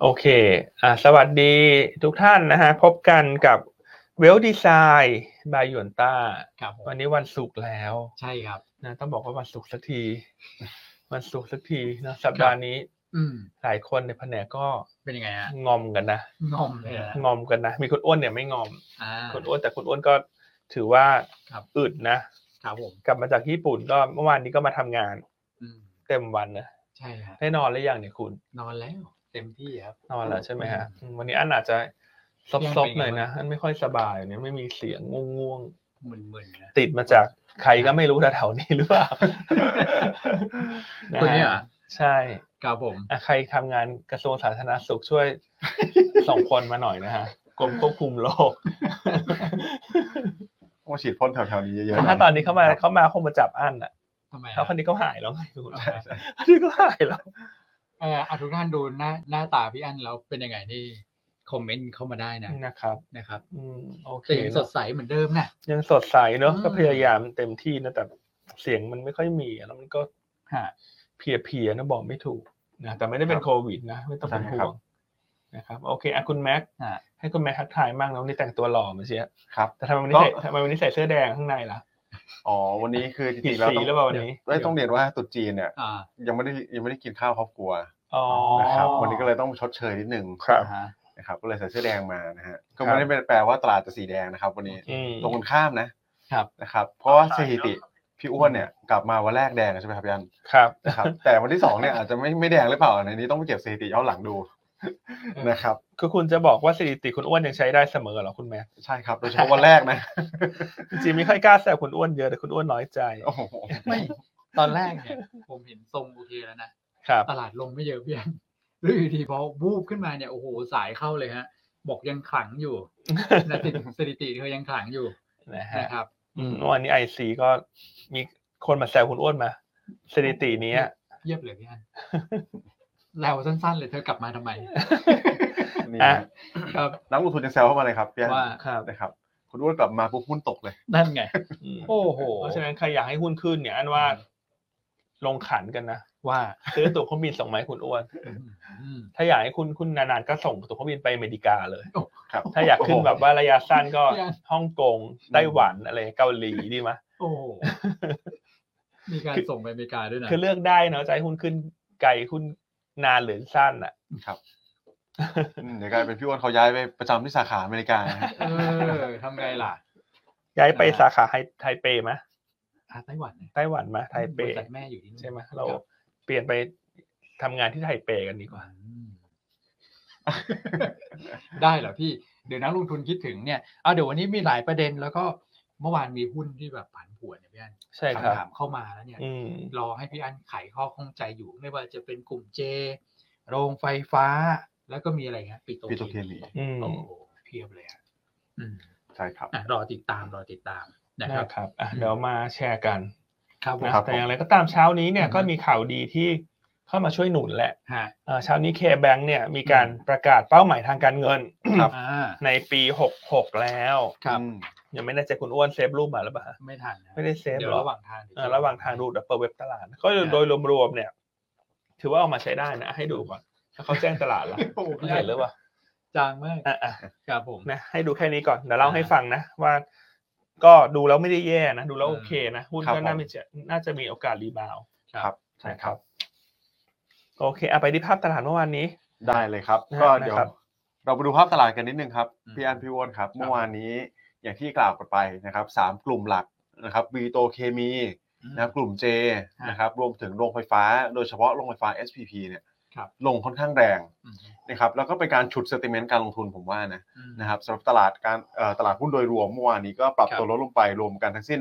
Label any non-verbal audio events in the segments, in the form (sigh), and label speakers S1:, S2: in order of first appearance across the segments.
S1: โอเคอ่าสวัสดีทุกท่านนะฮะ พบกันกับเวลดีไซน์บายยวนต้า
S2: ครับผม
S1: วันนี้วันศุกร์แล้ว
S2: ใช่ครับ
S1: นะต้องบอกว่าวันศุกร์สักที วันศุกร์สักทีนะสัปดาห์นี้
S2: อืม
S1: หลายคนในแผนกก็
S2: เป็นยังไงฮะ
S1: งอมกันนะ
S2: งอมเลยเหรอฮะ
S1: งอมกันนะ มีคุณอ้วนเนี่ยไม่งอม
S2: อ่า
S1: คุณอ้วนแต่คุณอ้วนก็ถือว่า
S2: ครับ
S1: อึดนะครับ
S2: ผม
S1: กลับมาจากญี่ปุ่นก็เมื่อวานนี้ก็มาทำงาน
S2: อืม
S1: เต็มวันนะ
S2: ใช่ฮะ
S1: ได้นอนหรือยังเนี่ยคุณ
S2: นอนแล้ว เต็มที่ครับ
S1: นอนแล้วใช่ไหมฮะ
S2: อืม
S1: อืมวันนี้อันอาจจะซ
S2: ยัง
S1: บ
S2: เป็น
S1: ๆ
S2: ไง
S1: หน่อยนะ
S2: บ้าง
S1: อันไม่ค่อยสบายเนี่ยไม่มีเสียงง่วง
S2: มึนๆนะ
S1: ๆติดมาจากใครก็ไม่รู้แถวๆนี้หรือ
S2: (laughs)
S1: เปล่า
S2: ตัวเนี้ยเหร
S1: ฮ
S2: อ
S1: ใช่
S2: ครับผม
S1: อ่ะใครทำงานกระทรวงสาธารณสุขช่
S2: (laughs)
S1: วย ส่งคนมาหน่อยนะฮะกรมควบคุมโรค
S3: โอ้ฉีดพ่นแถวๆนี้เยอะๆ
S1: ถ้า
S3: นะ
S1: ตอนนี้เขามาเขามาคงมาจับอันอ่ะ
S2: ทำไม
S1: แล้ว
S2: ฮะ
S1: คนนี้ก็หายแล้วไงคุณคนนี้ก็หายแล้ว
S2: เอ่ออ่ะทุกท่านดูหน้าหน้าตาพี่อันแล้วเป็นยังไงนี่คอมเมนต์เข้ามาได้นะ
S1: นะครับ
S2: นะครับ
S1: อืมโอเค
S2: แต่ยังสดใสเหมือนเดิมนะ
S1: ยังสดใสเนอะ
S2: อืม
S1: ก็พยายามเต็มที่นะแต่เสียงมันไม่ค่อยมีอะแล้วมันก็
S2: ฮะ
S1: เพียเพียๆนะบอกไม่ถูกนะแต่ไม่ได้เป็นโควิดนะ ไม่ต้องเป็นห่วงนะครับ โอเคอ่ะคุณแม็ก
S2: อ่ะ
S1: ให้คุณแม็กทักทายมากแล้วนนี่แต่งตัวหล่อมาเชีย
S3: ครับ
S1: แต่ทำไมวันนี้ใส่
S3: ก็
S1: ทำไมวันนี้ใส่เสื้อแดงข้างในล่ะ
S3: อ๋อวันนี้คือจ
S1: ผิ
S3: ริ
S1: ด
S3: งๆ
S1: สีห
S3: แล้วต้อง
S1: รือเปล่าวันนี้
S3: เอ้ยต้องเรียนว่าตรุ๊จีนเนี่ย
S2: อ่า
S3: ยังไม่ได้ยังไม่ได้กินข้าวครอบครัว
S1: อ๋อ
S3: นะครับวันนี้ก็เลยต้องชดเชยนิดนึง
S1: ครับ
S2: อ่าฮะ
S3: นะครับก็เลยใส่เสื้อแดงมานะฮะ
S1: ครั
S3: ก็
S1: บ
S3: ไม่ได้แปลว่าตลาดจะสีแดงนะครับ วันนี้
S1: อืม
S3: ตรงกันข้ามนะครับ นะครับ เพราะว่าสถิติพี่อ้วนเนี่ยกลับมาวันแรกแดงใช่ไหมครับยัน
S1: ครับ
S3: นะครับ แต่วันที่สองเนี่ยอาจจะไม่ไม่แดงหรือเปล่าอันนี้ต้องไปเก็บสถิติย้อนหลังดูนะครับ
S1: คือคุณจะบอกว่าสถิติคุณอ้วนยังใช้ได้เสมอเหรอคุณแม็ก
S3: ใช่ครับโดยเฉพาะวันแรกนะ
S1: จริงๆไม่ค่อยกล้าแซวคุณอ้วนเยอะแต่คุณอ้วนน้อยใจ
S3: โอ้โห
S2: ไม่ตอนแรกเนี่ยผมเห็นทรงโอเคแล้วนะ
S1: ครับ
S2: ตลาดลงไม่เยอะเพียง (laughs) หรืออยู่ดีพอวูบขึ้นมาเนี่ยโอ้โหสายเข้าเลยฮะ บอกยังขลังอยู่ (laughs) นะติดสถิติเธอยังขลังอยู่
S1: นะฮะ
S2: นะครับ
S1: อืมเมื่อวันนี้ไอซีก็มีคนมาแซวคุณอ้วนมาสถิตินี้อะ
S2: เยียบเลยพี่อัน (laughs) แล้วสั้นๆเลยเธอกลับมา
S1: (laughs)
S2: ทำไม
S3: นี่ (laughs)
S1: อ่ะ
S3: นะ
S2: ครับ
S3: นักลงทุนยังแซวเข้ามาเลยครับพี่อัน
S2: ว่า
S1: ครับ
S3: นะครับคุณอ้วนกลับมาปุ๊บหุ้นตกเลย
S2: นั่น
S1: (laughs)
S2: ไง
S1: อืม
S2: โอ้โห
S1: เพราะฉะนั้นใครอยากให้หุ้นขึ้นเนี่ยอันว่า
S2: อืม
S1: ลงขันกันนะ
S2: ว่า
S1: ซื้อตั๋วเครื่องบินส่งมาให้คุณอ้วน
S2: อืม
S1: ถ้าอยากให้คุณคุณนานๆก็ส่งตั๋วเครื่องบินไปอเมริกาเลย
S2: โอ้
S3: ครับ
S1: ถ้าอยากขึ้นแบบว่าระยะสั้นก็
S2: ยัง
S1: ฮ่องกงไต้หวันอะไรเกาหลีดีไหมะ
S2: โอ้โห
S1: (laughs)
S2: มีการ
S1: คือ
S2: ส่งไปอเมริกาด้วยนะ
S1: คือเลือกได้เนาะจะให้หุ้นขึ้นไกลหุ้นนานหรือสั้นอ่ะ
S3: อืมเดี๋ยวกลายเป็นพี่อ้วนเขาย้ายไปประจำที่สาขาอเมริกานะฮะ
S2: เออทำไงล่ะ
S1: ย้ายไปสาขาไฮไทเปมะ
S2: อ่ะไต้หวันนะ
S1: ไต้หวันมะไทเป
S2: บริษัทแม่อยู่ที่นู่น
S1: ใช่ไหมะเราเปลี่ยนไปทำงานที่ไทเปกันดีกว่า
S2: อืม (laughs) ได้เหรอพี่ เดี๋ยวนักลงทุนคิดถึงเนี่ยเอาเดี๋ยววันนี้มีหลายประเด็นแล้วก็เมื่อวานมีหุ้นที่แบบผันผวนเนี่ยพี่อัน
S1: ใช่ครับ
S2: คำถามเข้ามาแล้วเนี่ย
S1: อืม
S2: รอให้พี่อันไขข้อข้องใจอยู่ ไม่ว่าจะเป็นกลุ่มเจ โรงไฟฟ้า แล้วก็มีอะไรครับปิโตร
S3: พี่โตเคียน
S2: มี
S3: นี่
S1: อืม
S2: โอ้โหเพียบเลยอะอืม
S3: ใช่ครับ
S2: อ่ะรอติดตามรอติดตามนะค
S1: นะ
S2: รับ
S1: ครับอ่ะเดี๋ยวมาแชร์กัน
S2: ครับผม
S1: นะครับ แต่อย่างไรก็ตามเช้านี้เนี่ย
S2: อืม
S1: ก็มีข่าวดีที่เข้ามาช่วยหนุนแหละ
S2: ฮะ
S1: เอ่อเช้านี้ K-Bank เนี่ยมีการ
S2: อืม
S1: ประกาศเป้าหมายทางการเงิน
S3: ครับ
S2: อ่า
S1: ในปี 66 แล้ว
S2: ครับ
S3: อืม
S1: ยังไม่แน่ใจคุณอ้วนเซฟรูปมาหรือเปล่าฮะ
S2: ไม่ทันนะ
S1: ไม่ได้เซฟ
S2: เดี๋ยว
S1: หรอ
S2: ระหว่างทางเดี๋ย
S1: เอ่อระหว่างทางดูดับเบิลเว็บตลาด ก็โดยรวมๆเนี่ย ถือว่าเอามาใช้ได้นะ ให้ดูก่อนถ้าเขาแจ้งตลา (laughs) ดละ
S2: โอ้โห
S1: เห็นหรือเปล่า
S2: จางมาก
S1: อ่ะอ่ะ
S2: ครับผม
S1: นะให้ดูแค่นี้ก่อนเดี๋ยวเล่าให้ฟังนะว่า ก็ดูแล้วไม่ได้แย่นะ ดูแล้วโอเคนะหุ้นก็น่าจะน่าจะมีโอกาสรีบาวด์
S3: ครับ
S1: ใช่ครับ โอเคเอาไปที่ภาพตลาดเมื่อวานนี้
S3: ได้เลยครับ
S1: นะฮะ
S3: ก็เดี๋ยว
S1: นะครับ
S3: เราไปดูภาพตลาดกันนิดนึงครับ พี่อันพี่อ้วนครับ เมื่อวานนี้อย่างที่กล่าวกันไปนะครับสามกลุ่มหลักนะครับบีโตเคมี
S2: อืม
S3: นะครับกลุ่มเจ
S2: ฮะ
S3: นะครับรวมถึงโรงไฟฟ้า โดยเฉพาะโรงไฟฟ้า SPP เนี่ย
S2: ครับ
S3: ลงค่อนข้างแรง
S2: อืม
S3: นะครับแล้วก็เป็นการฉุดสติเมนต์การลงทุนผมว่านะ
S2: อืม
S3: นะครับสำหรับตลาดการเอ่อตลาดหุ้นโดยรวมเมื่อวานนี้ก็ปรับ
S2: ครับ
S3: ตัวลดลงไปรวมกันทั้งสิ้น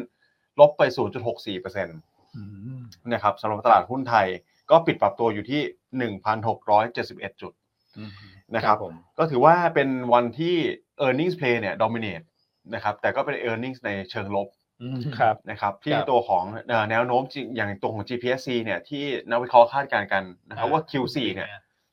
S3: ลบไป 0.64%
S2: อืม
S3: นะครับสำหรับตลาดหุ้นไทยก็ปิดปรับตัวอยู่ที่ 1,671 จุด
S2: อืม
S3: นะครับ
S2: ผม
S3: ก็ถือว่าเป็นวันที่ e a r n i n g s play เนี่ย dominate นะครับแต่ก็เป็น e a r n i n g s ในเชิงลบ
S2: อืม
S1: ครับ
S3: นะครับที่
S2: ครับ
S3: ตัวของเอ่อแนวโน้มจริงอย่างตัวของ GPSC เนี่ยที่นักวิเคราะห์คาดการณ์กันนะครับ
S2: อ่า
S3: ว่า Q4 เนี่ย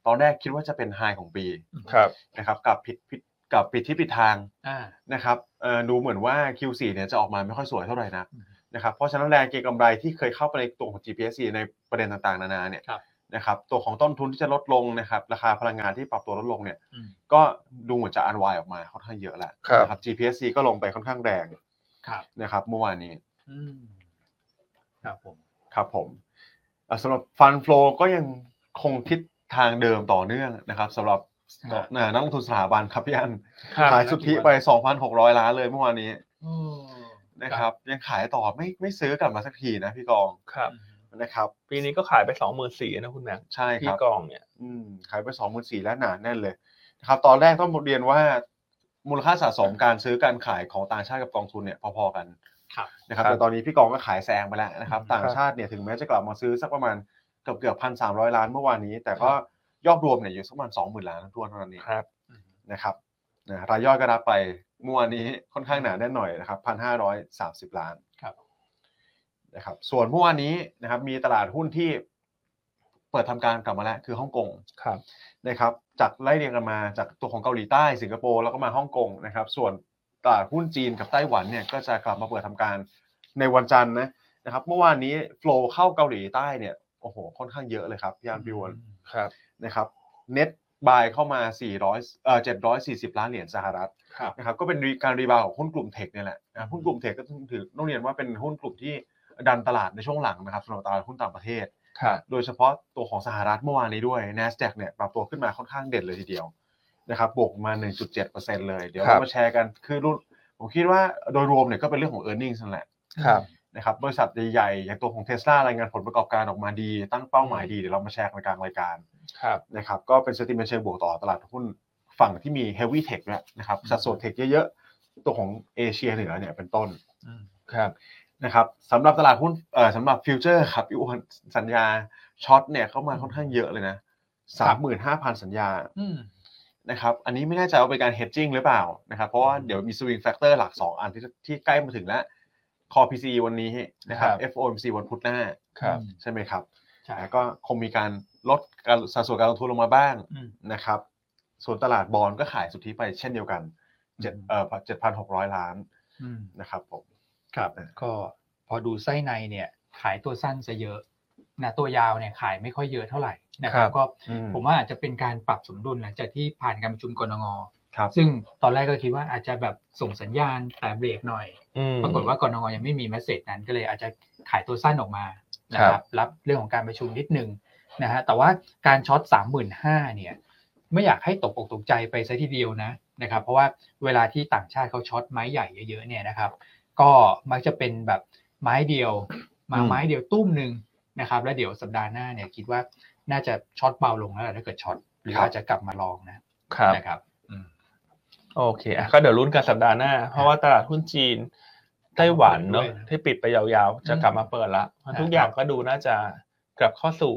S3: ตอนแรกคิดว่าจะเป็นไฮของปี
S1: ครับ
S3: นะครับกลับผิดผิดกลับปิดที่ปิดทาง
S2: อ่า
S3: นะครับเอ่อดูเหมือนว่า Q4 เนี่ยจะออกมาไม่ค่อยสวยเท่าไหร่นัก
S2: อืม
S3: นะครับ เพราะฉะนั้นแรงเก็งกำไรที่เคยเข้าไปในตัวของ GPC ในประเด็นต่างๆ นานาเนี่ย
S2: ครับ
S3: นะครับตัวของต้นทุนที่จะลดลงนะครับราคาพลังงานที่ปรับตัวลดลงเนี่ย
S2: อืม
S3: ก็ดูเหมือนจะอันวายออกมาค่อนข้างเยอะแล้ว
S1: ครับ
S3: นะครับ GPC ก็ลงไปค่อนข้างแรง
S2: ครับ
S3: นะครับเมื่อวานนี้
S2: อืมครับผม
S3: ครับผมอ่ะสำหรับฟันฟลอก็ยังคงทิศทางเดิมต่อเนื่องนะครับสำหรับ
S2: ครับ
S3: เอ่อนักลงทุนสถาบันครับพี่อัน
S1: ครับ
S3: ขายสุทธิไป 2,600 ล้านเลยเมื่อวานนี้
S2: โอ้
S3: นะครับ ยังขายต่อไม่ไม่ซื้อกลับมาสักทีนะพี่กอง
S1: ครับ
S3: นะครับ
S1: ปีนี้ก็ขายไปสองหมื่นสี่นะคุณแม็ก
S3: ใช่ค
S1: ที่
S3: รับ
S1: กองเนี่ย
S3: อืมขายไป 24,000แล้วหนาแน่นเลยนะครับตอนแรกต้องเรียนว่ามูลค่าสะสมการซื้อการขายของต่างชาติกับกองทุนเนี่ยพอๆกัน
S2: ครับ
S3: นะครับ
S1: ครับ
S3: แต่ตอนนี้พี่กองก็ขายแซงไปแล้วนะครับ
S2: ครับ
S3: ต่างชาติเนี่ยถึงแม้จะกลับมาซื้อสักประมาณเกือบเกือบพันสามร้อยล้านเมื่อวานนี้ แต่ก็ยอดรวมเนี่ยอยู่สักประมาณสองหมื่นล้านทั่วเท่านั้นเอง
S1: ครับ
S3: นะครับนะรายย่อยก็รับไปเมื่อวานนี้ค่อนข้างหนาแน่นหน่อยนะครับพันห้าร้อยสามสิบล้าน
S2: ครับ
S3: นะครับส่วนเมื่อวานนี้นะครับมีตลาดหุ้นที่เปิดทำการกลับมาแล้วคือฮ่องกง
S1: ครับ
S3: นะครับจากไล่เรียงกันมาจากตัวของเกาหลีใต้สิงคโปร์แล้วก็มาฮ่องกงนะครับส่วนตลาดหุ้นจีนกับไต้หวันเนี่ยก็จะกลับมาเปิดทำการในวันจันทร์นะนะครับเมื่อวานนี้โฟลเข้าเกาหลีใต้เนี่ยโอ้โหค่อนข้างเยอะเลยครับพี่อันพี่วอน
S1: ครับ
S3: นะครับเน็ตบายเข้ามา 400เอ่อ740 ล้านเหรียญสหรัฐ
S2: ครับ
S3: นะครับก็เป็นการรีบาวด์ของหุ้นกลุ่มเทคเนี่ยแหละนะครับหุ้นกลุ่มเทคก็ถือต้องเรียนว่าเป็นหุ้นกลุ่มที่ดันตลาดในช่วงหลังนะครับสำหรับตลาดหุ้นต่างประเทศ
S1: ครับ
S3: โดยเฉพาะตัวของสหรัฐเมื่อวานนี้ด้วย n a s d a q เนี่ยปรับตัวขึ้นมาค่อนข้างเด่นเลยทีเดียวนะครับบวกมา 1.7%เลย เดี๋ยว
S1: ครับ
S3: เรามาแชร์กันคือรุ่นผมคิดว่าโดยรวมเนี่ยก็เป็นเรื่องของ e a r n i n g ็นั่นแหละ
S1: ครับ
S3: นะครับบริษัทใหญ่ๆอย่างตัวของ Tesla รายงานผลประกอบการออกมาดี ตั้งเป้าหมายดีเดี๋ยวเรามาแชร์กันกลางรายการ
S1: ครับ
S3: นะครับก็เป็น sentiment เชิงบวกต่อตลาดหุ้นฝั่งที่มี heavy tech ด้วยนะครับสัดส่วน tech เยอะๆ ตัวของเอเชียเหนือเนี่ยเป็นต้น
S2: อืม
S1: ครับ
S3: นะครับสำหรับตลาดหุ้นเอ่อสำหรับฟิวเจอร์ครับพี่อ้วนสัญญาช็อตเนี่ยเข้ามาค่อนข้างเยอะเลยนะสามหมื่นห้าพันสัญญา
S2: อืม
S3: นะครับอันนี้ไม่แน่ใจว่าเป็นการ hedging หรือเปล่านะครับเพราะว่าเดี๋ยวมี swing factor หลัก 2 อันที่ที่ใกล้มาถึงแล้ว core PC วันนี้นะครับ
S1: ครับ
S3: FOMC วันพุธหน้า
S1: ครับ
S3: ใช่ไหมครับ
S2: ใช่
S3: แล้วก็คงมีการลดการสัดส่วนการลงทุนลงมาบ้าง
S2: อืม
S3: นะครับ ส่วนตลาดบอลก็ขายสุทธิไปเช่นเดียวกันเจ็ด
S2: อืม
S3: เอ่อเจ็ดพันหกร้อยล้าน
S2: อืม
S3: นะครับผม
S2: ครับ
S3: เออ
S2: ก็พอดูไส้ในเนี่ยขายตัวสั้นจะเยอะนะตัวยาวเนี่ยขายไม่ค่อยเยอะเท่าไหร่นะค
S1: ครั
S2: รับบ ก็
S3: อื
S2: ผมว่าอาจจะเป็นการปรับสมดุลหลังจากที่ผ่านการประชุมกรงง
S3: ครับ
S2: ซึ่งตอนแรกก็คิดว่าอาจจะแบบส่งสัญญาณแต่เบรกหน่อย
S1: อืม
S2: ปรากฏว่ากรงงยังไม่มีเมสเซจนั้นก็เลยอาจจะขายตัวสั้นออกมานะ
S1: ค
S2: ค
S1: รั
S2: รับบ รับเรื่องของการประชุมนิดนึงนะฮะแต่ว่าการช็อต 35,000เนี่ยไม่อยากให้ตกอกตกใจไปซะทีเดียวนะนะครับเพราะว่าเวลาที่ต่างชาติเขาช็อตไม้ใหญ่เยอะๆเนี่ยนะครับ ก็มักจะเป็นแบบไม้เดียว มาไม้เดียวตุ้มหนึ่งนะครับ แล้วเดี๋ยวสัปดาห์หน้าเนี่ยคิดว่าน่าจะช็อตเบาลงแล้วแหละถ้าเกิดช็อตหรืออาจจะกลับมาลองนะครับ นะครับอืม
S1: โอเคอ่ะก็เดี๋ยวลุ้นกันสัปดาห์หน้า เพราะว่าตลาดหุ้นจีน ไต้หวันเนอะ
S2: ด้วยนะ
S1: ที่ปิดไปยาวๆ จะกลับมาเปิดละมันทุกอย่างก็ดูน่าจะกลับเข้าสู่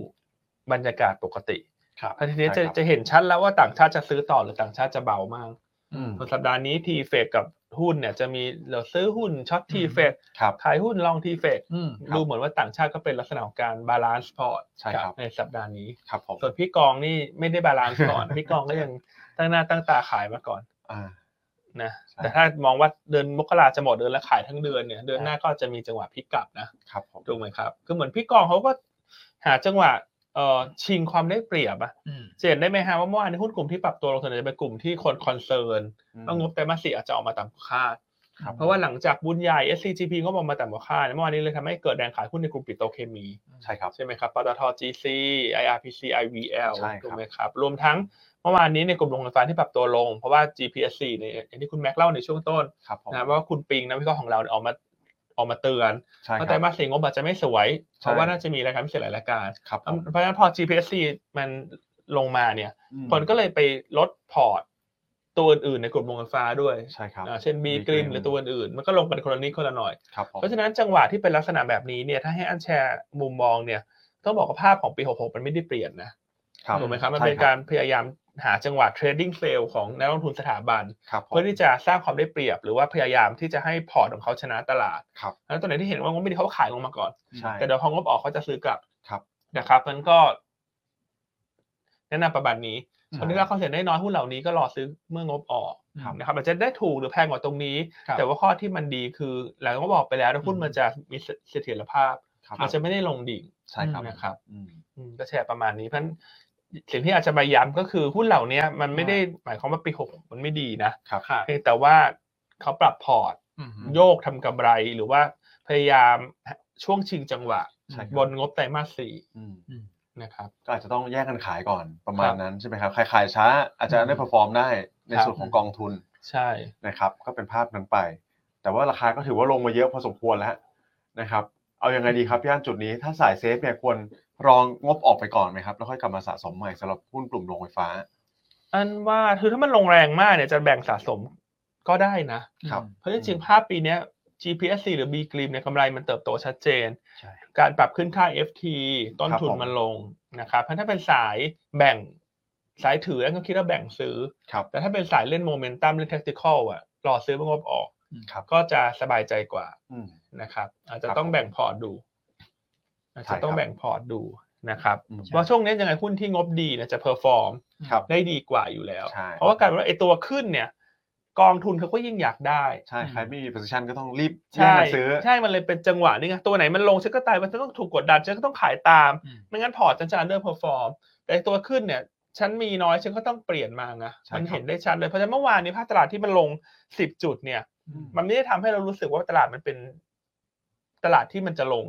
S1: บรรยากาศปกติ
S2: ครับ
S1: เพาะทีนี้จะจะเห็นชัดแล้วว่าต่างชาติจะซื้อต่อหรือต่างชาติจะเบามาก
S3: อืม
S1: ส่วนสัปดาห์นี้ทีเฟกกับหุ้นเนี่ยจะมีเหลือซื้อหุ้นช็อตทีเฟก
S3: ครับ
S1: ขายหุ้นลองทีเฟก
S2: อืม
S3: ครับ
S1: ดูเหมือนว่าต่างชาติก็เป็นลักษณะของการบาลานซ์พอร์ต
S3: ใช่ครับ
S1: ในสัปดาห์นี้
S3: ครับผม
S1: ส่วนพี่กองนี่ไม่ได้บาลานซ์ก่อน พี่กองก็ยังตั้งหน้าตั้งตาขายมาก่อน
S3: อ่า
S1: นะ
S3: ใช่
S1: แต่ถ้ามองว่าเดือนมกราจะหมดเดือนแล้วขายทั้งเดือนเนี่ยเดือนหน้าก็จะมีจังหวะพลิกกลับนะครับ
S3: ผม
S1: ถูกไหมครับคือเหมือนพี่กองเขาก็หาจังหวะเอ่อชิงความได้เปรียบอะ
S2: อืม
S1: จะเห็นได้ไหมฮะว่าเมื่อวานในหุ้นกลุ่มที่ปรับตัวลงส่วนใหญ่จะเป็นกลุ่มที่คนคอนเซิร์นว่างบไตรมาสสี่อาจจะออกมาต่ำกว่าคาด
S3: ครับ
S1: เพราะว่าหลังจากบุญใหญ่ SCGP ก็ออกมาต่ำกว่าคาดเมื่อวานนี้เลยทำให้เกิดแรงขายหุ้นในกลุ่มปิโตรเคมี
S3: ใช่ครับ
S1: ใช่ไหมครับปตท GC IRPC IVL
S3: ใช่ครับ
S1: ถูกไหมครับรวมทั้งเมื่อวานนี้ในกลุ่มโรงไฟฟ้าที่ปรับตัวลงเพราะว่า GPSC เนี่ยอย่างที่คุณแม็กเล่าในช่วงต้น
S3: ครับผม
S1: นะว่าคุณปิงนักวิเคราะห์ของเราเนี่ยออกมาออกมาเตือน
S3: ใช่ค
S1: ว่าไตร
S3: รับ
S1: มาสสี่งบอาจจะไม่สวย
S3: ใช่
S1: เพราะว่าน่าจะมีรายการพิเศษหลายรายการ
S3: ครับผม
S1: เพราะฉะนั้นพอ GPC มันลงมาเนี่ย
S3: อืม
S1: คนก็เลยไปลดพอร์ตตัวอื่นๆในกลุ่มโรงไฟฟ้าด้วย
S3: ใช่ครับ
S1: อ่าเช่น B
S3: B-Green
S1: กรินหรือตัวอื่นๆมันก็ลงกันคนละนิดคนละหน่อย
S3: ครับผม
S1: เพราะฉะนั้นจังหวะที่เป็นลักษณะแบบนี้เนี่ยถ้าให้อันแชร์มุมมองเนี่ยต้องบอกว่าภาพของปี 66 มันไม่ได้เปลี่ยนนะ
S3: ครับ
S1: ถูกไหมครับมัน
S3: ใช่
S1: เป็นการพยายามหาจังหวะ trading fail ของนักลงทุนสถาบัน
S3: ครับผม
S1: เพื่อที่จะสร้างความได้เปรียบ หรือว่าพยายามที่จะให้พอร์ตของเขาชนะตลาด
S3: ครับ
S1: แล้วตอนไหนที่เห็นว่างบไม่ดีเขาก็ขายลงมาก่อน
S3: ใช่
S1: แต่เดี๋ยวพองบออกเขาจะซื้อกลับ
S3: ครับ
S1: นะครับมันก็แนะนำประมาณนี้
S2: อืม
S1: คนที่รับความเสี่ยงได้น้อยหุ้นเหล่านี้ก็รอซื้อเมื่องบออก
S2: ครับ
S1: นะครับอาจจะได้ถูกหรือแพงกว่าตรงนี้
S2: ครับ
S1: แต่ว่าข้อที่มันดีคือหลังก็บอกไปแล้วหุ้นมันจะมีเสถียรภาพ
S3: ครับ
S1: มันจะไม่ได้ลงดิ่ง
S3: ใช่ครับ
S1: นะครับ
S3: อืม
S1: อืมก็แชร์ประมาณนี้เพราะฉะนั้นสิ่งที่อาจจะมาย้ำก็คือหุ้นเหล่านี้มันไม่ได้หมายความว่าปีหกมันไม่ดีนะครับ
S2: ค่ะ
S1: เพียงแต่ว่าเขาปรับพอร์ต
S2: อืม
S1: โยกทำกำไรหรือว่าพยายามช่วงชิงจังหวะ
S2: ใช่ครับ
S1: บนงบไตรมาสสี่
S3: อืม
S1: นะครับ
S3: ก็อาจจะต้องแยกกันขายก่อนประมา
S1: ครั
S3: ณ
S1: บ
S3: นั้นใช่ไหมครับ ขายขายช้าอาจจะได้
S1: อืม
S3: เพอร์ฟอร์มได้ใน
S1: ครับ
S3: ส่วนของกองทุน
S1: ใช่
S3: นะครับ ก็เป็นภาพนั้นไป แต่ว่าราคาก็ถือว่าลงมาเยอะพอสมควรแล้วนะครับ เอายังไงดีครับย่านจุดนี้ ถ้าสายเซฟเนี่ยควรรองงบออกไปก่อนไหมครับ แล้วค่อยกลับมาสะสมใหม่สำหรับหุ้นกลุ่มโรงไฟฟ้า
S1: อันว่าคือถ้ามันลงแรงมากเนี่ยจะแบ่งสะสมก็ได้นะ
S3: ครับ
S1: เพราะจริงๆภาพปีเนี้ย GPSC หรือ B g r e e n เนี่ยกำไรมันเติบโตชัดเจน
S2: ใช่
S1: การปรับขึ้นค่า FT ต้นทุน
S3: ครับผม
S1: มันลงนะครับเพราะถ้าเป็นสายแบ่งสายถือแล้วก็คิดว่าแบ่งซื้อ
S3: ครับ
S1: แต่ถ้าเป็นสายเล่นโมเมนตัมเล่นแท็กติคอลอะรอซื้อเมื่องบออก
S2: อืม
S3: ครับ
S1: ก็จะสบายใจกว่า
S3: อืม
S1: นะครับอาจจะ
S3: ครับ
S1: ต้องแบ่งพอร์ตดูอาจจะต้อง
S3: ใช่ครับ
S1: แบ่งพอร์ตดูนะครับ
S3: อืม
S1: ว่าช่วงนี้ยังไงหุ้นที่งบดีเนยจะเพอร์ฟอร์ม
S3: ครับ
S1: ได้ดีกว่าอยู่แล้ว
S3: ใช่
S1: เพราะว่ากลารว่าไอตัวขึ้นเนี่ย กองทุนเขาก็ยิ่งอยากได้
S3: ใช่ใครไม่มี position ก็ต้องรีบแย่ง
S1: ใช่
S3: กันซื้อ
S1: ใช่มันเลยเป็นจังหวะนี่ไงตัวไหนมันลงฉันก็ตายมันจะต้องถูกกดดันฉันก็ต้องขายตาม
S2: อืม
S1: ไม่งั้นพอร์ตฉันจะ under perform แต่ไอ้ตัวขึ้นเนี่ย ฉันมีน้อยฉันก็ต้องเปลี่ยนมาไง
S3: ใช่
S1: มัน
S3: ครับ
S1: เห็นได้ชัดเลยเพราะฉะนั้นเมื่อวานนี้ภาคตลาดที่มันลง 10 จุดเนี่ย มันไม่ได้ทำให้เรารู้สึกว่าตลาดมันเป็นตลาดที่มันจะลง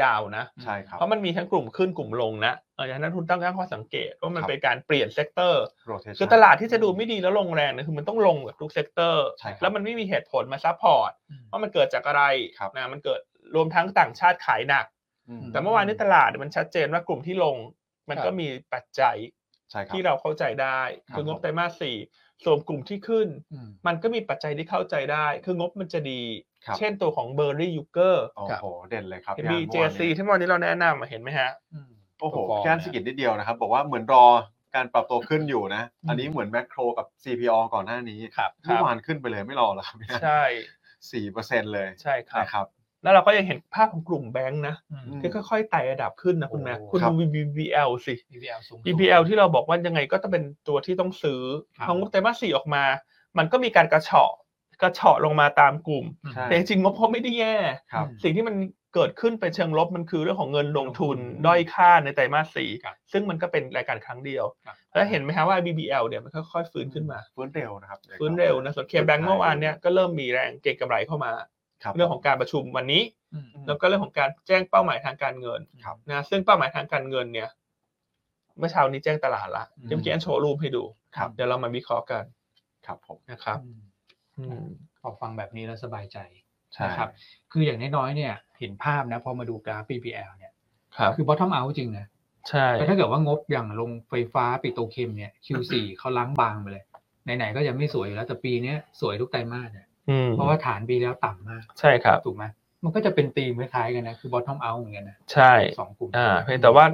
S1: ยาวนะ
S3: ใช่ครับ
S1: เพราะมันมีทั้งกลุ่มขึ้นกลุ่มลงนะเอออย่างนั้นทุนตั้งข้อสังเกตว่ามัน
S3: ครับ
S1: เป็นการเปลี่ยนเซกเตอร์
S3: rotation
S1: คือตลาดที่จะดูไม่ดีแล้วลงแรงเนี่ยคือมันต้องลงแบบทุกเซกเตอร์
S3: ใช่ครับ
S1: แล้วมันไม่มีเหตุผลมาซัพพอร์ตว่ามันเกิดจากอะไร
S3: ครับ
S1: นะมันเกิดรวมทั้งต่างชาติขายหนัก
S3: อืม
S1: แต่เมื่อวานนี้ตลาดมันชัดเจนว่ากลุ่มที่ลง มันก็มีปัจจัย
S3: ใช่ครับ
S1: ที่เราเข้าใจได้คืองบไตรมาสสี่ส่วนกลุ่มที่ขึ้น
S2: อืม
S1: มันก็มีปัจจัยที่เข้าใจได้ คืองบมันจะดี
S3: ครับ
S1: เช่นตัวของเบอร์รี่ยูเกอร์
S3: โอ้โหเด่นเลยครับ
S1: เห็น
S3: ย่าน
S1: BJC ที่เมื่อวานนี้เราแนะนำอะเห็นไหมฮะ
S2: อืม
S3: โอ้โห
S2: perform
S3: พี่อันสะกิดนิดเดียวนะครับ บอกว่าเหมือนรอการปรับตัวขึ้นอยู่นะ
S2: อืม
S3: อันนี้เหมือนแมคโครกับ CPO ก่อนหน้านี้
S1: ครับค
S3: เมื่
S1: รั
S3: อบ วานขึ้นไปเลยไม่รอแล้วครับ
S1: ใช่
S3: สี่เปอร์เซ็นต์เลย
S1: ใช่ครับ
S3: นะครับ
S1: แล้วเราก็ยังเห็นภาพของกลุ่มแบงค์นะ
S2: อืม
S3: อืม
S1: ที่ค่อยๆไต่ระดับขึ้นนะคุณแม่
S2: โอ้โห
S1: คุณ
S3: ครับ
S1: ดู BBL สิ
S2: BPL สูงสุด
S1: BBL ที่เราบอกว่ายังไงก็จะเป็นตัวที่ต้องซื้อ
S2: ครับ
S1: พองบไตรมาสสี่ออกมา มันก็มีการกระเฉาะกระเฉาะลงมาตามกลุ่ม
S2: อืม
S3: ใช่
S1: แต่จริงๆงบเขาไม่ได้แย่
S3: ครับ
S1: สิ่งที่มันเกิดขึ้นเป็นเชิงลบมันคือเรื่องของเงินลงทุน
S2: อืม
S1: ด้อยค่าในไตรมาสสี่
S2: ครับ
S1: ซึ่งมันก็เป็นรายการครั้งเดียว
S2: ครับ
S1: แล้วเห็นไหมฮะว่า BBL เนี่ยมันค่อยๆฟื้นขึ้นมา
S3: ฟื้นเร็วนะครับ
S1: ฟื้นเร็วนะส่วนเคแบง
S3: ใช่
S1: เมื่อวานเนี่ยก็เริ่มมีแรงเก็งกำไรเข้ามา
S3: ครับ
S1: เรื่องของการประชุมวันนี้
S2: อืม
S1: แล้วก็เรื่องของการแจ้งเป้าหมายทางการเงิน
S3: ครับ
S1: นะซึ่งเป้าหมายทางการเงินเนี่ยเมื่อเช้านี้แจ้งตลาดละ
S2: อืม
S1: เดี๋ยวเมื่อกี้อันโชว์รูปให้ดู
S3: ครับ
S1: เดี๋ยวเรามาวิเคราะห์กัน
S3: ครับผม
S1: นะครับ
S2: อืม
S1: อืม
S2: พอฟังแบบนี้แล้วสบายใจ
S3: ใช่
S2: นะ
S3: ค
S2: ค
S3: รั
S2: รับ บ คืออย่างน้อยๆ เนี่ย เห็นภาพนะ พอมาดูกราฟ BPL เนี่ย
S1: ครับ
S2: คือ bottom out จริงนะ
S1: ใช่
S2: แต่ถ้าเกิดว่างบอย่างลงไฟฟ้าปิโตรเคมเนี่ย Q4 เขาล้างบางไปเลย ไหนๆ ก็ยังไม่สวยอยู่แล้ว แต่ปีเนี้ยสวยทุกไตรมาสเนี่ย
S1: อืม
S2: เพราะว่าฐานปีแล้วต่ำมาก
S1: ใช่ครับ
S2: ถูกไหมมันก็จะเป็นธีมคล้ายๆ กันนะ คือ bottom out เหมือนกันนะ
S1: ใช่
S2: สองกลุ่ม
S1: อ่าเพียงแต่ว่า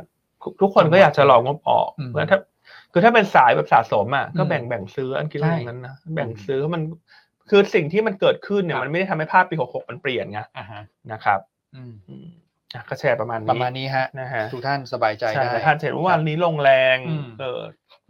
S1: ทุกทุกคนก็อยากจะลองงบออก
S2: อืม
S1: เพราะฉะนั้นถ้าคือถ้าเป็นสายแบบสะสมอ่ะก็แบ่ง
S2: อืม
S1: แบ่งซื้ออันคิดว่าอย่างนั้นนะแบ่ง
S3: อืม
S1: ซื้อมันคือสิ่งที่มันเกิดขึ้นเนี่
S2: ค
S1: ย
S2: รับ
S1: มันไม่ได้ทำให้ภาพปีหกหกมันเปลี่ยนไง
S2: อ่าฮะ
S1: นะครับ
S2: อืม
S1: อืมอ่ะก็แชร์ประมาณนี้
S2: ประมาณนี้ฮะ
S1: นะฮะ
S2: ทุกท่านสบายใจ
S1: ใช่
S2: ได้
S1: แต่ท่านเห็นว่าวันนี้ลงแรง
S2: อืม
S1: เออ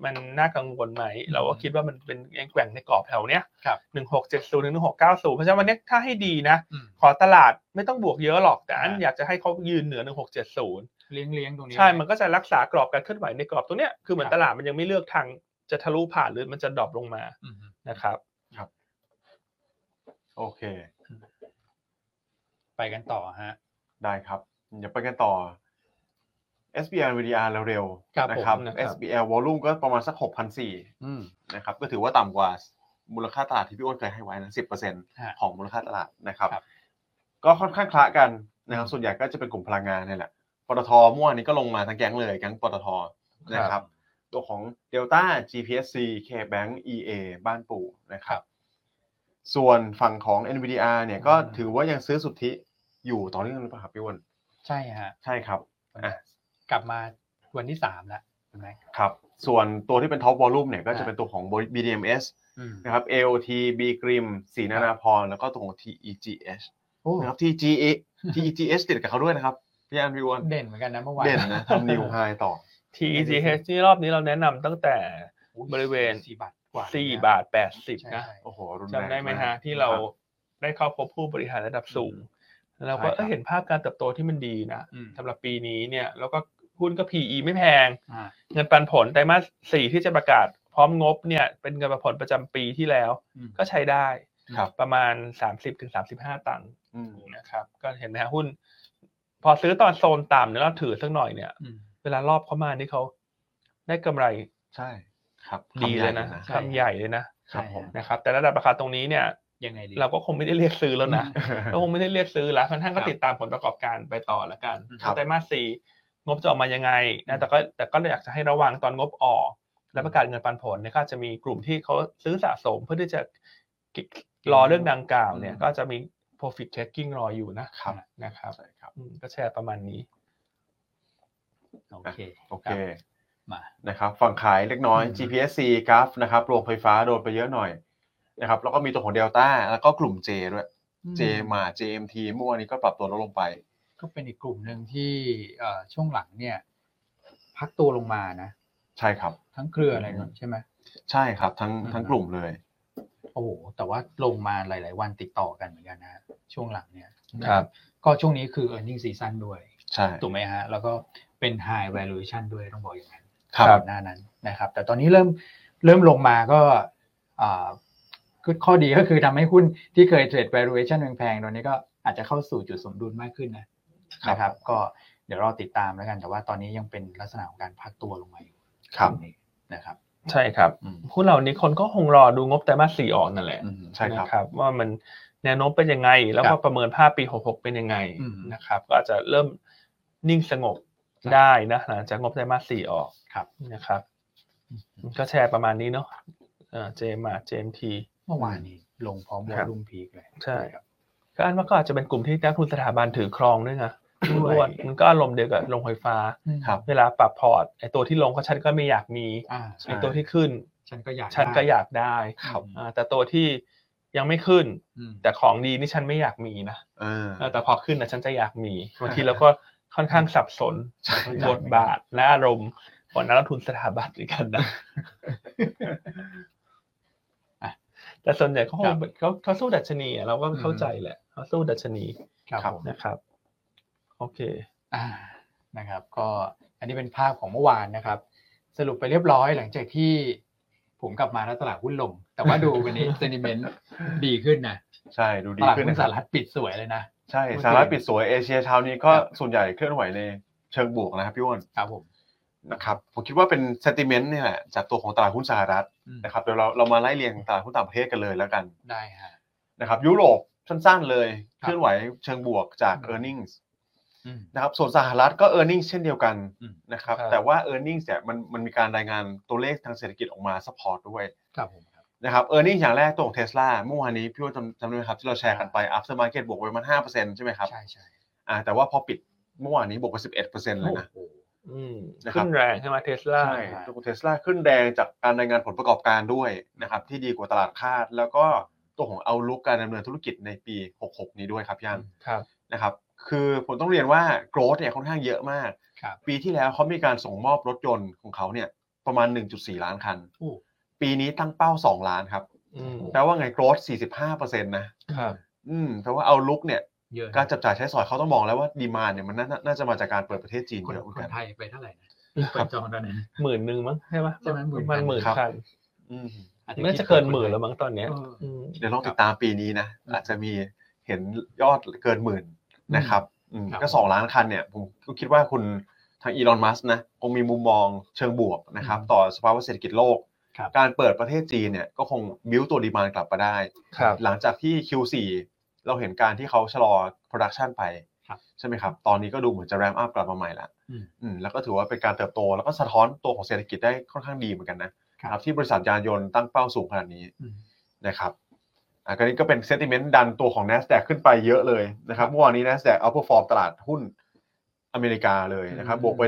S1: มันน่ากังวลไหม เราก็คิดว่ามันเป็นยังแกว่งในกรอบแถวเนี้ย
S2: ครับ
S1: หนึ่งหกเจ็ดศูนย์หนึ่งหกเก้าศูนย์เพราะฉะนั้นวันนี้ถ้าให้ดีนะ
S2: อืม
S1: ขอตลาดไม่ต้องบวกเยอะหรอกแต่อัน
S2: อ่า
S1: อยากจะให้เขายืนเหนือหนึ่งหกเจ็ดศูนย์
S2: เลี้ยงๆ ตรงนี้
S1: ใช่
S2: ไว้
S1: มันก็จะรักษากรอบการเคลื่อนไหวในกรอบตัวเนี้ย คือเหมือ
S2: คน รับ
S1: ตลาดมันยังไม่เลือกทางจะทะลุผ่านหรือมันจะดรอปลงมา
S2: อืมฮึ
S1: นะครับ
S3: โอเค
S2: ไปกันต่อฮะ
S3: ได้ครับเดี๋ยวไปกันต่อ SBL VDR เร็ว
S2: ครับ
S3: ๆนะครับ
S1: ผมนะครับ
S3: SBL volume ก็ประมาณสัก6,400
S2: อืม
S3: นะครับก็ถือว่าต่ำกว่ามูลค่าตลาดที่พี่อ้วนเคยให้ไว้นะสิบเปอร์เซ็นต์
S2: ฮะ
S3: ของมูลค่าตลาดนะครับ
S2: ครับ
S3: ก็ค่อนข้างคละกันนะครับส่วนใหญ่ก็จะเป็นกลุ่มพลังงานนี่แหละปตทเมื่อวานนี้ก็ลงมาทั้งแก๊งเลยแก๊งปตทนะครับตัวของ Delta GPSC KBank EA บ้านปู่นะครับส่วนฝั่งของ NVDR เนี่ยก็ถือว่ายังซื้อสุทธิอยู่ต่อเนื่องหรือเปล่าครับพี่อ้วน
S2: ใช่ฮะ
S3: ใช่ครับอ่ะ
S2: กลับมาวันที่สามแล้วเห็นไหม
S3: ครับส่วนตัวที่เป็นท็อปวอลลุ่มเนี่ยก็จะ
S2: ฮะ
S3: เป็นตัวของ BDMs
S2: อืม
S3: นะครับ AOT B Grim สีนานาพร แล้วก็ตรงของ TEGH
S2: โอ้
S3: นะครับ
S1: (laughs)
S3: TGA TEGH ติดกับเขาด้วยนะครับ พี่อันพี่อ้วน
S2: เด่นเหมือนกันนะเมื่อวาน
S3: เด่นนะทำนิวไฮต่อ
S1: TEGH ที่รอบนี้เราแนะนำตั้งแต่
S2: โอ้ย
S1: บริเวณ
S2: สี่บาทกว่า
S1: สี่บาทแปดสิบ
S2: ใช่
S1: นะ
S2: ใช่
S3: โอ้โห รุนแรง
S1: จำได้ไหม
S3: ก
S1: ฮะที่เรา
S3: คบ
S1: ได้เข้าพบผู้บริหารระดับสูง แล้ว
S3: ใช่
S1: ก็
S3: ครับ
S1: เอ้ยเห็นภาพการเติบโตที่มันดีนะ
S2: อืม
S1: สำหรับปีนี้เนี่ยแล้วก็ หุ้นก็ PE ไม่แพง
S2: อ่า
S1: เงินปันผลไตรมาสสี่ที่จะประกาศพร้อมงบเนี่ยเป็นเงินปันผลประจำปีที่แล้ว
S2: อืม
S1: ก็ใช้ได้
S3: ครับ
S1: ประมาณ 30-35ถึง35 ตังค์
S3: อืม
S1: นะครับ ก็เห็นไหมฮะหุ้น พอซื้อตอนโซนต่ำเนี่ยเราถือสักหน่อยเนี่ย
S2: อืม
S1: เวลารอบเข้ามานี่เขาได้กำไร
S3: ใช่ครับ
S1: ดีเลยนะ
S2: ใช่
S1: คำใหญ่เลยนะ
S2: ใช่ฮะ
S1: นะครับ แต่ระดับราคาตรงนี้เนี่ย
S2: ยังไงดี
S1: เราก็คงไม่ได้เรียกซื้อแล้วนะ ก็คงไม่ได้เรียกซื้อแล้วท่านก็
S2: ครับ
S1: ติดตามผลประกอบการไปต่อละกัน
S2: ครับ
S1: ไตรมาสสี่งบจะออกมายังไงนะแต่ก็แต่ก็อยากจะให้ระวังตอนงบออก และประกาศเงินปันผลเนี่ยก็จะมีกลุ่มที่เขาซื้อสะสมเพื่อที่จะกิรอเรื่องดังกล่าวเนี่ย
S2: อืม
S1: ก็จะมี profit taking รออยู่นะครับ นะครับ
S3: ใช่ครับ
S1: อืมก็แชร์ประมาณนี้
S2: โอเค
S3: โอเค
S2: รับมา
S3: นะครับฝั่งขายเล็กน้อย
S2: อืม
S3: GPSC กราฟนะครับโรงไฟฟ้าโดนไปเยอะหน่อยนะครับแล้วก็มีตัวของเดลต้าแล้วก็กลุ่ม J ด้วย J มา JMT เมื่อวานนี้ก็ปรับตัวลดลงไป
S2: ก็เป็นอีกกลุ่มหนึ่งที่เอ่อช่วงหลังเนี่ย พักตัวลงมานะ
S3: ใช่ครับ
S2: ทั้งเครืออะไร
S3: อืม
S2: ใช่ไหม
S3: ใช่ครับทั้ง
S2: อืม
S3: ทั้งกลุ่มเลย
S2: โอ้โหแต่ว่าลงมาหลาย ๆ วันติดต่อกันเหมือนกันนะฮะช่วงหลังเนี่ย
S1: ครับ
S2: ก็ช่วงนี้คือ e a r n i n g season ด้วย
S3: ใช่
S2: ถูกไหมฮะ แล้วก็เป็น high valuation ด้วยต้องบอกอย่างนั้น
S3: ครับ
S2: ก่อนหน้านั้นนะครับ แต่ตอนนี้เริ่มเริ่มลงมาก็อ่าคือข้อดีก็คือทำให้หุ้นที่เคยเทรด valuation แพงๆตอนนี้ก็อาจจะเข้าสู่จุดสมดุลมากขึ้นนะนะครับ ก็เดี๋ยวรอติดตามแล้วกัน แต่ว่าตอนนี้ยังเป็นลักษณะของการพักตัวลงมาอยู่
S3: ครับ
S2: ตงนี้นะครับ
S1: ใช่ครับ
S3: อืม
S1: หุ้นเหล่านี้คนก็คงรอดูงบไตรมาสสี่ออกนั่นแหละ
S2: อืม
S3: ใช่ครับ
S1: นะครับว่ามันแนวโน้มเป็นยังไง แล้ว
S2: ครั
S1: ก็
S2: บ
S1: ประเมินภาพปี 66 เป็นยังไง
S2: อืม
S1: นะครับ ก็อาจจะเริ่มนิ่งสงบ
S2: ครับ
S1: ได้นะหลังจากงบไตรมาสสี่ออก
S2: ครับ
S1: นะครับ ก็แชร์ประมาณนี้เนาะเจมาเจมที
S2: เมื่อวานนี้ลงพร้อมวอ
S1: ครั
S2: ล
S1: บ
S2: ลุ่มพีกเลย
S1: ใช่
S2: ครับ
S1: ก็อันว่าก็อาจจะเป็นกลุ่มที่นักทุนสถาบันถือครองด้วยนะ
S2: ด้วย
S1: อ้วนมันก็อารมณ์เดียวกับโรงไฟฟ้า
S3: ครับ
S1: เวลาปรับพอร์ตไอตัวที่ลงก็ฉันก็ไม่อยากมี
S2: อ่า
S1: ไอตัวที่ขึ้น
S2: ฉันก็อยาก
S1: ฉันก็
S2: ได้
S1: อยากได้
S3: ครับ
S1: อ่าแต่ตัวที่ยังไม่ขึ้น
S2: อืม
S1: แต่ของดีนี่ฉันไม่อยากมีนะ
S3: เออ
S1: เออแต่พอขึ้นนะฉันจะอยากมีบางทีเราก็ค่อนข้างสับสน
S3: ใช่
S1: บทบาทและอารมณ์ของนักลงทุนสถาบันเหมือนกันนะ
S2: อ่ะ
S1: แต่ส่วนใหญ่เขาค
S2: ครั
S1: ง
S2: บ
S1: เขาเขาสู้ดัชนีอะเราก็
S2: อืม
S1: เข้าใจแหละเขาสู้ดัชนี
S2: ครับ
S3: ครับ
S2: ผม
S1: นะครับ โอเค
S2: อ่านะครับ ก็อันนี้เป็นภาพของเมื่อวานนะครับ สรุปไปเรียบร้อยหลังจากที่ผมกลับมาแล้วตลาดหุ้นลง แต่ว่าดูวันนี้ เซนิเมนต์ดีขึ้นนะ
S3: ใช่ดูดี
S2: ตลาด
S3: ขึ้น
S2: หุ้น
S3: นะค
S2: ส
S3: รั
S2: ห
S3: บ
S2: รัฐปิดสวยเลยนะ
S3: ใช่
S2: หุ้น
S3: สหรัฐปิดสวยเอเชียเช้านี้ก็
S2: ครับ
S3: ส่วนใหญ่เคลื่อนไหวในเชิงบวกนะครับพี่อ้วน
S2: ครับผม
S3: นะครับผมคิดว่าเป็น sentiment นี่แหละจากตัวของตลาดหุ้นสหรัฐ
S2: อืม
S3: นะครับเดี๋ยวเราเรามาไล่เรียงตลาดหุ้นต่างประเทศกันเลยแล้วกัน
S2: ได้ฮะ
S3: นะครับยุโรปสั้นๆเลย
S2: ครับ
S3: เคลื่อนไหวเชิงบวกจาก
S2: อืม
S3: e a r n i n g s
S2: อืม
S3: นะครับส่วนสหรัฐก็ e a r n i n g เช่นเดียวกัน
S2: อืม
S3: นะครับ
S1: ครับ
S3: แต่ว่า e a r n i n g เนี่ยมันมันมีการรายงานตัวเลขทางเศรษฐกิจออกมา support ด้วย
S2: ครับผมครับ
S3: นะครับ e a r n i n g อย่างแรกตัวของเทสลาเมื่อวานนี้พี่ว่าจำจำได้ไหมครับ ที่เราแชร์กันไป after market บวกไปประมันห้าเปอร์เซ็นต์ใช่ไหมครับ
S2: ใช่ใช่
S3: อ่าแต่ว่าพอปิดเมื่อวานนี้บวกไปสิบเอ็ดเปอร์เซ็นต์เลยนะ
S2: โอ้โห
S1: อืม
S3: นะครับ
S1: ขึ้นแรงใช่ไหมเทสลา
S3: ใช่
S2: ครับ
S3: ตัวของเทสลาขึ้นแดงจากการรายงานผลประกอบการด้วยนะครับที่ดีกว่าตลาดคาด แล้วก็ตัวของเอาลุกการดำเนินธุรกิจในปี 66 นี้ด้วยครับพี่อัน
S1: ครับ
S3: นะครับ คือผมต้องเรียนว่า growth เนี่ยค่อนข้างเยอะมาก
S2: ครับ
S3: ปีที่แล้วเขามีการส่งมอบรถยนต์ของเขาเนี่ยประมาณ 1.4 ล้านคัน
S2: โอ้
S3: ปีนี้ตั้งเป้า 2 ล้านครับ
S1: อืม
S3: แปลว่าไง growth 45%นะ
S1: ครับ
S3: อืม แปลว่าเอาลุกเนี่ย
S2: เยอะนะ
S3: การจับจ่ายใช้สอยเขาต้องมองแล้วว่าดีมาเนี่ยมันน่าน่าจะมาจากการเปิดประเทศจีน
S2: คน
S3: เยอะเหมือ
S2: คน
S3: กัน น
S2: ไทยไปเท่าไหร่นะเปิดจองตอนนั้น
S1: หมื่นหนึ่งมั้งใช่ไหม
S2: ใช่ไหมหมื่น
S1: ประาณหมื่น
S3: ครับ
S1: คัน
S3: อืม
S2: อาจ
S1: น่าจะเกินหมื่นแล้วมั้งตอนเนี้ย
S2: เออ
S1: ม
S3: เดี๋ยวลองติดตามปีนี้นะ อาจจะมีเห็นยอดเกินหมื่นนะครับอืม
S2: ครับ
S3: ก็ 2 ล้านคันเนี่ยผมก็คิดว่าคุณทางอีลอนมัสนะคงมีมุมมองเชิงบวกนะครับต่อสภาวะเศรษฐกิจโลก
S2: ครับ
S3: การเปิดประเทศจีนเนี่ยก็คงบิวตัวดีมานกลับมาได้
S1: ครับ
S3: หลังจากที่ Q4 เราเห็นการที่เขาชะลอ production ไป
S2: ครับ
S3: ใช่ไหมครับ ตอนนี้ก็ดูเหมือนจะ ramp up กลับมาใหม่ละ
S2: อืม
S3: อืมแล้วก็ถือว่าเป็นการเติบโต แล้วก็สะท้อนตัวของเศรษฐกิจได้ค่อนข้างดีเหมือนกันนะครับ ที่บริษัทยานยนต์ตั้งเป้าสูงขนาดนี้
S2: อืม
S3: นะครับอ่ะก็นี้ก็เป็น sentiment ดันตัวของ NASDAQ ขึ้นไปเยอะเลยนะครับเมื่อวานนี้ NASDAQ outperform ตลาดหุ้นอเมริกาเลยนะครับ
S2: อืม
S3: บวกไป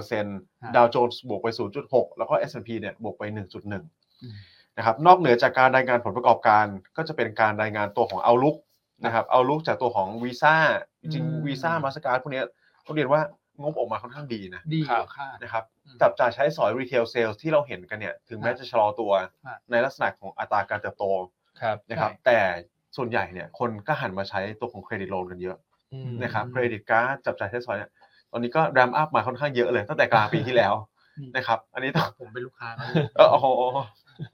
S3: 1.8%ดาวโจนส์บวกไป 0.6 แล้วก็ S&P เนี่ยบวกไป 1.1
S2: อืม
S3: นะครับนอกเหนือจากการรายงานผลประกอบการก็จะเป็นการรายงานตัวของเอาลุกนะครับเอาลุกจากตัวของวีซ่าจริง
S2: อืม
S3: วีซ่ามาสการ์ดพวกเนี้ยต้องเรียนว่างบออกมาค่อนข้างดีนะ
S2: ดีกว่าคาด
S3: นะครับ
S2: อืม
S3: จับจ่ายใช้สอยรีเทลเซล e s ที่เราเห็นกันเนี่ยถึงแม้
S2: ครับ
S3: จะชะลอตัว
S2: ครับ
S3: ในลักษณะของอัตราการเติบโต
S1: ครับ
S3: นะครับ
S2: ใช่
S3: แต่ส่วนใหญ่เนี่ยคนก็หันมาใช้ตัวของเครดิตโลนกันเยอะ
S1: อืม
S3: นะครับ
S2: อืม
S3: เครดิตการ์ดจับจ่ายใช้สอยเนี่ย ตอนนี้ก็แรมอัพมาค่อนข้างเยอะเลยตั้งแต่กลางปีที่แล้ว
S2: อืม
S3: นะครับ อันนี้ต้อง (laughs)
S2: ผมเป็นลูกค้า
S3: เออโอ้โห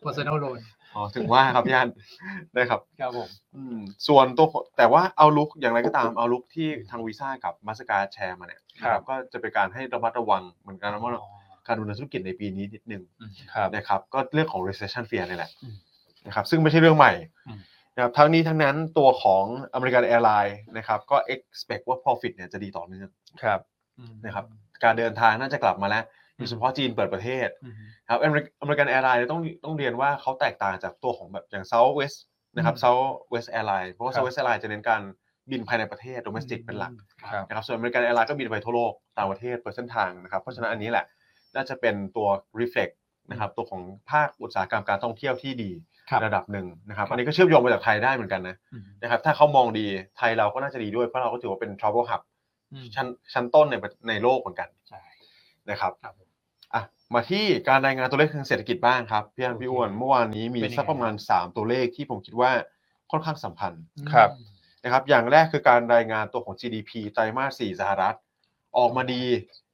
S2: เพอร์ซันอลโลน
S3: อ๋อถึงว่าครับย่าน (laughs) นะครับ
S2: ครับผม
S3: อืมส่วนตัวแต่ว่าเอาลุกอย่างไรก็ตามเอาลุกที่ทางวีซ่ากับมาสการแชร์มาเนี่ย
S1: ครับ
S3: ก็จะเป็นการให้ระมัดระวังเหมือนกันระมัดระวังการดูแลธุรกิจในปีนี้นิดนึง
S2: อืม
S1: ครับ
S3: นะครับก็เรื่องของ recession fear นี่แหละ
S2: อืม
S3: นะครับซึ่งไม่ใช่เรื่องใหม่
S2: อืม
S3: นะครับทั้งนี้ทั้งนั้นตัวของ American Airlines นะครับก็ expect ว่า profit เนี่ยจะดีต่อเนื่อง
S1: ครับ
S2: อืม
S3: นะครับ การเดินทางน่าจะกลับมาแล้วโดยเฉพาะจีนเปิดประเทศ
S2: อืม
S3: ครับอเมริกอเมริกันแอร์ไลน์ต้องต้องเรียนว่าเขาแตกต่างจากตัวของแบบอย่าง Southwest นะครับ
S2: อืม
S3: Southwest Airlines เพราะว่า
S1: ครับ
S3: Southwest Airlines จะเน้นการบินภายในประเทศ domestic เป็นหลัก
S1: ครับ
S3: นะครับส่วนอเมริกันแอร์ไลน์ก็บินไปทั่วโลกต่างประเทศเปิดเส้นทางนะครับ เพราะฉะนั้นอันนี้แหละน่าจะเป็นตัว reflect นะครับตัวของภาคอุตสาหกรรมการท่องเที่ยวที่ดี
S2: ครับ
S3: ระดับหนึ่งนะครับอันนี้ก็เชื่อมโยงมาจากไทยได้เหมือนกันนะ
S2: อืม
S3: นะครับถ้าเขามองดีไทยเราก็น่าจะดีด้วยเพราะเราก็ถือว่าเป็น travel hub
S2: อืม
S3: ชั้นชั้นต้นในประในโลกเหมือนกัน
S2: ใช่
S3: นะครับ
S2: ครับผม
S3: อ่ะมาที่การรายงานตัวเลขทางเศรษฐกิจบ้างครับพี่อัน
S2: โอเค
S3: พี่อ้วนเมื่อวานนี้มี
S2: เป็นยังไง
S3: สักประมาณ 3 ตัวเลขที่ผมคิดว่าค่อนข้างสัมพันธ์
S1: ครับ
S3: นะครับอย่างแรกคือการรายงานตัวของ GDP ไตรมาส 4 สหรัฐ ออกมาดี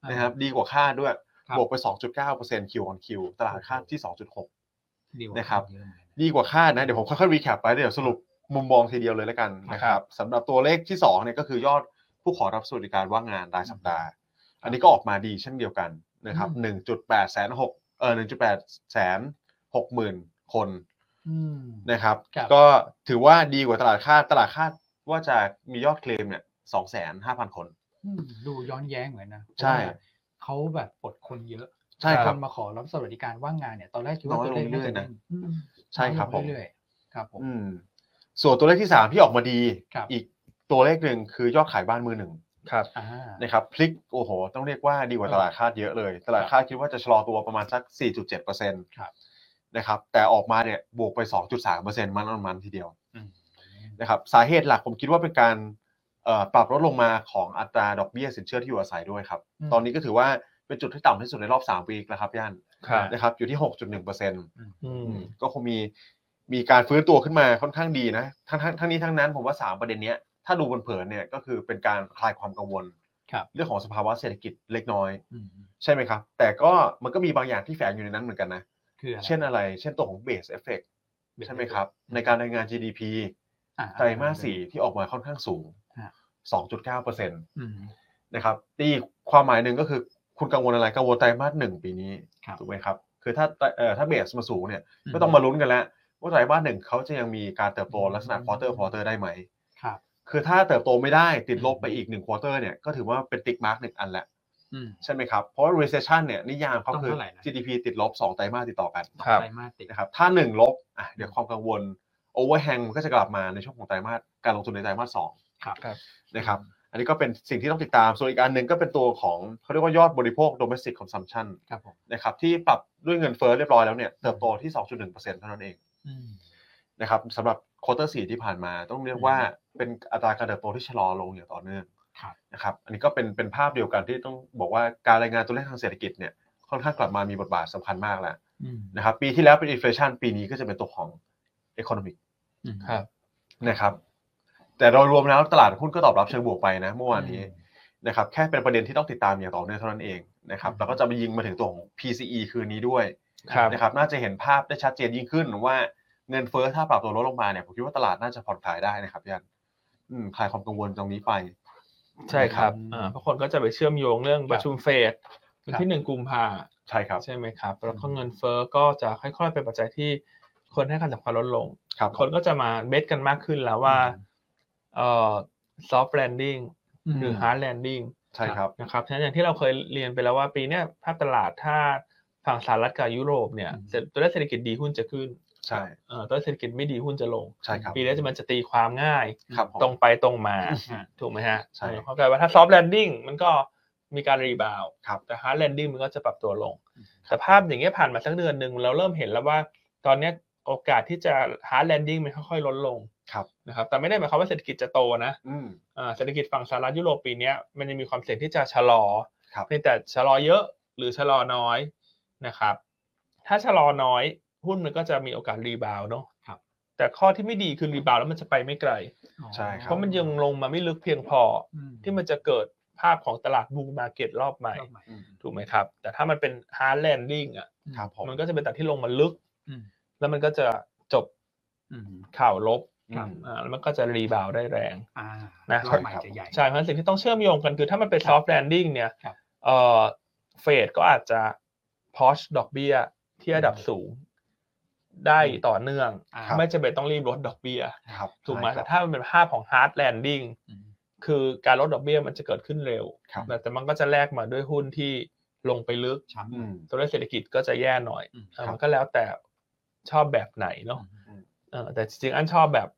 S2: อ่า
S3: นะครับดีกว่าคาดด้วย
S2: ครับ
S3: บวกไป 2.9% Q on Q ตลาดคาดที่ 2.6
S2: ดีกว่า
S3: นะครับ
S2: เยอะเลย
S3: ดีกว่าคาดนะ เดี๋ยวผมค่อยๆรีแคปไปเดี๋ยวสรุปมุมมองทีเดียวเลยแล้วกันนะค
S1: ครั
S3: รับบ สำหรับตัวเลขที่2เนี่ยก็คือยอดผู้ขอรับสวัสดิการว่างงานรายสัปดาห์ อันนี้ก็ออกมาดีเช่นเดียวกันนะครับ
S2: อืม
S3: 1.8แสนหกเออ1.8แสนหกหมื่นคน
S2: อืม
S3: นะครับ
S2: ครับ
S3: ก็ถือว่าดีกว่าตลาดคาดตลาดคาดว่าจะมียอดเคลมเนี่ยสองแสนห้าพันคน
S2: อืมดูย้อนแย้งเหมือนนะ
S3: ใช่
S2: เพราะว่าเขาแบบปลดคนเยอะ
S3: ใช่ค
S2: ครับ นมาขอรับสวัสดิการว่างงานเนี่ยตอนแรกคิดว่า
S3: น้อย
S2: ตัว
S3: ล
S2: เล
S3: ง
S2: ข
S3: เรื่
S2: น่า
S3: อย
S2: จะ
S3: ๆนะ
S2: นิ่งอืม
S3: ใช่ครับผ
S2: น้อยล
S3: ม
S2: งเรื่อยๆครับผม
S3: อืมส่วนตัวเลขที่สามที่ออกมาดี
S2: ครับ
S3: อีกตัวเลขหนึ่งคือยอดขายบ้านมือหนึ่ง
S1: ครับ
S2: อ่า
S3: นะครับพลิกโอ้โห ต้องเรียกว่าดีกว่าตลาดคาดเยอะเลย ตลาดคาดคิดว่าจะชะลอตัวประมาณสัก 4.7%น
S2: ครับ
S3: ะครับแต่ออกมาเนี่ยบวกไป 2.3%มันมันๆทีเดียว
S2: อืม
S3: นะครับสาเหตุหลักผมคิดว่าเป็นการเอ่อปรับลดลงมาของอัตราดอกเบี้ยสินเชื่อที่อยู่อาศัยด้วยครับ ตอนนี้ก็ถือว่าเป็นจุดที่ต่ำที่สุดในรอบ 3 ปีแล้วครับย่าน
S1: ครับ
S3: นะครับอยู่ที่ 6.1%
S1: อืม
S3: ก็คงมีมีการฟื้นตัวขึ้นมาค่อนข้างดีนะทั้งทั้งทั้งนี้ทั้งนั้นผมว่าสามประเด็นเนี้ยถ้าดูบนเผินเนี่ยก็คือเป็นการคลายความกังวล
S2: ครับ
S3: เรื่องของสภาวะเศรษฐกิจเล็กน้อย
S2: อืม
S3: ใช่ไหมครับ แต่ก็มันก็มีบางอย่างที่แฝงอยู่ในนั้นเหมือนกันนะ
S2: คืออะไร
S3: เช่นอะไร เช่นตัวของ base effect ใช่ไหมครับ ในการรายงาน GDP
S2: อ่
S3: ไตรมาสสี่ที่ออกมาค่อนข้างสูง 2.9%น
S2: อืม
S3: ะครับตีความหมายหนึ่งก็คือคุณกังวลอะไรกังวลไตรมาสหนึ่งปีนี้
S2: ครับ
S3: ถูกไหมครับคือถ้าเอ่อถ้าเบสมาสูงเนี่ย ก็ต้องมาลุ้นกันแล้วว่าไตรมาสหนึ่งเขาจะยังมีการเติบโตลักษณะ quarter quarter ได้ไหม
S2: ครับ
S3: คือถ้าเติบโตไม่ได้ติดลบไปอีกหนึ่ง quarter เนี่ยก็ถือว่าเป็นติ๊กมาร์กหนึ่งอันแหละ
S2: อืม
S3: ใช่ไหมครับ เพราะว่า recession เนี่ยนิยามเขา
S2: ต้อง
S3: คือ
S2: เท่าไหร่นะ
S3: GDP ติดลบ 2 ไตรมาสติดต่อกัน
S2: สอง
S1: ครับ
S2: ไตรมาสติด
S3: นะครับถ้า 1 ลบอ่ะเดี๋ยวความกังวล overhang มันก็จะกลับมาในช่วงของไตรมาสการลงทุนในไตรมาสสอง
S2: ครับ
S1: ครับ
S3: นะครับอันนี้ก็เป็นสิ่งที่ต้องติดตามส่วนอีกอันหนึ่งก็เป็นตัวของเขาเรียกว่ายอดบริโภค domestic consumption
S2: ครับผม
S3: นะครับที่ปรับด้วยเงินเฟ้อเรียบร้อยแล้วเนี่ยเติบโตที่ 2.1%เท่านั้นเอง
S2: อืม
S3: นะครับสำหรับควอเตอร์สี่ที่ผ่านมาต้องเรียกว่าเป็นอัตราการเติบโตที่ชะลอลงอย่างต่อเนื่อง
S2: ครับ
S3: นะครับอันนี้ก็เป็นเป็นภาพเดียวกันที่ต้องบอกว่าการรายงานตัวเลขทางเศรษฐกิจเนี่ยค่อนข้างกลับมามีบทบาทสำคัญมากแล้ว
S2: อืม
S3: นะครับปีที่แล้วเป็นอินฟลชันปีนี้ก็จะเป็นตัวของ Economic
S2: อืม
S1: ครับ
S3: นะครับแต่โดยรวมแล้วตลาดหุ้นก็ตอบรับเชิงบวกไปนะเมื่อวานนี้นะครับแค่เป็นประเด็นที่ต้องติดตามอย่างต่อเนื่องเท่านั้นเองนะครับแล้วก็จะมายิงมาถึงตัวของ PCE คืนนี้ด้วย
S1: ครับ
S3: นะครับน่าจะเห็นภาพได้ชัดเจนยิ่งขึ้นว่าเงินเฟ้อถ้าปรับตัวลดลงมาเนี่ยผมคิดว่าตลาดน่าจะผ่อนคลายได้นะครับพี่อันอืมคลายความกังวลตรงนี้ไป
S1: ใช่ครับอ่าเพราะคนก็จะไปเชื่อมโยงเรื่องประชุมเฟดวันที่หนึ่งกุมภา
S3: ใช่ครับ
S1: ใช่ไหมครับ แล้วก็เงินเฟ้อก็จะค่อยๆเป็นปัจจัยที่คนให้การสำคัญลดลง
S3: ครับ
S1: คนก็จะมาเบสกันมากขึ้นแล้วว่าเอ่อซอฟต์แลนดิ้ง
S2: ม
S1: หรือฮาร์ดแลนดิ้ง
S3: ใช่ครับ
S1: นะครับฉะนั้นอย่างที่เราเคยเรียนไปแล้วว่าปีเนี้ยภาพตลาดถ้าฝั่งสหรัฐกับยุโรปเนี่ย
S2: อืม
S1: เศรษฐตัวเลขเศรษฐกิจดีหุ้นจะขึ้น
S3: ใช่
S1: เอ่อตัวเลขเศรษฐกิจไม่ดีหุ้นจะลง
S3: ใช่ครับ
S1: ปีนี้จะมันจะตีความง่าย
S3: ครับผม
S1: ตรงไปตรงมา
S2: อ่า
S1: ถูกไหมฮะ
S3: ใช่
S1: เข้าใจว่าถ้าซอฟต์แลนดิ้งมันก็มีการรีบาวด์
S3: ครับ
S1: แต่ฮาร์ดแลนดิ้งมันก็จะปรับตัวลง
S2: อืม
S1: แต่ภาพอย่างเงี้ยผ่านมาสักเดือนหนึ่งเราเริ่มเห็นแล้วว่าตอนเนี้ยโอกาสที่จะฮาร์ดแลนดิ้งมันค่อยๆลดลง
S3: ครับ
S1: นะครับแต่ไม่ได้หมายความว่าเศรษฐกิจจะโตนะ
S3: อืม
S1: อ่าเศรษฐกิจฝั่งสหรัฐยุโรปปีเนี้ยมันยังมีความเสี่ยงที่จะชะลอ
S3: ครับ
S1: เพียงแต่ชะลอเยอะหรือชะลอน้อยนะครับ ถ้าชะลอน้อยหุ้นมันก็จะมีโอกาสรีบาวด์เนาะ
S2: ครับ
S1: แต่ข้อที่ไม่ดีคือรีบาวด์แล้วมันจะไปไม่ไกล
S2: อ๋อ
S3: ใช่ ครับ
S1: เพราะมันยังลงมาไม่ลึกเพียงพอ
S2: อืม
S1: ที่มันจะเกิดภ ภาพของตลาดบูมมาเก็ตรอบใหม่
S2: รอบใหม่
S3: อืม
S1: ถูกไหมครับ แต่ถ้ามันเป็น hard landing อ่ะ
S3: ครับผม
S1: มันก็จะเป็นตลาดที่ลงมาลึก
S2: อืม
S1: แล้วมันก็จะจบ
S2: อืม
S1: ข่าวลบ
S3: อืม
S1: อ่าแล้วมันก็จะรีบาวด์ได้แรง
S2: อ่า
S1: นะ
S2: รอบใหม่จะใหญ่
S1: ใช่เพราะฉะนั้นสิ่งที่ต้องเชื่อมโยงกันคือถ้ามันเป็น
S2: ครับ
S1: ซอฟต์แลนดิ้งเนี่ย
S2: ครับ
S1: เอ่อเฟดก็อาจจะพอชดอกเบี้ยที่ระดับสูง ได้ต่อเนื่อง
S2: อ่า
S1: ไม่จำเป็นต้องรีบลดดอกเบี้ย
S3: ครับ
S1: ถูกไหม
S3: ใช่
S1: แต่
S3: ครับ
S1: ถ้ามันเป็นภาพของฮาร์ดแลนดิ้ง
S2: อืม
S1: คือการลดดอกเบี้ยมันจะเกิดขึ้นเร็ว
S3: ครับ
S1: แต่มันก็จะแลกมาด้วยหุ้นที่ลงไปลึก
S2: ช้ำ
S3: อืม
S1: ตัวเลขเศรษฐกิจก็จะแย่หน่อย
S2: อืม
S1: เออมันก็แล้วแต่ชอบแบบไหนเนาะ
S3: อืม
S1: เออแต่จริงๆ อันชอบแบบ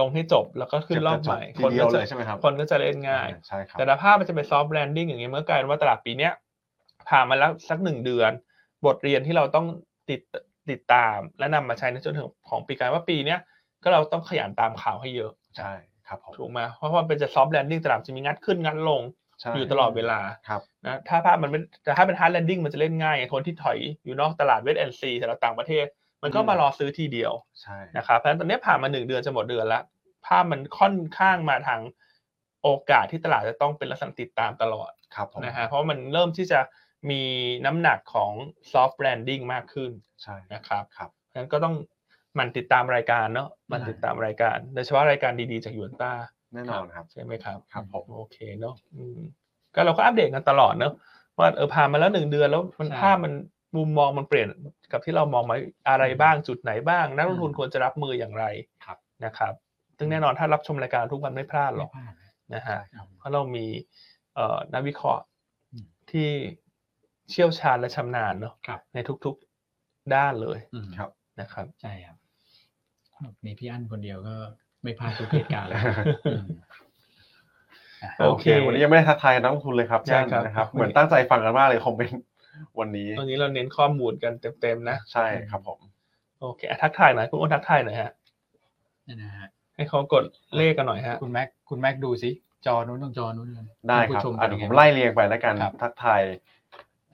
S1: ลงให้จบแล้วก็ขึ้นรอบใหม่
S3: ที
S1: คน
S3: เดีย
S1: ก็
S3: ว
S1: จะ
S3: เลยใช่ไหมครับ
S1: คนก็จะเล่นง่าย
S3: ใช่ครับ
S1: แต่ถ้าภาพมันจะเป็นซอฟต์แลนดิ้งอย่างเงี้ยเมื่อกลายเป็นว่าตลาดปีเนี้ยผ่านมาแล้วสักหนึ่งเดือน บทเรียนที่เราต้องติดติดตาม และนำมาใช้ในจนถึงของปีกลารว่าปีเนี้ยก็เราต้องขยันตามข่าวให้เยอะ
S3: ใช่ครับผม
S1: ถูกไหมเพราะว่ามันเป็นจะซอฟต์แลนดิ้งตลาดจะมีงัดขึ้นงัดลง
S3: ใช่
S1: อยู่ตลอดเวลา
S3: ครับ
S1: นะถ้าภาพมันไม่แต่ถ้าเป็นฮาร์ดแลนดิ้งมันจะเล่นง่ายไงคนที่ถอยอยู่นอกตลาดเวสแอนซีสำหรับต่างประเทศ มันก็
S3: อืม
S1: มารอซื้อทีเดียว
S3: ใช่
S1: นะครับเพราะฉะนั้นตอนนี้ผ่านมาหนึ่งเดือนจะหมดเดือนละภาพมันค่อนข้างมาทางโอกาสที่ตลาดจะต้องเป็นลักษณะติดตามตลอด
S3: ครับผม
S1: นะฮะเพราะมันเริ่มที่จะมีน้ำหนักของซอฟต์แ a นดิ้งมากขึ้น
S3: ใช่
S1: นะครับ
S3: ครับ
S1: เพราะฉะนั้นก็ต้องหมันติดตามรายการเนาะหมัน
S2: ใช่
S1: ติดตามรายการโดยเฉพาะรายการดีๆจากยูนต้า
S3: แน่นอนครับ
S1: ใช่ไหมครับ
S3: ครับผม
S1: โอเคเนาะอืมก็เราก็อัปเดตกันตลอดเนาะว่าเออผ่านมาแล้วหนึ่งเดือนแล้วมัน
S2: ใช่
S1: ภาพมันมุมมองมันเปลี่ยนกับที่เรามองไหมอะไรบ้างจุดไหนบ้าง นักลงทุน
S2: อืม
S1: ควรจะรับมืออย่างไร
S2: ครับ
S1: นะครับ ซึ่งแน่นอนถ้ารับชมรายการทุกวันไม่พลาดหรอก
S2: ไม่พลาด
S1: นะ
S2: ใช่
S1: ฮะ
S2: ครับ
S1: เพราะเรามีเอ่อนักวิเคราะห์
S2: อืม
S1: ที่เชี่ยวชาญและชำนาญเนาะ
S2: ครับ
S1: ในทุกๆด้านเลย
S2: อืม
S3: ครับ
S1: นะครับ
S2: ใช่ครับมีพี่อั้นคนเดียวก็ไม่พลาดทุกเหตุการณ์เลยอืม
S1: โอ
S3: โอ
S1: เค
S3: เค วันนี้ยังไม่ได้ทักทายนักลงทุนเลยครับ
S1: ใช่ครับ
S3: ท่านนะครับ เหมือนตั้งใจฟังกันมากเลยคอมเมนต์วันนี้
S1: วันนี้เราเน้นข้อมูลกันเต็มๆนะ
S3: ใช่ครับผม
S1: โอเคอ่ะทักทายหน่อยคุณโอ้นทักทายหน่อยฮะ
S2: นั่นนะฮะ
S1: ให้เขากดเลขกันหน่อยฮะ
S2: คุณแม็กคุณแม็กดูสิจอนู้นตรงจอนู้นเลย
S3: ได้
S2: ณ
S3: ครับ
S2: ผู้ชม
S3: อ่ะ
S2: ป็
S3: เดี๋ย
S2: นง
S3: วผ
S2: ง
S3: มไล่เรียงไปแล้วกัน
S2: ครับ
S3: ทักทาย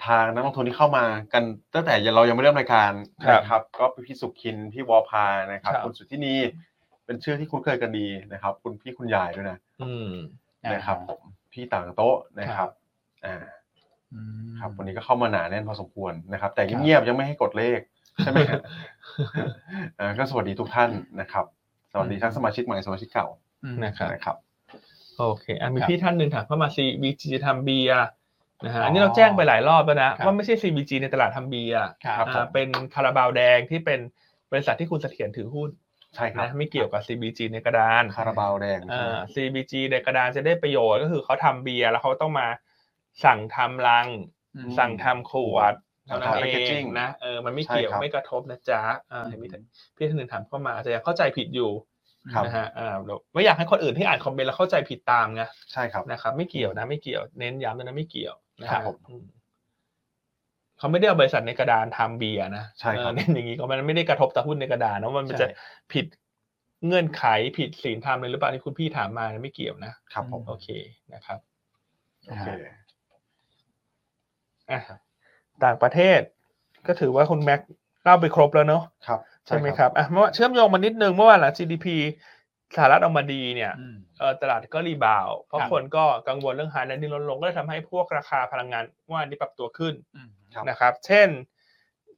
S3: ทางนักลงทุนที่เข้ามากันตั้งแต่เรายังไม่เริ่มรายการ
S1: ครับ
S3: นะครับ ก็พี่สุขิน พี่วอพานะครับ
S1: ครับ
S3: คุณสุทธินีเป็นชื่อที่คุ้นเคยกันดีนะครับ คุณพี่คุณยายด้วยนะ
S1: อืม
S3: นะครับผมพี่ต่างโต๊ะนะค
S2: ครั
S3: รับบ อ่า
S2: อืม
S3: ครับวันนี้ก็เข้ามาหนาแน่นพอสมควรนะครับ แต่
S2: ครับ
S3: เงียบๆยังไม่ให้กดเลขใช่ไหม (laughs) ครับ อ่าก็สวัสดีทุกท่านนะครับ สวัสดีทั้งสมาชิกใหม่สมาชิกเก่า
S2: อืม
S1: นะครับ
S3: นะครับ
S1: โอเคอ่ะมี
S2: ครับ
S1: พี่ท่านหนึ่งถามเข้ามา CBG จะทำเบียร์นะฮะ
S3: อ๋ออั
S1: อันนี้เราแจ้งไปหลายรอบแล้วนะ
S2: ครับ
S1: ว่าไม่ใช่ CBG ในตลาดทำเบียร์
S2: ครับ
S1: อ่าเป็นคาราบาวแดงที่เป็นบริษัทที่คุณเสถียรถือหุ้น
S3: ใช่ครับ
S1: นะไม่เกี่ยวกับ CBG ในกระดาน
S3: คาราบาวแดงใช่
S1: อ่
S3: ไหมา
S1: CBG ในกระดานจะได้ประโยชน์ก็คือเขาทำเบียร์แล้วเขาต้องมาสั่งทำลัง
S2: อืม
S1: สั่งทำขวด
S3: สา
S1: เท่า
S3: ขา
S1: นั้นเอง
S3: packaging
S1: นะเออมันไม่เกี่ยว
S3: ใช่ครับ
S1: ไม่กระทบนะจ๊ะอ่าเห็นมีพี่ท่านหนึ่งถามเข้ามาอาจจะยังเข้าใจผิดอยู่
S3: ครับ
S1: นะฮะอ่าเราไม่อยากให้คนอื่นที่อ่านคอมเมนต์แล้วเข้าใจผิดตามไง
S3: ใช่ครับ
S1: นะครับ ไม่เกี่ยวนะ ไม่เกี่ยว เน้นย้ำเลยนะไม่เกี่ยวนะ
S3: ค
S1: ค
S3: รั
S1: รั
S3: บบ ผม
S1: อืมเขาไม่ได้เอาบริษัทในกระดานทำเบียร์นะ
S3: ใช่ครับ
S1: เออเน้นอย่างนี้ก็มันไม่ได้กระทบต่อหุ้นในกระดานนะว่ามัน
S3: ใช่
S1: จะผิดเงื่อนไขผิดศีลธรรมเลยหรือเปล่าที่คุณพี่ถามมานะไม่เกี่ยวนะครับ
S3: ผม
S1: โอเคนะครับ
S3: โอเค
S1: อ่ะต่างประเทศ ก็ถือว่าคุณแม็กเล่าไปครบแล้วเนาะ
S3: ครับ
S1: ใช่ไหมครับอ่ะเมื่อวานเชื่อมโยงมานิดนึงเมื่อวานหลัง GDP สหรัฐออกมาดีเนี่ย
S2: อืม
S1: เอ่อตลาดก็รีบาวด์เพราะ
S2: ครับ
S1: คนก็กังวลเรื่อง hard landing ลดลงก็เลยทำให้พวกราคาพลังงานเมื่อวานนี้ปรับตัวขึ้น
S2: อืม
S3: ครับ
S1: นะครับ เช่น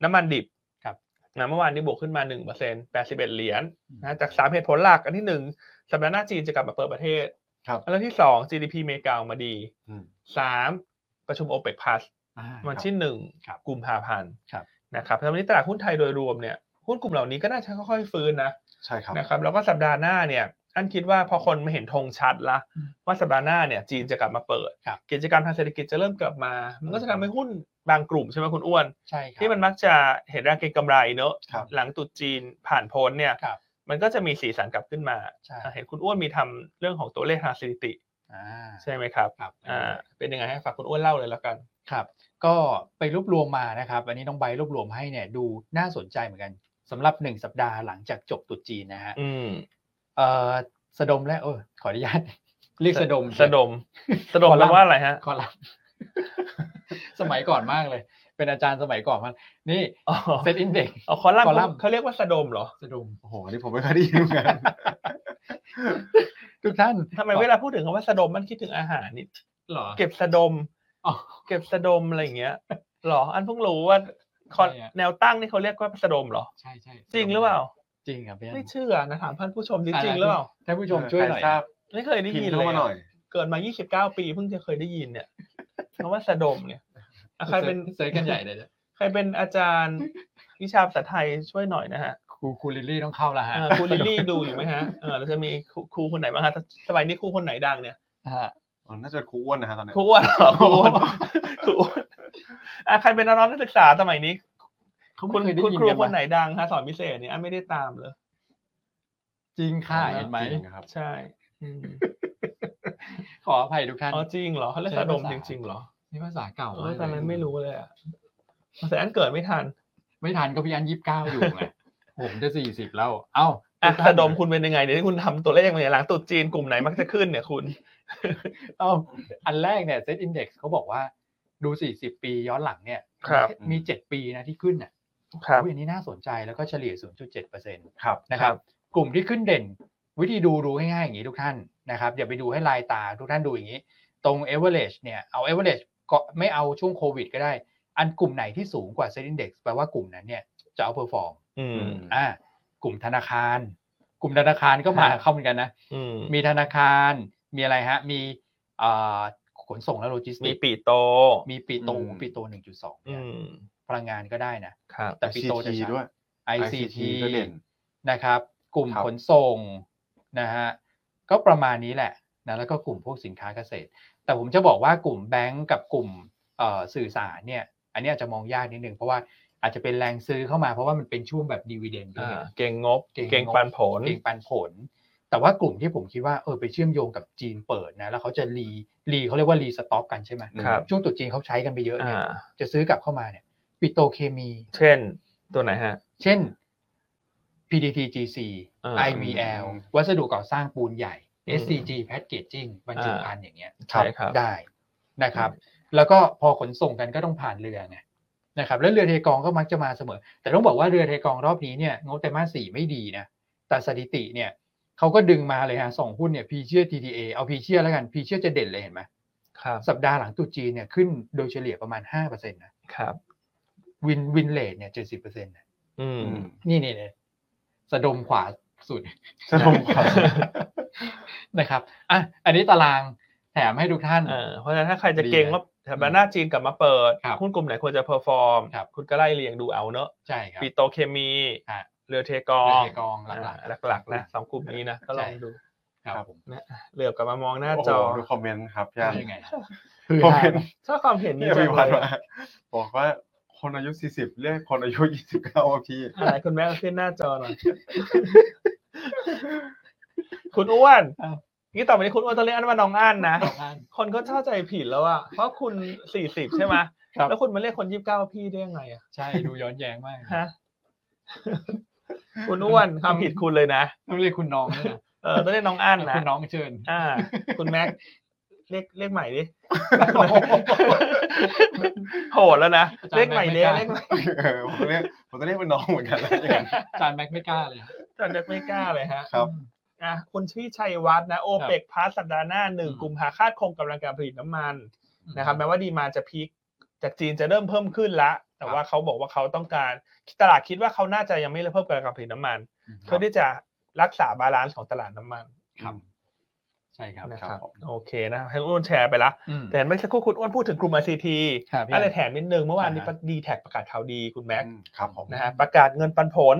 S1: น้ำมันดิบ
S2: ครับ
S1: นะเมื่อวานนี้บวกขึ้นมา1%แปดสิบเอ็ดเหรียญ
S2: อืม
S1: นะจากสามเหตุผลหลักอันที่หนึ่งสัปดาห์หน้าจีนจะกลับมาเปิดประเทศ
S3: ครับ
S1: อันที่สอง GDP อเมริกาออกมาดี
S3: อืม
S1: สามประชุมโอเปกพลัส
S2: อ่า
S1: วันที่หนึ่ง
S2: ครับ
S1: กุมภาพันธ์
S2: ครับ
S1: นะครับแล้ววันนี้ตลาดหุ้นไทยโดยรวมเนี่ยหุ้นกลุ่มเหล่านี้ก็น่าจะค่อยๆฟื้นนะ
S3: ใช่ครับ
S1: นะครับแล้วก็สัปดาห์หน้าเนี่ยอันคิดว่าพอคนมาเห็นธงชัดละ
S2: อืม
S1: ว่าสัปดาห์หน้าเนี่ยจีนจะกลับมาเปิด
S2: ครับ
S1: กิจกรรมทางเศรษฐกิจจะเริ่มกลับมา มันก็จะทำให้หุ้นบางกลุ่มใช่ไหมคุณอ้วน
S2: ใช่ครับ
S1: ที่มันมักจะเห็นแรงเก็งกำไรเนอะ
S3: ครับ
S1: หลังตรุษจีนผ่านพ้นเนี่ย
S2: ครับ
S1: มันก็จะมีสีสันกลับขึ้นมา
S2: ใช่
S1: อ่ะเห็นคุณอ้วนมีทำเรื่องของตัวเลขทางสถิติ
S2: อ่า
S1: ใช่ไหมครับ
S2: ครับ
S1: อ่าเป็นยังไงให้ฝากคุณอ้วนเล่าเลยแล้วกัน
S2: ครับก็ไปรวบรวมมานะครับอันนี้น้องใบรวบรวมให้เนี่ยดูน่าสนใจเหมือนกันสำหรับ 1 สัปดาห์หลังจากจบตรุษจีนนะฮะ
S1: อืม
S2: เอ่อสะดมและเออขออนุญาต (laughs) เรียกสะดม (laughs)
S1: สะดมสะดม
S2: คอ
S1: แปล
S2: ลัมน์
S1: ว่าอะไรฮะ
S2: คอลัมน์ (laughs) สมัยก่อนมากเลย เป็นอาจารย์สมัยก่อนมากนี่
S1: อ๋อ
S2: เซตอินเด็ก
S1: เอาคอลัม
S2: คอลัมน์
S1: น์เขาเรียกว่าสะดมเหรอ
S2: สะดม
S1: (laughs)
S3: โอ้โหอันนี่ผมไม่เคยได้ยินเหมือนกัน
S2: (laughs) ทุกท่าน
S1: ทำไมเวลาพูดถึงคำว่าสะดมมันคิดถึงอาหารนี่
S2: หรอ
S1: เก็บสะดม
S2: อ๋อ
S1: เก็บสะดมอะไรอย่างเงี้ยหรอ อันเพิ่งรู้ว่าคอน
S2: ใช่อะ
S1: แนวตั้งนี่เขาเรียกว่าสะดมเหรอ
S2: ใช่ใช่
S1: จริงหรือเปล่า
S2: จริงครับพี่อัน
S1: ไม่เชื่อนะถามท่านผู้ชมดิจริงหรือเปล่า
S2: ท่านผู้ชมช่วยหน่อย
S3: ใครทราบ
S1: ไม่เคยได้
S3: พิม
S1: ยิน
S3: พ์
S1: เล
S3: เข้าย มาหน่อย
S1: อะเกิดมา 29 ปีเพิ่งจะเคยได้ยินเนี่ยคำว่าสะดมเนี่ยอ่ะใครเป็น
S2: เซิร์ชกันใหญ่เลยนะ
S1: ใครเป็นอาจารย์วิชาภาษาไทยช่วยหน่อยนะฮะ
S2: ครูครูลิลลี่ต้องเข้าและฮะ
S1: เออครูลิลลี่ดูอยู่ไหมฮะเออเราจะมีครูครูคนไหนบ้างฮะสมัยนี้ครูคนไหนดังเนี่ย
S2: ฮะ
S3: อ๋อน่าจะเป็นครูอ้วนนะฮะตอนเนี้ย
S1: ครูอ้วนเหรอครูอ้วนครูอ้วนอ่ะใครเป็นน้องๆนักศึกษาสมัยนี้
S2: เขาไม่
S1: คุณคุณ
S2: เคยได้ยิน
S1: ครู
S2: กัน
S1: ค
S2: ว่ะ
S1: นไหนดังฮะสอนพิเศษเนี่ยอ่ะไม่ได้ตามเลย
S2: จริงค่ะเห็นไหม
S3: จริงครับ
S1: ใช่อื (laughs) ม
S2: ขออภัยทุกท่าน
S1: อ๋อจริงเหรอเขาเรียกสะดมจริงๆเหรอ
S2: นี่ภาษาเก่า
S1: เอ
S2: มา
S1: อก ตอน
S2: เล
S1: นั้
S2: ย
S1: นไม่รู้เลยอ่ะแต่อันเกิดไม่ทัน
S2: ไม่ทันก็พี่อันยี่สิบเก้าอยู่
S1: (laughs)
S2: ไง ผมจะสี่สิบแล้ว เอ้า
S1: อ่ะ
S2: ทุกท่าน
S1: สะดมคุณเป็นยังไงเดี๋ยวที่คุณทำตัวเลขมาเนี่ยหลังตรุษจีนกลุ่มไหนมักจะขึ้นเนี่ยคุณ
S2: เอ้าอันแรกเนี่ยเซตอินเด็กซ์เขาบอกว่าดูสี่สิบปีย้อนหลังเนี่ย
S1: ครับ
S2: มีเจ็ดปีนะที่ขึ้นอ่ะ
S1: ครับ
S2: อุ๊ยอันนี้น่าสนใจแล้วก็เฉลี่ย 0.7เปอร์เซ็นต์
S3: ครับ
S2: นะครับ กลุ่มที่ขึ้นเด่น วิธีดูดูง่ายๆอย่างนี้ทุกท่านนะครับอย่าไปดูให้ลายตาทุกท่านดูอย่างนี้ ตรง average เนี่ยเอา average ก็ไม่เอาช่วงโควิดก็ได้ อันกลุ่มไหนที่สูงกว่าเซตอินเด็กซ์แปลว่ากลุ่มนั้นเนี่ยจะเอาเพอร์ฟอร์ม
S1: อืม
S2: อ่ากลุ่มธนาคาร กลุ่มธนาคารก็มา
S1: ครับ
S2: เข้าเหมือนกันนะ
S1: อืม
S2: มีธนาคาร มีอะไรฮะ มีเอ่อขนส่งและโลจิส
S1: มี
S2: ติกส์
S1: ปีโต
S2: มีปีโต
S3: อืม
S2: ปีโตหนึ่งจุดสอง
S1: อืม
S2: พลังงานก็ได้นะ
S1: ครับ
S2: แต่ปีโตจะ
S3: ICT
S2: ช้า
S3: ด้วย
S2: ICT
S3: ก็เด่น
S2: นะครับ กลุ่ม
S3: ครับ
S2: ขนส่งนะฮะ ก็ประมาณนี้แหละนะ แล้วก็กลุ่มพวกสินค้าเกษตร แต่ผมจะบอกว่ากลุ่มแบงก์กับกลุ่มเอ่อสื่อสารเนี่ย อันนี้อาจจะมองยากนิดนึง เพราะว่าอาจจะเป็นแรงซื้อเข้ามาเพราะว่ามันเป็นช่วงแบบดีเวเดนด้วยไง
S1: อ่าเก่งงบ
S2: เก่งงบ
S1: เก่งปันผล
S2: เก่งปันผล แต่ว่ากลุ่มที่ผมคิดว่าเออไปเชื่อมโยงกับจีนเปิดนะ แล้วเขาจะรีรีเขาเรียกว่ารีสต็อกกันใช่ไหม
S1: ครับ
S2: ช่วงตรุษจีนเขาใช้กันไปเยอะเนี่ย
S1: อ่า
S2: จะซื้อกลับเข้ามาเนี่ยปิโตรเคมี
S1: เช่นตัวไหนฮะ
S2: เช่น PDTGC
S1: อ่า
S2: IVL
S3: อืม
S2: วัสดุก่อสร้างปูนใหญ่
S1: อืม
S2: SCG Packaging บรรจุภัณฑ์อย่างเงี้ย
S1: ใช่ครับ
S2: ได้นะครับ แล้วก็พอขนส่งกันก็ต้องผ่านเรือไงนะครับแล้วเรือเทกองก็มักจะมาเสมอ แต่ต้องบอกว่าเรือเทกองรอบนี้เนี่ยงบไตรมาสสี่ไม่ดีนะแต่สถิติเนี่ยเขาก็ดึงมาเลยฮะสองหุ้นเนี่ยพีเชีย TTA เอาพีเชียแล้วกันพีเชียจะเด่นเลยเห็นไหม
S1: ครับ
S2: สัปดาห์หลังตรุษจีนเนี่ยขึ้นโดยเฉลี่ยประมาณ5%นะครับ วินวินเลทเนี่ยเจ็ดสิบเปอร์เซ็นต์
S1: อืม
S2: นี่นี่เนี่ยสะดมขวาสุด
S3: สะดมขวัญ
S2: (laughs) นะครับอ่ะอันนี้ตารางแถมให้ทุกท่าน
S1: เออเพราะฉะนั้นถ้าใครจะเก่ง
S2: ดีนะ
S1: ว่าแถบหน้าจีนกลับมาเปิด
S2: ครับ
S1: หุ้นกลุ่มไหนควรจะเพอร์ฟอร์ม
S2: ครับ
S1: คุณก็ไล่เรียงดูเอาเนอะ
S2: ใช่ครับ
S1: ปิโตรเคมี
S2: ฮะ
S1: เรือเทกอ
S2: เรื
S1: ง
S2: อเทกองหลัก
S1: อ่าหลักๆนะสองกลุ่มนี้นะก็ลองดู
S2: ๆครับผม
S1: นะเหลือบกลับมามองหน้า
S3: โอ้
S1: จ
S3: โห
S1: อ
S3: ดูคอมเมนต์ครับพี่อัน
S2: ว่ายังไงคือ
S3: คอม
S2: ฮะ
S3: เมนต์
S1: ชอบความเห็นนี้
S3: พี่
S1: จั
S3: วิ
S1: ง
S3: วัฒน์
S1: เลย
S3: มาบอกว่าคนอายุ 40 เรียกคนอายุ 29ว่าพี่
S1: อะไรคุณแม่เอาขึ้นหน้าจอหน่อย คุณอ้วน
S2: อ้าว
S1: นี่ต่อไปนี้คุณอ้วนต้องเรียกอันว่าน้องอันนะ
S2: สองท่าน
S1: คนก็เข้าใจผิดแล้วอะเพราะคุณสี่สิบใช่ไหม
S2: ครับ
S1: แล้วคุณมาเรียกคนยี่สิบเก้าพี่ได้ยังไงอะ
S2: ใช่ดูย้อนแย้งมาก
S1: ฮะ คุณอ้วนความผิดคุณเลยนะ
S2: ต้องเรียกคุณน้องด้วยนะ
S1: เออต้องเรียกน้องอั้นนะ
S2: คุณน้องเชิญ
S1: อ่า คุณแม็ก เรียกเรียกใหม่ดิ โหดแล้วนะ เรียกใหม่เด้เรียกใหม่
S3: เออผมเรียกผมต้องเรียกเป็นน้องเหมือนกันแล้วอย่างนั้น
S2: อาจารย์แม็กไม่กล้าเลยฮะ
S1: จนเรียกไม่กล้าเลยฮะ
S3: ครับ
S1: อ่ะคุณชื่อชัยวัฒน์นะโอเปกพาร์สัปดาห์หน้าหนึ่ง
S2: อืม
S1: กุมภาคาดคงกำลังการผลิตน้ำมัน นะครับแม้ว่าดีมาจะพีคจากจีนจะเริ่มเพิ่มขึ้นละ แต่ว่าเขาบอกว่าเขาต้องการตลาดคิดว่าเขาน่าจะยังไม่เพิ่มการผลิตน้ำมัน
S2: ค
S1: เพื่
S2: รั
S1: อบที่จะรักษาบาลานซ์ของตลาดน้ำมัน
S2: ครับ ใช่ครับ
S1: นะค
S3: ครั
S1: รับบ
S3: ผม
S1: โอเคนะครับให้คุณอ้วนแชร์ไปละ
S2: อืม
S1: แต่เมื่อสักครู่คุณอ้วนพูดถึงกลุ่ม RCT
S2: ครับพี่
S1: อะไรแถมนิดนึงเมื่อวานนี้
S2: อ่าฮะ
S1: ดีแท็กประกาศข่าวดีคุณแม็ก
S3: อืมครับผม
S1: นะฮะประกาศเงินปันผล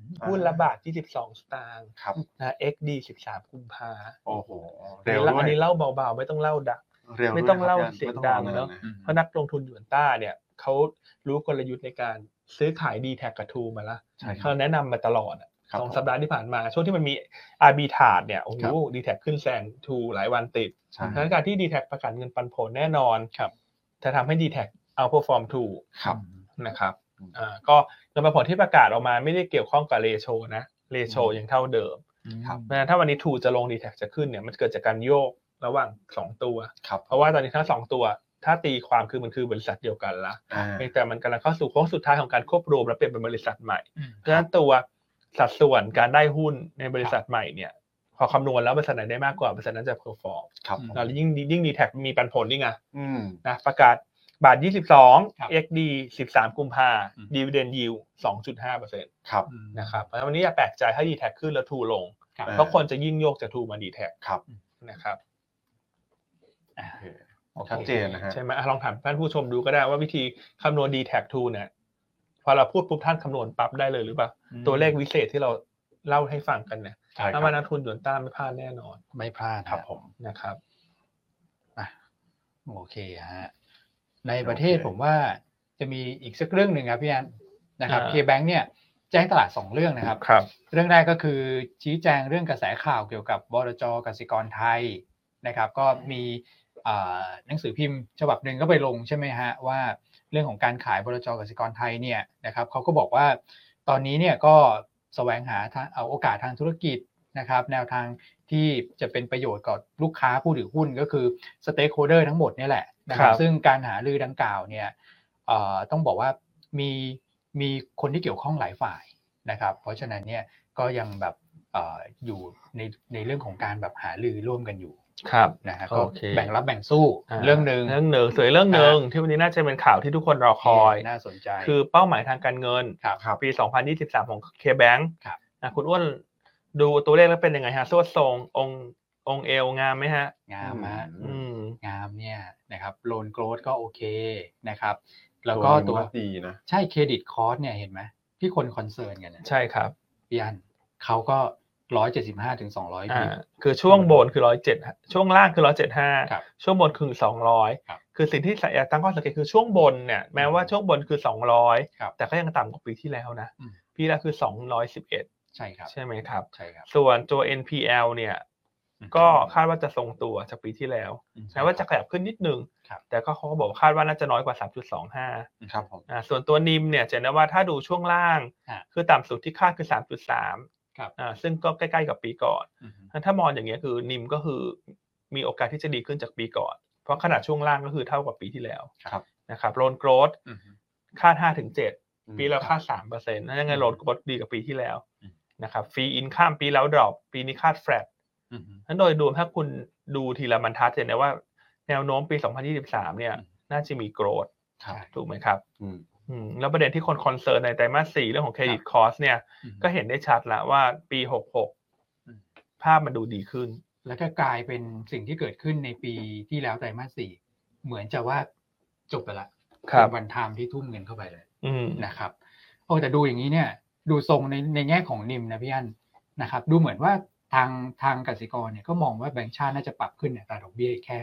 S3: อ่า
S1: หุ้นละบาท 22 สตางค์
S3: ครับ
S1: นะ XD 13กุมภา
S3: โอ้โห
S1: อัน
S3: เร็ว
S1: นี้เล่า
S3: ด้วย
S1: อันนี้เล่าเบาๆ ไม่ต้องเล่าดัก
S3: เร็วด้วย
S1: ไม่ต้องเล่า
S3: ครับ
S1: เสียง
S3: ไม่ต้อง
S1: ดัง
S3: ล่
S1: เนอะ
S3: ย
S2: อืม
S1: เพราะนักลงทุนหยวนต้าเนี่ยเขารู้กลยุทธ์ในการซื้อขายดีแท็กกับทูมาละ
S3: ใช่ครั
S1: เขา
S3: บ
S1: แนะนำมาตลอดอะ
S3: ครับ
S1: สอง
S3: ผม
S1: สัปดาห์ที่ผ่านมา ช่วงที่มันมี RB ถาดเนี่ยโอ้โห
S3: ครับ
S1: ดีแท็กขึ้นแซงทูหลายวันติด
S3: ใช่
S1: สถานการณ์ที่ดีแท็กประกาศเงินปันผลแน่นอนครับจะทำให้ดีแท็กเอาพอฟอร์มทู
S3: ครับ
S1: นะครับ
S3: อืม
S1: อ่าก็เงินปันผลที่ประกาศออกมาไม่ได้เกี่ยวข้องกับเรโชนะเรโชยังเท่าเดิม
S3: ครับ
S1: เพราะฉะนั้นถ้าวันนี้ทูจะลงดีแท็กจะขึ้นเนี่ยมันเกิดจากการโยกระหว่างสองตัว
S3: ครับ
S1: เพราะว่าตอนนี้ทั้งสองตัว ถ้าตีความคือมันคือบริษัทเดียวกันละ
S3: อ่า
S1: เพียงแต่มันกำลังเข้าสู่โค้งสุดท้ายของการควบรวมและเปลี่ยนเป็นบริษัทใหม่
S2: อืม
S1: เพราะฉะนั้นตัวสัดส่วนการได้หุ้นในบริษัทใหม่เนี่ย พอคำนวณแล้วบริษัทไหนได้มากกว่าบริษัทนั้นจะเพอร์ฟอร์ม
S3: ครับ
S2: อืม
S1: แล้วยิ่งยิ่งดีแท็กมีปันผลนี่ไง
S3: อืม
S1: นะประกาศบาท
S2: ครับ
S1: 22 XD 13 กุมภา
S2: อืม
S1: ดีเวเดนยิว2.5เปอร์เซ็นต์
S3: ครับ
S2: อืม
S1: นะครับเพราะฉะนั้นวันนี้อย่าแปลกใจถ้าดีแท็กขึ้นแล้วทูลง
S2: ครับ
S1: เพราะคนจะยิ่งโยกจากทูมาดีแท็ก
S3: ครับ
S1: นะครับ
S2: อ่า
S3: โอเค
S2: โอค
S3: ชัดเจนนะฮะ
S1: ใช่ไหมอ่ะลองถามท่านผู้ชมดูก็ได้ว่าวิธีคำนวณดีแท็กทูเนี่ยพอเราพูดปุ๊บท่านคำนวณปั๊บได้เลยหรือเปล่า
S2: อืม
S1: ตัวเลขวิเศษที่เราเล่าให้ฟังกันเนี่ย
S3: ใช่ค
S1: ถ้า
S3: รั
S1: มา
S3: บ
S1: นักทุนหยวนต้านไม่พลาดแน่นอน
S2: ไม่พลาด
S3: ครับ
S2: ฮะ
S3: ผม
S1: นะครับ
S2: โอเคฮะในประเทศ
S3: โอเค
S2: ผมว่าจะมีอีกสักเรื่องหนึ่งครับพี่อันนะครับ
S1: อ่า
S2: เคแบงเนี่ยแจ้งตลาดสองเรื่องนะครับ
S1: ครับ
S2: เรื่องแรกก็คือชี้แจงเรื่องกระแสข่าวเกี่ยวกับบรจกสิกรไทยนะครับ ก็มีอ่าหนังสือพิมพ์ฉบับหนึ่งก็ไปลงใช่ไหมฮะว่าเรื่องของการขายบรจกสิกรไทยเนี่ยนะครับเขาก็บอกว่าตอนนี้เนี่ยก็แสวงหาทางเอาโอกาสทางธุรกิจนะครับ แนวทางที่จะเป็นประโยชน์กับลูกค้าผู้ถือหุ้นก็คือสเต็กโฮเดอร์ทั้งหมดเนี่ยแหละนะครับซึ่งการหารือดังกล่าวเนี่ยเอ่อต้องบอกว่ามีมีคนที่เกี่ยวข้องหลายฝ่ายนะครับ เพราะฉะนั้นเนี่ย ก็ยังแบบเอ่ออยู่ในในเรื่องของการแบบหารือร่วมกันอยู่
S1: ครับ
S2: นะฮะก็
S1: โอเค
S2: แบ่งรับแบ่งสู้เรื่องหนึ่ง
S1: เรื่องหนึ่งสวยเรื่องหนึ่งที่วันนี้น่าจะเป็นข่าวที่ทุกคนรอคอย
S2: น่าสนใจ
S1: คือเป้าหมายทางการเงิน
S2: ครับ
S3: ครับ
S1: ปี 2023 ของ KBank
S2: ครับ
S1: นะคุณอ้วนดูตัวเลขแล้วเป็นยังไงฮะสวดทรงองค์องค์เอวงามไหมฮะ
S2: งามฮะ
S1: อืม
S2: งามเนี่ยนะครับโลนโกรดก็โอเคนะครับ แล้วก็ตัว
S3: โลน growth ดีนะ
S2: ใช่เครดิตคอร์สเนี่ยเห็นไหมที่คนคอนเซิร์นกันนะ
S1: ใช่ครับ
S2: พี่อันเขาก็ร้อยเจ็ดสิบห้าถึงสองร้อย
S1: อ่าคือช่วงบนคือร้อยเจ็ดช่วงล่างคือร้อยเจ็ดห้า
S2: ครับ
S1: ช่วงบนคือสองร้อย
S2: ครับ
S1: คือสิ่งที่อยากตั้งข้อสังเกตคือช่วงบนเนี่ยแม้ว่าช่วงบนคือสองร้อย
S2: ครับ
S1: แต่ก็ยังต่ำกว่าปีที่แล้วนะ
S2: อืม
S1: ปีแล้วคือสองร้อยสิบเอ็ด
S2: ใช่ครับ
S1: ใช่ไหมครับ
S2: ใช่ครับ
S1: ส่วนตัว NPL เนี่ย ก็คาดว่าจะทรงตัวจากปีที่แล้ว
S2: อืม
S1: แม้ว่าจะขยับขึ้นนิดนึง
S2: ครับ
S1: แต่ก็เขาก็บอกว่าคาดว่าน่าจะน้อยกว่า 3.25
S3: ครับผม
S1: อ่าส่วนตัวนิมเนี่ยจะเห็นได้ว่าถ้าดูช่วงล่าง
S2: ฮะ
S1: คือต่ำสุดที่คาดคือ 3.3
S2: ครับ
S1: อ่าซึ่งก็ใกล้ๆกับปีก่อน
S2: อืมฮึ
S1: งั้นถ้ามองอย่างเงี้ยคือนิมก็คือมีโอกาสที่จะดีขึ้นจากปีก่อน เพราะขนาดช่วงล่างก็คือเท่ากับปีที่แล้ว
S3: ครับ
S1: นะครับโลนโกรด
S2: อืมฮึ
S1: คาด5-7 ปีแล้วคาด3%นั่นยังไงโลนโกรดดีกว่าปีที่แล้ว
S2: อืม
S1: นะครับฟรีอินข้ามปีแล้วดรอปปีนี้คาดแฟลต
S2: อืมฮึ
S1: นั้นโดยรวมถ้าคุณดูทีละบรรทัดจะเห็นได้ว่าแนวโน้มปี 2023 เนี่ย
S2: อืม
S1: น่าจะมีโกรธ
S3: ครับ
S1: ถูกไหมครับ
S3: อืม
S1: อืมแล้วประเด็นที่คนคอนเซิร์นในไตรมาสสี่เรื่องของเครดิตคอสเนี่ย
S2: อืมฮึ
S1: ก็เห็นได้ชัดละว่าปี
S2: อืม
S1: 66 ภาพมันดูดีขึ้น
S2: แล้วก็กลายเป็นสิ่งที่เกิดขึ้นในปีที่แล้วไตรมาสสี่เหมือนจะว่าจบไปละ
S1: ครับ
S2: เป็นวันไทม์ที่ทุ่มเงินเข้าไปเลย
S1: อืม
S2: นะครับโอ้แต่ดูอย่างนี้เนี่ย ดูทรงในในแง่ของนิมนะพี่อันนะครับ ดูเหมือนว่าทางทางกสิกรเนี่ยก็มองว่าแบงก์ชาติน่าจะปรับขึ้นเนี่ยตราดอกเบี้ยแค่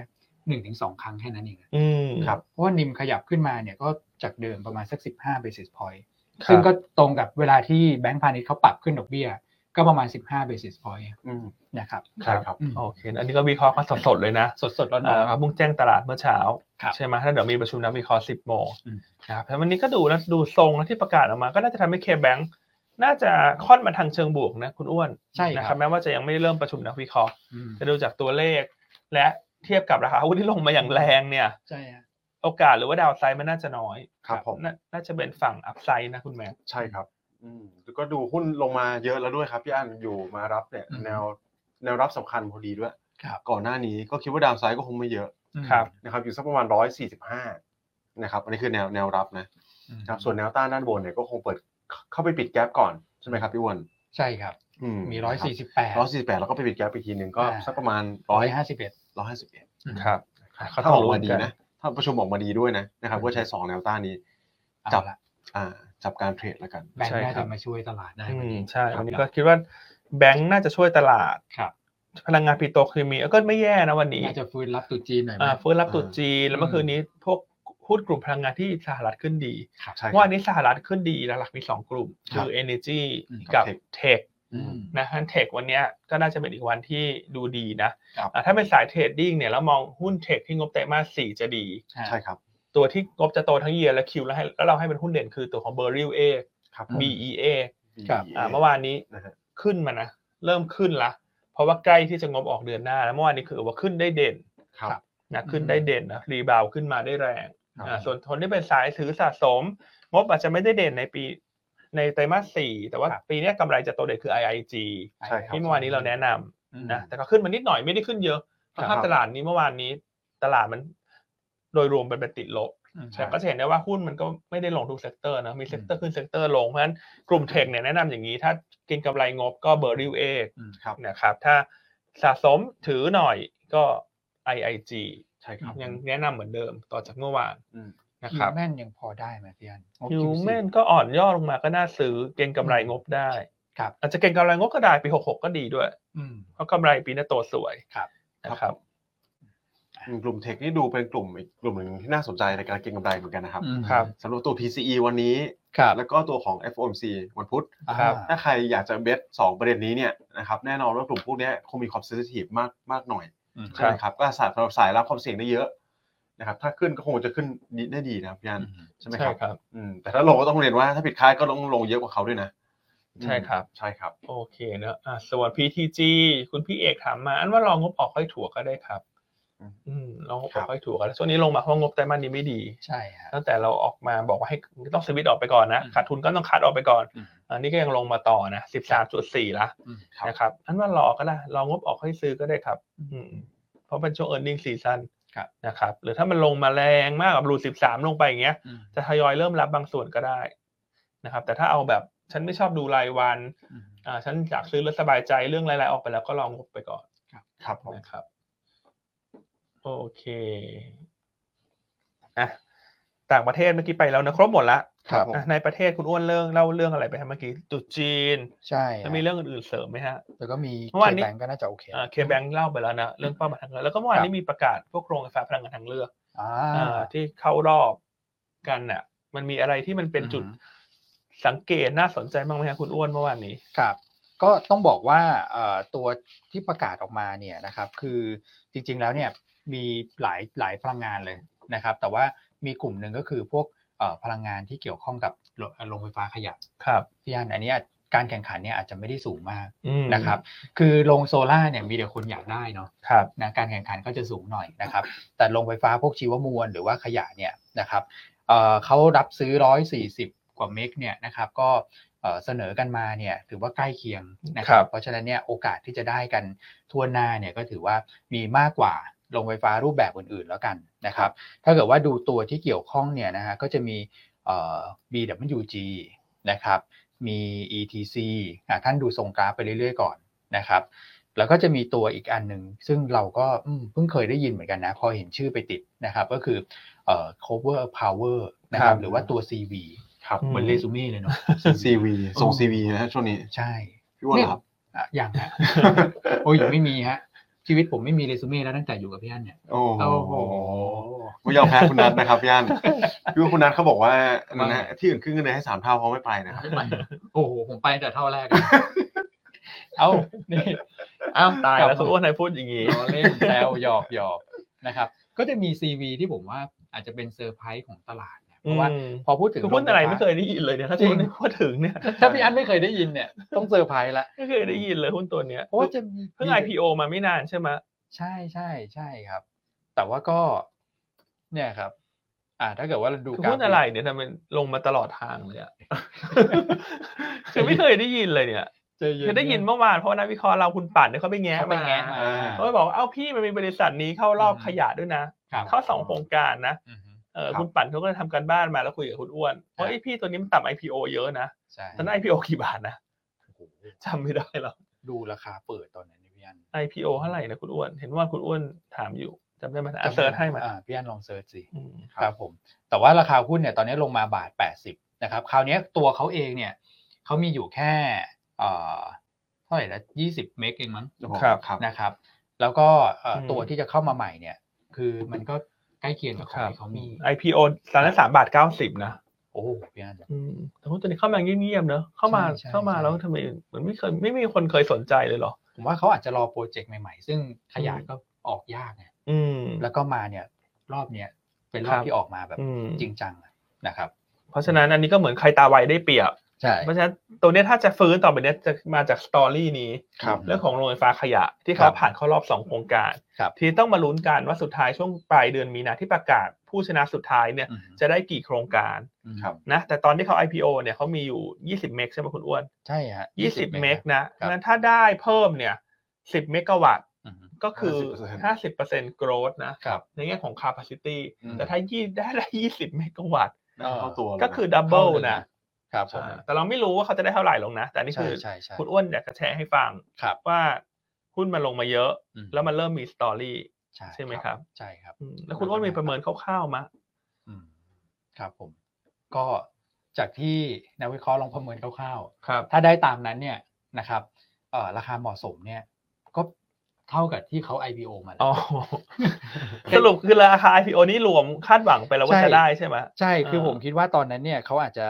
S2: หนึ่งถึงสองครั้งแค่นั้นเองนะ
S1: อืม
S3: ครับ
S2: เพราะว่านิมขยับขึ้นมาเนี่ยก็จากเดิมประมาณสักสิบห้าเบสิสพอยต์
S1: ครับ
S2: ซึ่งก็ตรงกับเวลาที่แบงก์พาณิชย์เขาปรับขึ้นดอกเบี้ย ก็ประมาณสิบห้าเบสิสพอยต์
S3: อืม
S2: นะครับ
S3: ใช่ครับ
S2: อืม
S1: โอเค อันนี้ก็วิเคราะห์กันสดๆเลยนะ
S2: สดสดๆร้อน
S1: เอ่อ
S2: ๆ
S1: เขาเพิ่งแจ้งตลาดเมื่อเช้า
S2: ครับ
S1: ใช่ไหมถ้าเดี๋ยวมีประชุมนักวิเคราะห์10 โมง
S2: อืม
S1: นะครับแล้ววันนี้ก็ดูนะดูทรงนะที่ประกาศออกมา ก็น่าจะทำให้เคแบงค์น่าจะค่อนมาทางเชิงบวกนะคุณอ้วน
S2: ใช่
S1: นะค
S2: ค
S1: รั
S2: รั
S1: บบ แม้ว่าจะยังไม่ได้เริ่มประชุมนักวิเคราะห์
S2: อืม
S1: จะดูจากตัวเลข และเทียบกับราคาหุ้นที่ลงมาอย่างแรงเนี่ย
S2: ใช่ฮะ
S1: โอกาสหรือว่าดาวไซด์มันน่าจะน้อย
S3: ครับผม
S1: นาน่าจะเป็นฝั่งอัพไซด์นะคุณแม่
S3: ใช่ครับอืมแล้วก็ดูหุ้นลงมาเยอะแล้วด้วยครับพี่อันอยู่มารับเนี่ย
S2: อืม
S3: แนวแนวรับสำคัญพอดีด้วย
S2: ครับ
S3: ก่อนหน้านี้ก็คิดว่าดาวไซด์ก็คงไม่เยอะ
S1: ครับ
S3: นะครับอยู่สักประมาณร้อยสี่สิบห้านะครับอันนี้คือแนวแนวรับนะ
S2: อืม
S3: ครับส่วนแนวต้านด้านบนเนี่ยก็คงเปิดเข้าไปปิดแก๊ปก่อนใช่ไหมครับพี่อ้วน
S2: ใช่ครับ
S3: อื
S2: มีร้อยสี่สิบแปด
S3: ร้อยสี่สิบแปดแล้วก็ไปปิดแก๊ปอีกทีหนึ่งก็
S2: อ่า
S3: สักประมาณ
S2: ร้
S3: ร้
S2: อ
S3: อย ย
S2: ห้าสิบเอ็ด
S3: ร้อยห้าสิบเอ็ด
S1: ครับ
S3: ถ้าออกมาดีนะถ้าประชุมออกมาดีด้วยนะนะครับก็ใช้สองแนวต้านนี้ จับ อ่าจับการเทรดแล้วกัน
S2: แบงค์น่าจะมาช่วยตลาดได้
S1: อื
S2: วัน
S1: ม
S2: นี้
S1: ใช่วันนี้ก็คิดว่าแบงค์น่าจะช่วยตลาด
S2: ครับ
S1: พลังงานปิโตรเคมีก็ไม่แย่นะวันนี้
S2: น่าจะฟื้นรับตุดจีนหน่อยไหม
S1: อ่าเฟื้นรับตรุษ
S3: อ่า
S1: จีนแล้วเมื่อ
S2: อืม
S1: คืนนี้พวกหุ้นกลุ่มพลังงานที่สหรัฐขึ้นดี
S2: ครับ
S3: ใช่ค
S1: ว่า
S3: รับ
S1: อันนี้สหรัฐขึ้นดีหลักๆมีสองกลุ่ม คือ energy
S2: อืม
S1: กับ
S3: กับ
S1: tech
S2: อืม
S1: นะฮันเทควันเนี้ยก็น่าจะเป็นอีกวันที่ดูดีนะครับ อ่ะถ้าเป็นสายเทรดดิ้งเนี่ยแล้วมองหุ้นเทคที่งบไตรมาสสี่จะดี
S3: ใช่ครับ
S1: ตัวที่งบจะโตทั้งเยียร์และคิวแล้วให้แล้วเราให้เป็นหุ้นเด่นคือตัวของ b e r r i l A
S3: ครับ
S2: อืม
S1: BEA
S2: ครับ
S1: อ่าเมื่อวานนี้
S3: นะฮะ
S1: ขึ้นมานะ เริ่มขึ้นละ เพราะว่าใกล้ที่จะงบออกเดือนหน้าแล้วเมื่อวานนี้คือว่าขึ้นได้เด่น
S3: ครับ
S1: นะ
S2: อืม
S1: ขึ้นได้เด่นนะรีบาวขึ้นมาได้แรง
S3: ครับ
S1: อ่าส่วนคนที่เป็นสายถือสะสม งบอาจจะไม่ได้เด่นในปีในไตรมาสสี่แต่ว่า
S2: ครับ
S1: ปีเนี้ยกำไรจะโตเด่นคือ IIG
S3: ใช่ครับ
S1: ที่เมื่อวานนี้เราแนะนำ นะแต่ก็ขึ้นมานิดหน่อยไม่ได้ขึ้นเยอะสภาพตลาดนี้เมื่อวานนี้ตลาดมัน โดยรวมเป็นเป็นติดลบ
S2: อืม
S1: แต่ก็จะเห็นได้ว่าหุ้นมันก็ไม่ได้ลงทุกเซกเตอร์นะ มีเซกเตอร์ขึ้นเซกเตอร์ลง เพราะฉะนั้นกลุ่มเทคเนี่ยแนะนำอย่างนี้ ถ้ากินกำไรงบก็เบอร์ริวเอ
S3: ครับ
S1: นะครับ ถ้าสะสมถือหน่อยก็ IIG
S3: ใช่ครับ
S1: ยังแนะนำเหมือนเดิมต่อจากเมื่อวาน
S3: อืม
S1: นะครับ
S2: แม่นยังพอได้ไหมพี่อันงบ
S1: ฮิว
S2: Q4
S1: แมนก็อ่อนย่อลงมาก็น่าซื้อเก็งกำไรงบได้
S2: ครับ
S1: อาจจะเก็งกำไรงบก็ได้ปีหกหกก็ดีด้วย
S2: อืม
S1: เพราะกำไรปีหนี้าโตสวย
S2: ครับ
S1: นะครับ
S3: อืมกลุ่มเทคนี่ดูเป็นกลุ่มอีกกลุ่มหนึ่งที่น่าสนใจในการเก็งกำไรเหมือนกันนะครับ
S1: ครับ
S3: สำหรับตัว PCE วันนี้
S2: ครับ
S3: แล้วก็ตัวของ FOMC วันพุธ
S1: ครับ
S2: อ่า
S3: ถ้าใครอยากจะเบสสองประเด็นนี้เนี่ยนะครับแน่นอนว่ากลุ่มพวกเนี้ยคงมีความเซนซิทีฟมากมากหน่อย
S1: ค
S3: ใช่
S1: รับ
S3: ไหมครับก็สายสำหรับสายรับความเสี่ยงได้เยอะนะครับถ้าขึ้นก็คงจะขึ้นดีได้ดีนะครับพี่อันใช่ไหม
S1: ใช่
S3: ครับ
S1: ครับ
S3: อืมแต่ถ้าลงก็ต้องเรียนว่าถ้าผิดคาดก็ต้องลงเยอะกว่าเขาด้วยนะ
S1: ใช่ครับ
S3: ใช่ครับ
S1: โอเคเนอะอ่ะส่วน PTG คุณพี่เอกถามมา อันว่ารองงบออกค่อยถั่วก็ได้ครับ
S3: อืม
S1: อืมรองงบออกค่อยถั่วก็ได้ช่วงนี้ลงมาเพราะงบไตรมาสนี้ไม่ดี
S2: ใช่ฮะ
S1: ตั้งแต่เราออกมาบอกว่าให้ต้องสวิตช์ออกไปก่อนนะ
S2: อืม
S1: ขาดทุนก็ต้องคัดออกไปก่อน
S3: อืม
S1: อันนี้ก็ยังลงมาต่อนะสิบสามจุดสี่ละ
S2: อืม
S3: ครับ
S1: นะครับ อันว่ารอก็ได้รองงบออกค่อยซื้อก็ได้ครับ อืมเพราะเป็นช่วง earning season
S2: ครับ
S1: นะครับ หรือถ้ามันลงมาแรงมากกับรูสิบสามลงไปอย่างเงี้ย
S2: อืม
S1: จะทยอยเริ่มรับบางส่วนก็ได้นะครับ แต่ถ้าเอาแบบฉันไม่ชอบดูรายวัน
S2: อืม
S1: อ่าฉันอยากซื้อแล้วสบายใจเรื่องรายๆออกไปแล้วก็ลองงบไปก่อน
S3: ครับผม
S1: นะครับ โอเคอ่ะต่างประเทศเมื่อกี้ไปแล้วนะครบหมดละ
S2: ครับ
S1: อ่ะในประเทศคุณอ้วนเรื่องเล่าเรื่องอะไรไปฮะเมื่อกี้ตุดจีน
S2: ใช่ฮะ
S1: แล้วมีเรื่องอื่นๆเสริมไหมฮะ
S2: แล้วก็มี
S1: เมื่อวานนี้
S2: แบงก์ก็น่าจะโอเค
S1: เคแบงเล่าไปแล้วนะเรื่องเป้าหมายทางเลือกแล้วก็เมื่อวานนี้มีประกาศพวกโรงไฟฟ้าพลังงานทางเลือก
S2: อ่า
S1: อ่าที่เข้ารอบกันน่ะ มันมีอะไรที่มันเป็นจุด
S2: อือหื
S1: สังเกตน่าสนใจบ้างไหมฮะคุณอ้วนเมื่อวานนี้
S2: ครับ ก็ต้องบอกว่าเอ่อตัวที่ประกาศออกมาเนี่ยนะครับ คือจริงๆแล้วเนี่ยมีหลายหลายพลังงานเลยนะครับ แต่ว่ามีกลุ่มหนึ่งก็คือพวกเอ่อพลังงานที่เกี่ยวข้องกับโรโรงไฟฟ้าขยะ
S1: ครับ
S2: พี่อันอันเนี้ยการแข่งขันเนี่ยอาจจะไม่ได้สูงมาก
S1: อืม
S2: นะครับ คือโรงโซล่าร์เนี่ยมีแต่คนอยากได้เนาะ
S1: ครับ
S2: นะการแข่งขันก็จะสูงหน่อยนะครับ แต่โรงไฟฟ้าพวกชีวมวลหรือว่าขยะเนี่ยนะครับเอ่อเขารับซื้อ 140 กว่าเมกเนี่ยนะครับก็เอ่อเสนอกันมาเนี่ยถือว่าใกล้เคียงนะค
S1: ครั
S2: รับ
S1: บ
S2: เพราะฉะนั้นเนี่ยโอกาสที่จะได้กันทั่วหน้าเนี่ยก็ถือว่ามีมากกว่าโรงไฟฟ้ารูปแบบอื่นๆแล้วกันนะครับ ถ้าเกิดว่าดูตัวที่เกี่ยวข้องเนี่ยนะฮะก็จะมีเอ่อ BWG นะครับ มี ETC อ่ะท่านดูทรงกราฟไปเรื่อยๆก่อนนะครับ แล้วก็จะมีตัวอีกอันหนึ่งซึ่งเราก็อืมเพิ่งเคยได้ยินเหมือนกันนะ พอเห็นชื่อไปติดนะครับ ก็คือเอ่อ cover power นะค
S1: ครั
S2: รับบ หรือว่าตัว CV
S3: ครับ
S1: อืม
S2: เหมือนเรซูเม่เลยเนาะ
S3: ซีวีส่งซีวีนะฮะช่วงนี้
S2: (laughs) ใช่
S3: พี่อ้วนเหรอครับ
S2: อ่ะอย่าง (laughs) ฮะ โอ้ยไม่มีฮะ ชีวิตผมไม่มีเรซูเม่แล้วตั้งแต่อยู่กับพี่อันเนี่ย
S3: โอ้
S2: โอ้โห
S3: ไม่ยอมแพ้คุณนัทนะครับพี่อัน (laughs) พี่ว่าคุณนัทเขาบอกว่านะฮะ
S2: ว่าไง
S3: ที่อื่นขึ้นเงินเดือนให้สามเท่าเขาไม่ไปนะครับ
S2: ไม่ไปโอ้โห ผมไปตั้งแต่เท่าแรกเลยเอ้านี่เอ้า
S1: ตายแล้ว
S2: กบ
S1: คุณ
S2: ม
S1: อ้วนไหนพูดอย่างนี้
S2: ล้อเล่นแซวหยอกหยอกนะครับ ก็จะมี CV ที่ผมว่าอาจจะเป็นเซอร์ไพรส์ของตลาดนะเพราะว่า
S1: อืม
S2: พอพูดถึง
S1: คือหุ้นอะไร
S2: โงฟ
S1: ไม่
S2: ฟ้า
S1: เคยได้ยินเลยเนี่ยถ้า
S2: จริง
S1: คุณพูดถึงเนี่ย
S2: ถ้าพี่อันไม่เคยได้ยินเนี่ยต้องเซอร์ไพรส์ละ
S1: ไม่เคยได้ยินเลยหุ้นตัวเนี้ย
S2: เพราะว่าจะมี
S1: เพิ่ง IPO มาไม่นานใช่ไหม
S2: ใช่ใช่ใช่ครับ แต่ว่าก็ เนี่ยครับ อ่า ถ้าเกิดว่าเรา
S1: คือก
S2: ดูาฟ
S1: หุ้นอะไรเนี่ยทำไมลงมาตลอดทางเลย (laughs) อะ คือไม่เคยได้ยินเลยเนี่ย
S2: ใจเย็
S1: คือน ได้ยินเมื่อวานเพราะว่านักวิเคราะห์เราคุณปั่นเนี่ยเขาไปแง้
S2: เขาไปแงะ
S1: มา
S2: มา
S1: เขาไปบอกว่าเอ้าพี่มันมีบริษัทนี้เข้ารอบ
S2: อืม
S1: ขยะด้วยนะครับ เข้าสองโครงการนะ
S2: อือฮึ
S1: เออ
S3: ครับ
S1: คุณปั่นเขาก็เลยทำการบ้านมาแล้วคุยกับคุณอ้วนเพราะไอพี่ตัวนี้มันต่ำ IPO เยอะนะ
S2: ใช่
S1: ตอนนั้น IPO กี่บาทนะ
S2: โอ้โห
S1: จำไม่ได้หรอก
S2: ดูราคาเปิดตอนนั้นนี่พี่อัน
S1: IPO เท่าไหร่นะคุณอ้วน เห็นว่าคุณอ้วนถามอยู่จำได้ไหม
S2: จำ
S1: อ่ะ
S2: ไม่
S1: เซิร์ชให้มา
S2: อ่าพี่อันลองเซิร์ชสิ
S1: อืม
S2: ครับผมแต่ว่าราคาหุ้นเนี่ยตอนนี้ลงมาบาท 80 นะครับ คราวเนี้ยตัวเขาเองเนี่ยเขามีอยู่แค่เอ่อเท่าไหร่ละ20 เมกเองมั้ง
S1: ครับ
S3: ครับ
S2: นะครับ แล้วก็เอ่ออ
S1: ม
S2: ตัวที่จะเข้ามาใหม่เนี่ย คือมันก็ใกล้เคียงกับข
S1: ค
S2: อง
S1: รับ
S2: ที่เขามี
S1: IPO ตอนนั้นสามบาทเก้าสิบนะ
S2: โอ้พี่อัน
S1: อืมแต่หุ้นตัวนี้เข้ามาเงียบๆเนอะเข้ามา
S2: ใช่ใช่
S1: เข้ามา
S2: ใช่
S1: แล้วทำไมเหมือนไม่เคยไม่มีคนเคยสนใจเลยเหรอ
S2: ผมว่าเขาอาจจะรอโปรเจกต์ใหม่ๆ ซึ่งขยะก็ออกยากไง
S1: อืม
S2: แล้วก็มาเนี่ยรอบเนี้ยเป็นรอ
S1: ครับ บ
S2: ที่ออกมาแบบ
S1: อืม
S2: จริงจังอะนะครับ
S1: เพราะฉะนั้นอันนี้ก็เหมือนใครตาไวได้เปรียบ
S2: ใช่
S1: เพราะฉะนั้นตัวเนี้ยถ้าจะฟื้นต่อไปเนี้ยจะมาจากสตอรี่นี้
S3: ครับ
S1: เรื่องของโรงไฟฟ้าขยะที่เขาผ่านเข้ารอบสองโครงการ
S2: ครับ
S1: ที่ต้องมาลุ้นกันว่าสุดท้ายช่วงปลายเดือนมีนาที่ประกาศผู้ชนะสุดท้ายเนี่ย
S2: อืม
S1: จะได้กี่โครงการ
S3: ครับ
S1: นะแต่ตอนที่เขา IPO เนี่ยเขามีอยู่ 20 เมกใช่ไหมคุณอ้วน
S2: ใช่ฮะ
S1: 20 เมก
S2: นะ
S1: นะครับ งั้นถ้าได้เพิ่มเนี่ย สิบเมกะวัตต์
S2: อืม
S1: ก็คือ
S3: 50%
S1: ห้าสิบเปอร์เซ็นต์ growth นะ
S2: ครับ
S1: ในแง่ของ capacity
S3: อืม
S1: แต่ถ้ายี่ได้ได้ยี่สิบเมกะวัตต์
S3: ได้เข้าตัวเลยนะ
S1: ก็คือ double
S2: เข้าเลย
S1: น
S2: นะ
S1: ะครับ
S2: ผม
S1: อ่าแต่เราไม่รู้ว่าเขาจะได้เท่าไหร่ลงนะ แต่นี่
S2: ใช่
S1: คือ
S2: ใช่ใช่
S1: คุณอ้วนอยากจะแชร์ให้ฟัง
S2: ครับ
S1: ว่าหุ้นมันลงมาเยอะ
S2: อืม
S1: แล้วมันเริ่มมีสตอรี่ ใช่
S2: ใช่
S1: ไหมครับ
S2: ใช่ครับ
S1: อืมแล้วคุณอ้วนมีประเมินคร่าวๆมะ
S2: อืมครับผม ก็จากที่นักวิเคราะห์ลองประเมินคร่าว
S1: ครับ
S2: ๆ ถ้าได้ตามนั้นเนี่ยนะครับเอ่อราคาเหมาะสมเนี่ย ก็เท่ากับที่เขา IPO มาแล้ว
S1: อ๋อ สรุปคือราคา IPO นี่รวมคาดหวังไปแล้วว่า
S2: ใช่
S1: จะได้ใช่ไหม
S2: ใช่คือ
S1: เออ
S2: ผมคิดว่าตอนนั้นเนี่ยเขาอาจจะ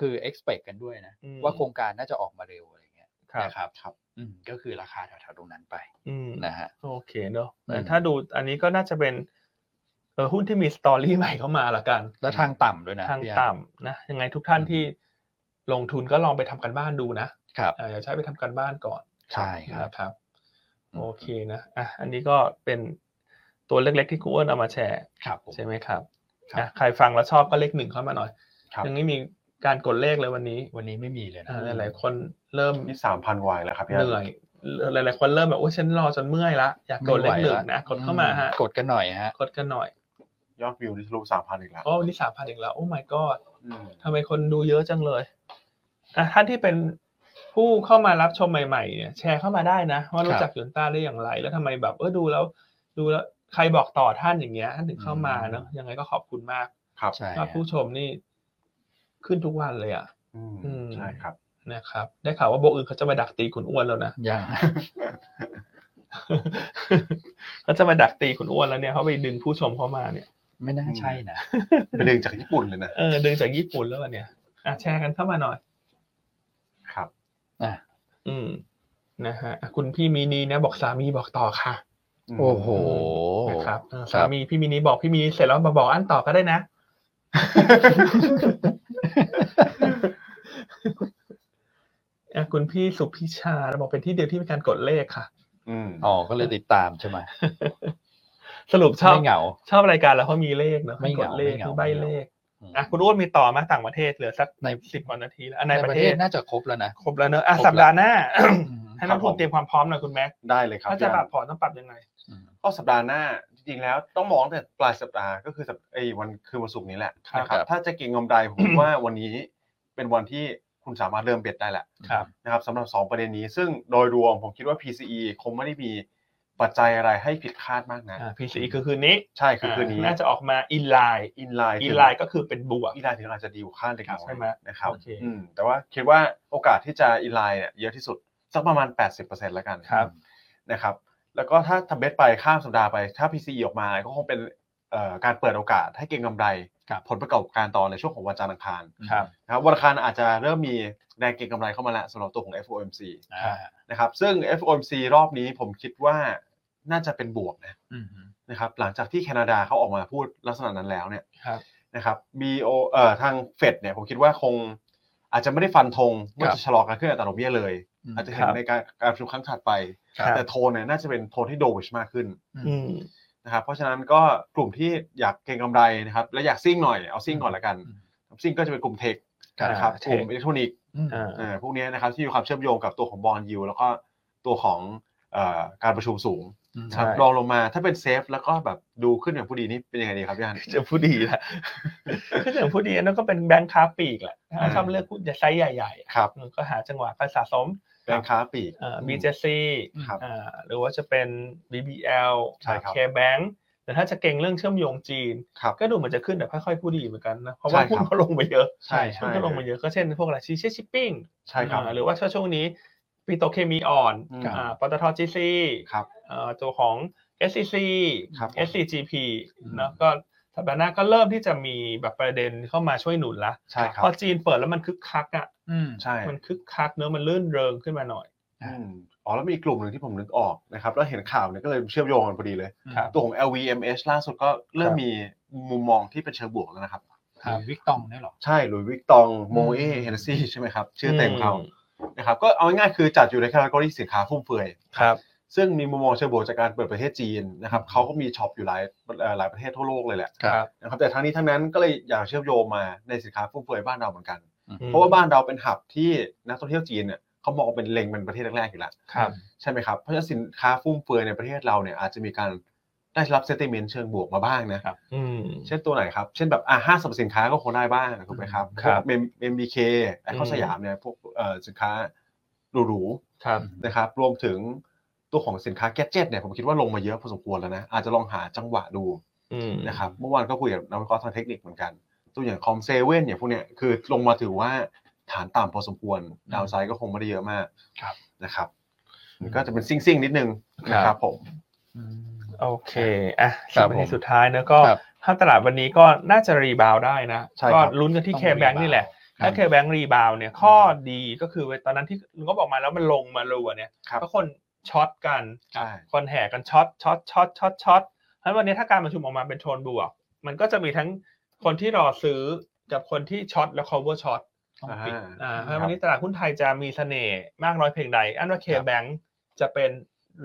S2: คือ expect กันด้วยนะ
S1: อืม
S2: ว่าโครงการน่าจะออกมาเร็วอะไรเงี้ย
S1: ครับ
S2: นะครับครับอืมก็คือราคาแถวๆตรงนั้นไป
S1: อืม
S2: นะฮะ
S1: โอเคเนอะแต่
S2: อืม
S1: ถ้าดูอันนี้ก็น่าจะเป็นเออหุ้นที่มีสตอรี่ใหม่เข้ามาละกัน
S2: แล้วทางต่ำด้วยนะ
S1: ทาง
S2: พี่อัน
S1: ต่ำนะยังไงทุกท่านที่ลงทุนก็ลองไปทำกันบ้านดูนะครับ เอ่ออย่าใช้ไปทำกันบ้านก่อน
S2: ใช่ครับ
S1: นะครับ
S2: อืม
S1: โอเคนะอ่ะอันนี้ก็เป็นตัวเล็กๆที่กูเอินเอามาแชร์
S2: ครับผม
S1: ใช่ไหมครับ
S2: ครับ
S1: นะใครฟังแล้วชอบก็เลขหนึ่งเข้ามาหน่อย
S2: ครับ
S1: ยังไม่มีการกดเลขเลยวันนี้
S2: วันนี้ไม่มีเลยนะ
S1: อ่าหลายๆคนเริ่ม
S3: นี่สามพันวายแล้วครับพี่
S1: เหนื่อยหลายๆคนเริ่มแบบโอ้ยฉันรอจนเมื่อยละอยากกดเลขหนึ่งนะกดเข้ามาฮะ
S2: กดกันหน่อยฮะ
S1: กดกันหน่อย
S3: ยอดวิวนี่ทะลุสามพันอีกแล้ว
S1: อ๋อวันนี้สามพันอีกแล้วโอ้ my god
S3: อืม
S1: ทำไมคนดูเยอะจังเลยอ่ะท่านที่เป็นผู้เข้ามารับชมใหม่ๆเนี่ยแชร์เข้ามาได้นะ ว่ารู้จักยุนต้าได้อย่างไร แล้วทำไมแบบเออดูแล้ว ดูแล้วใครบอกต่อท่านอย่างเงี้ยท่านถึงเข้ามาเนอะยังไงก็ขอบคุณมาก
S3: ครับ
S2: ใช่
S1: ยอดผู้ชมนี่ ขึ้นทุกวันเลยอ่ะ
S3: อืม
S1: อืม
S3: ใช่ครับ
S1: นะครับ ได้ข่าวว่าโบกอื่นเขาจะมาดักตีคุณอ้วนแล้วนะ (laughs)
S2: ยัง (laughs)
S1: เขาจะมาดักตีคุณอ้วนแล้วเนี่ยเขาไปดึงผู้ชมเข้ามาเนี่ย
S2: ไม่น่าใช่นะ
S3: ไปดึงจากญี่ปุ่นเลยนะ
S1: เออดึงจากญี่ปุ่นแล้วอะเนี่ยอ่ะแชร์กันเข้ามาหน่อย
S3: ครับ
S2: อ่ะ
S1: อืมนะฮะอ่ะคุณพี่มีนีนะบอกสามีบอกต่อค่ะ
S3: ม
S2: โอ้โห
S1: นะครับเออ
S2: ครั
S1: สา
S2: บ
S1: มีพี่มินิบอกพี่มินิเสร็จแล้วมาบอกอันต่อก็ได้
S2: (laughs)
S1: นะ อ่ะคุณพี่สุพิชาบอกเป็นที่เดียวที่มีการกดเลขค่ะ
S3: อืม
S2: อ๋อ ก็เลยติดตามใช่ไหม
S1: สรุปชอบ
S2: ไม่เหงา
S1: ชอบรายการแล้วเพราะมีเลขเนาะ
S2: ไม่เห
S1: ก
S2: งา
S1: ดเลข
S2: ไม่เหงา
S1: มีใบเลข
S2: อืม
S1: อ่ะคุณอ้วนมีต่อมาต่างประเทศเหลือสัก
S2: ใน
S1: สิบกว่านาทีแล้วอ่ะในป
S2: ในประ ระ
S1: เท
S2: เท
S1: ศ
S2: ศน่าจะครบแล้วนะ
S1: ครบแล้วเนอะอ่ะ
S2: ครบแล้ว
S1: สัปดาห์หน้า
S2: อืม
S1: ให้นักลงทุนเตรียมความพร้อมหน่อยคุณแม็กซ์
S3: ได้เลยครับ
S1: ถ้าจะป
S3: พี่อั
S1: รับ
S3: น
S1: พอร์ตต้องปรับยังไง
S2: อืม
S3: ก็สัปดาห์หน้าจริงๆแล้วต้องมองแต่ปลายสัปดาห์ก็คือสัปไอ้วันคือวันศุกร์นี้แหละ
S1: ครับ
S3: นะครับ
S2: ครับ
S3: ถ้าจะเก่งกำไรผมว่าวันนี้เป็นวันที่คุณสามารถเริ่มเบ็ดได้แหละ
S1: ครับ
S3: นะครับสำหรับ 2 ประเด็นนี้ ซึ่งโดยรวมผมคิดว่า PCE คงไม่ได้มีปัจจัยอะไรให้ผิดคาดมากนะ
S1: อ่า PCE คือคืนนี้
S3: ใช่คือคืนนี้
S1: าน่าจะออกมาอินไลน์
S3: อินไลน์
S1: อินไลน์ก็คือเป็นบวก
S3: อินไลน์ถึงอาจจะดีกว่าคาดเล็กน้อย
S1: ใช่ไหม
S3: นะครับ
S1: โอเค
S3: อืมแต่ว่าคิดว่าโอกาสที่จะอินไลน์เนี่ยเยอะที่สุดสักประมาณ 80%แล้วกัน
S1: ครับ
S3: นะครับแล้วก็ถ้าทำเบสไปข้ามสัปดาห์ไปถ้า PCE ออกมาก็คงเป็นเอ่อการเปิดโอกาสให้เก็งกำไร
S2: ครับ
S3: ผลประกอบการต่อในช่วงของวันจันทร์อังคาร
S1: ครับ
S3: นะครับวันอังคารอาจจะเริ่มมีแรงเก็งกำไรเข้ามาแล้วสำหรับตัวของ FOMC
S2: อ่า
S3: นะครับซึ่ง FOMC รอบนี้ผมคิดว่าน่าจะเป็นบวกนะ
S2: อืม
S3: นะครับหลังจากที่แคนาดาเขาออกมาพูดลักษณะนั้นแล้วเนี่ย
S1: ครับ
S3: นะครับ BO เอ่อทางเฟดเนี่ยผมคิดว่าคงอาจจะไม่ได้ฟันธงว่าจะชะลอการขึ้นอัตราดอกเบี้ยเลย อาจจะเห็น
S1: ครับ
S3: ในการการประชุมครั้งถัดไป แต่โทนเนี่ยน่าจะเป็นโทนที่โดวิชมากขึ้น
S1: อืม
S3: นะครับเพราะฉะนั้นก็กลุ่มที่อยากเก็งกำไรนะครับและอยากซิ่งหน่อยเอาซิ่งก่อนละกันซิ่งก็จะเป็นกลุ่มเทค
S2: ครับ
S3: นะครับ
S1: อ่า
S3: กลุ่มอิเล็กทรอนิกส์
S2: อืม
S1: อ่า
S3: เอ่อพวกเนี้ยนะครับที่มีความเชื่อมโยงกับตัวของบอลยูแล้วก็ตัวของเอ่อการประชุมสูง
S1: ใช่
S3: ครับลองลงมาถ้าเป็นเซฟแล้วก็แบบดูขึ้นอย่างผู้ดีนี่เป็นยังไงดีครับพี่ฮัน
S1: จะพูดดีละก็อย่างพูดดีอันนั่นก็เป็นแบงค์ค้าปลีกแหละถ้า
S3: อ่า
S1: ชอบเลือกหุ้นไซส์ใหญ่ๆอ่ะ
S3: ครับ
S1: เออก็หาจังหวะการสะสม
S3: แบงค์ค้าปลีก
S1: เอ่อ BJC
S3: ครับ
S1: อ่าหรือว่าจะเป็น BBL
S3: ใช่ครับ
S1: KBank แต่ถ้าจะเก่งเรื่องเชื่อมโยงจีน
S3: ครับ
S1: ก็ดูเหมือนจะขึ้นแต่ค่อยๆพูดดีเหมือนกันนะเพราะว่า
S3: ใช่
S1: หุ้น
S3: ครับ
S1: เขาลงมาเยอะ
S3: ใช่
S1: หุ้
S3: ใช่
S1: นเขาลงมาเยอะก็เช่นพวกอะไรชีเช่ชิปปิ้ง
S3: ใช่ครับ
S1: หรือว่าช่วงนี้ปิโตรเคมีอ่อน
S3: อืม
S1: อ่าปตท GC
S3: ครับ
S1: เอ่อตัวของ SCC
S3: ครับผม
S1: SCGP
S2: อืม
S1: เนอะก็สัปดาห์หน้าก็เริ่มที่จะมีแบบประเด็นเข้ามาช่วยหนุนละ
S3: ใช่ครับ
S1: พอจีนเปิดแล้วมันคึกคักอ่ะ
S2: อืม
S3: ใช่
S1: มันคึกคักเนอะมันลื่นเริงขึ้นมาหน่อย
S3: อืมอ๋อแล้วมีอีกกลุ่มหนึ่งที่ผมนึกออกนะครับแล้วเห็นข่าวเนี่ยก็เลยเชื่อมโยงกันพอดีเลย
S1: ครับ
S3: ตัวของ LVMH ล่าสุดก็เริ่ม
S1: ครับ
S3: มีมุมมองที่เป็นเชิงบวกแล้วนะครับ
S2: หรือวิกตองเนี่ยเหรอ
S3: ใช่หลุยวิกตองโมเอ
S2: อืม
S3: เฮนซี่ใช่ไหมครับ ชื่อเต็มเขานะครับก็เอาง่ายๆคือจัดอยู่ในแคตตาล็อสินค้าฟุ่มเฟือย
S1: ครับ
S3: ซึ่งมีมุมมองเชิงบวกจากการเปิดประเทศจีนนะครับเขาก็มีช็อปอยู่หลายเอ่อหลายประเทศทั่วโลกเลยแหละ
S1: ครับ
S3: นะครับแต่ทั้งนี้ทั้งนั้นก็เลยอยากเชื่อมโยงมาในสินค้าฟุ่มเฟือยบ้านเราเหมือนกัน
S2: อืม
S3: เพราะว่าบ้านเราเป็นหับที่นักท่องเที่ยวจีนเนี่ย เขามองว่าเป็นเล็งเป็นประเทศแรกๆอยู่แล้ว
S1: ครับ
S3: ใช่ไหมครับ เพราะฉะนั้นสินค้าฟุ่มเฟือยในประเทศเราเนี่ยอาจจะมีการได้รับเซติเมนต์เชิงบวกมาบ้างนะ
S2: ครับ
S1: อืม
S3: เช่นตัวไหนครับ เช่นแบบอ่ะห้างสรรพสินค้าก็คงได้บ้างถูกไหมครับ
S1: ครับ
S3: เอ็มบีเคแอคคอ
S1: อืม
S3: สยามเนี่ยพวกเอ่อสินค้าหรู
S1: ครับ
S3: ๆนะครับ รวมถึงตัวของสินค้าแกจเจตเนี่ยผมคิดว่าลงมาเยอะพอสมควรแล้วนะ อาจจะลองหาจังหวะดู
S1: อืม
S3: นะครับ เมื่อวานก็คุยกับนักวิเคราะห์ทางเทคนิคเหมือนกัน ตัวอย่างคอมเซเว่นเนี่ยพวกเนี่ยคือลงมาถือว่าฐานต่ำพอสมควร ดาวไซด์ก็คงไม่ได้เยอะมาก
S2: ครับ
S3: นะครับมันก็จะเป็นซิ่งๆนิดนึงนะครับผม
S2: อืม
S1: โอเคอ่ะ
S3: ครั
S1: สา
S3: บ
S1: มประเทศสุดท้ายนะก็
S3: ครับ
S1: ถ้าพตลาดวันนี้ก็น่าจะรีบาวด์ได้นะ
S3: ใช่ครับ
S1: ก็ลุ้นกันที่
S2: ต้อง
S1: เคแบง
S2: rebound
S1: นี่แหละ
S2: ครั
S1: ถ้า
S2: บ
S1: เคแบงรีบาวด์เนี่ยข้อดีก็คือตอนนั้นที่ลุงก็บอกมาแล้วมันลงมารัวเนี่ย
S3: ครับ
S1: ก็คนช็อตกัน
S3: ใช่
S1: คนแห่กันช็อตช็อตช็อตช็อตช็อตเพราะฉะนั้นวันนี้ถ้าการประชุมออกมาเป็นโทนบวก มันก็จะมีทั้งคนที่รอซื้อกับคนที่ช็อตและ cover ช็อต
S2: ต้อง
S3: อ่า
S2: ปิด
S1: อ่าเพ
S2: ค
S1: ราะฉะนั้น
S2: รับ
S1: วันนี้ตลาดหุ้นไทยจะมีเสน่ห์มากน้อยเพียงใด อันว่าเค
S3: ครับ
S1: แบงจะเป็น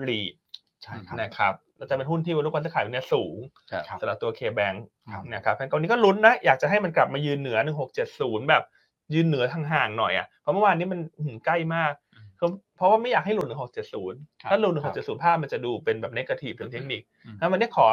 S1: หลีด
S3: ใช่ครับ
S1: นะครับและจะเป็นหุ้นที่วันนี้คนจะขายวันนี้สูง
S2: ครับ
S1: สำหรับตัวเคแบง
S3: ครับ
S1: นะครับเพราะฉะนั้นตอนนี้ก็ลุ้นนะอยากจะให้มันกลับมายืนเหนือ 1670 แบบยืนเหนือทางห่างๆหน่อยอ่ะเพราะเมื่อวานนี้มันหืมใกล้มาก เพราะว่าไม่อยากให้หลุด
S2: ครับ
S1: 1670ถ้าหลุด1670ภาพมันจะดูเป็นแบบเนกาทีฟเชิงเทคนิค
S2: อืม
S1: ถ้ามันได้ขอ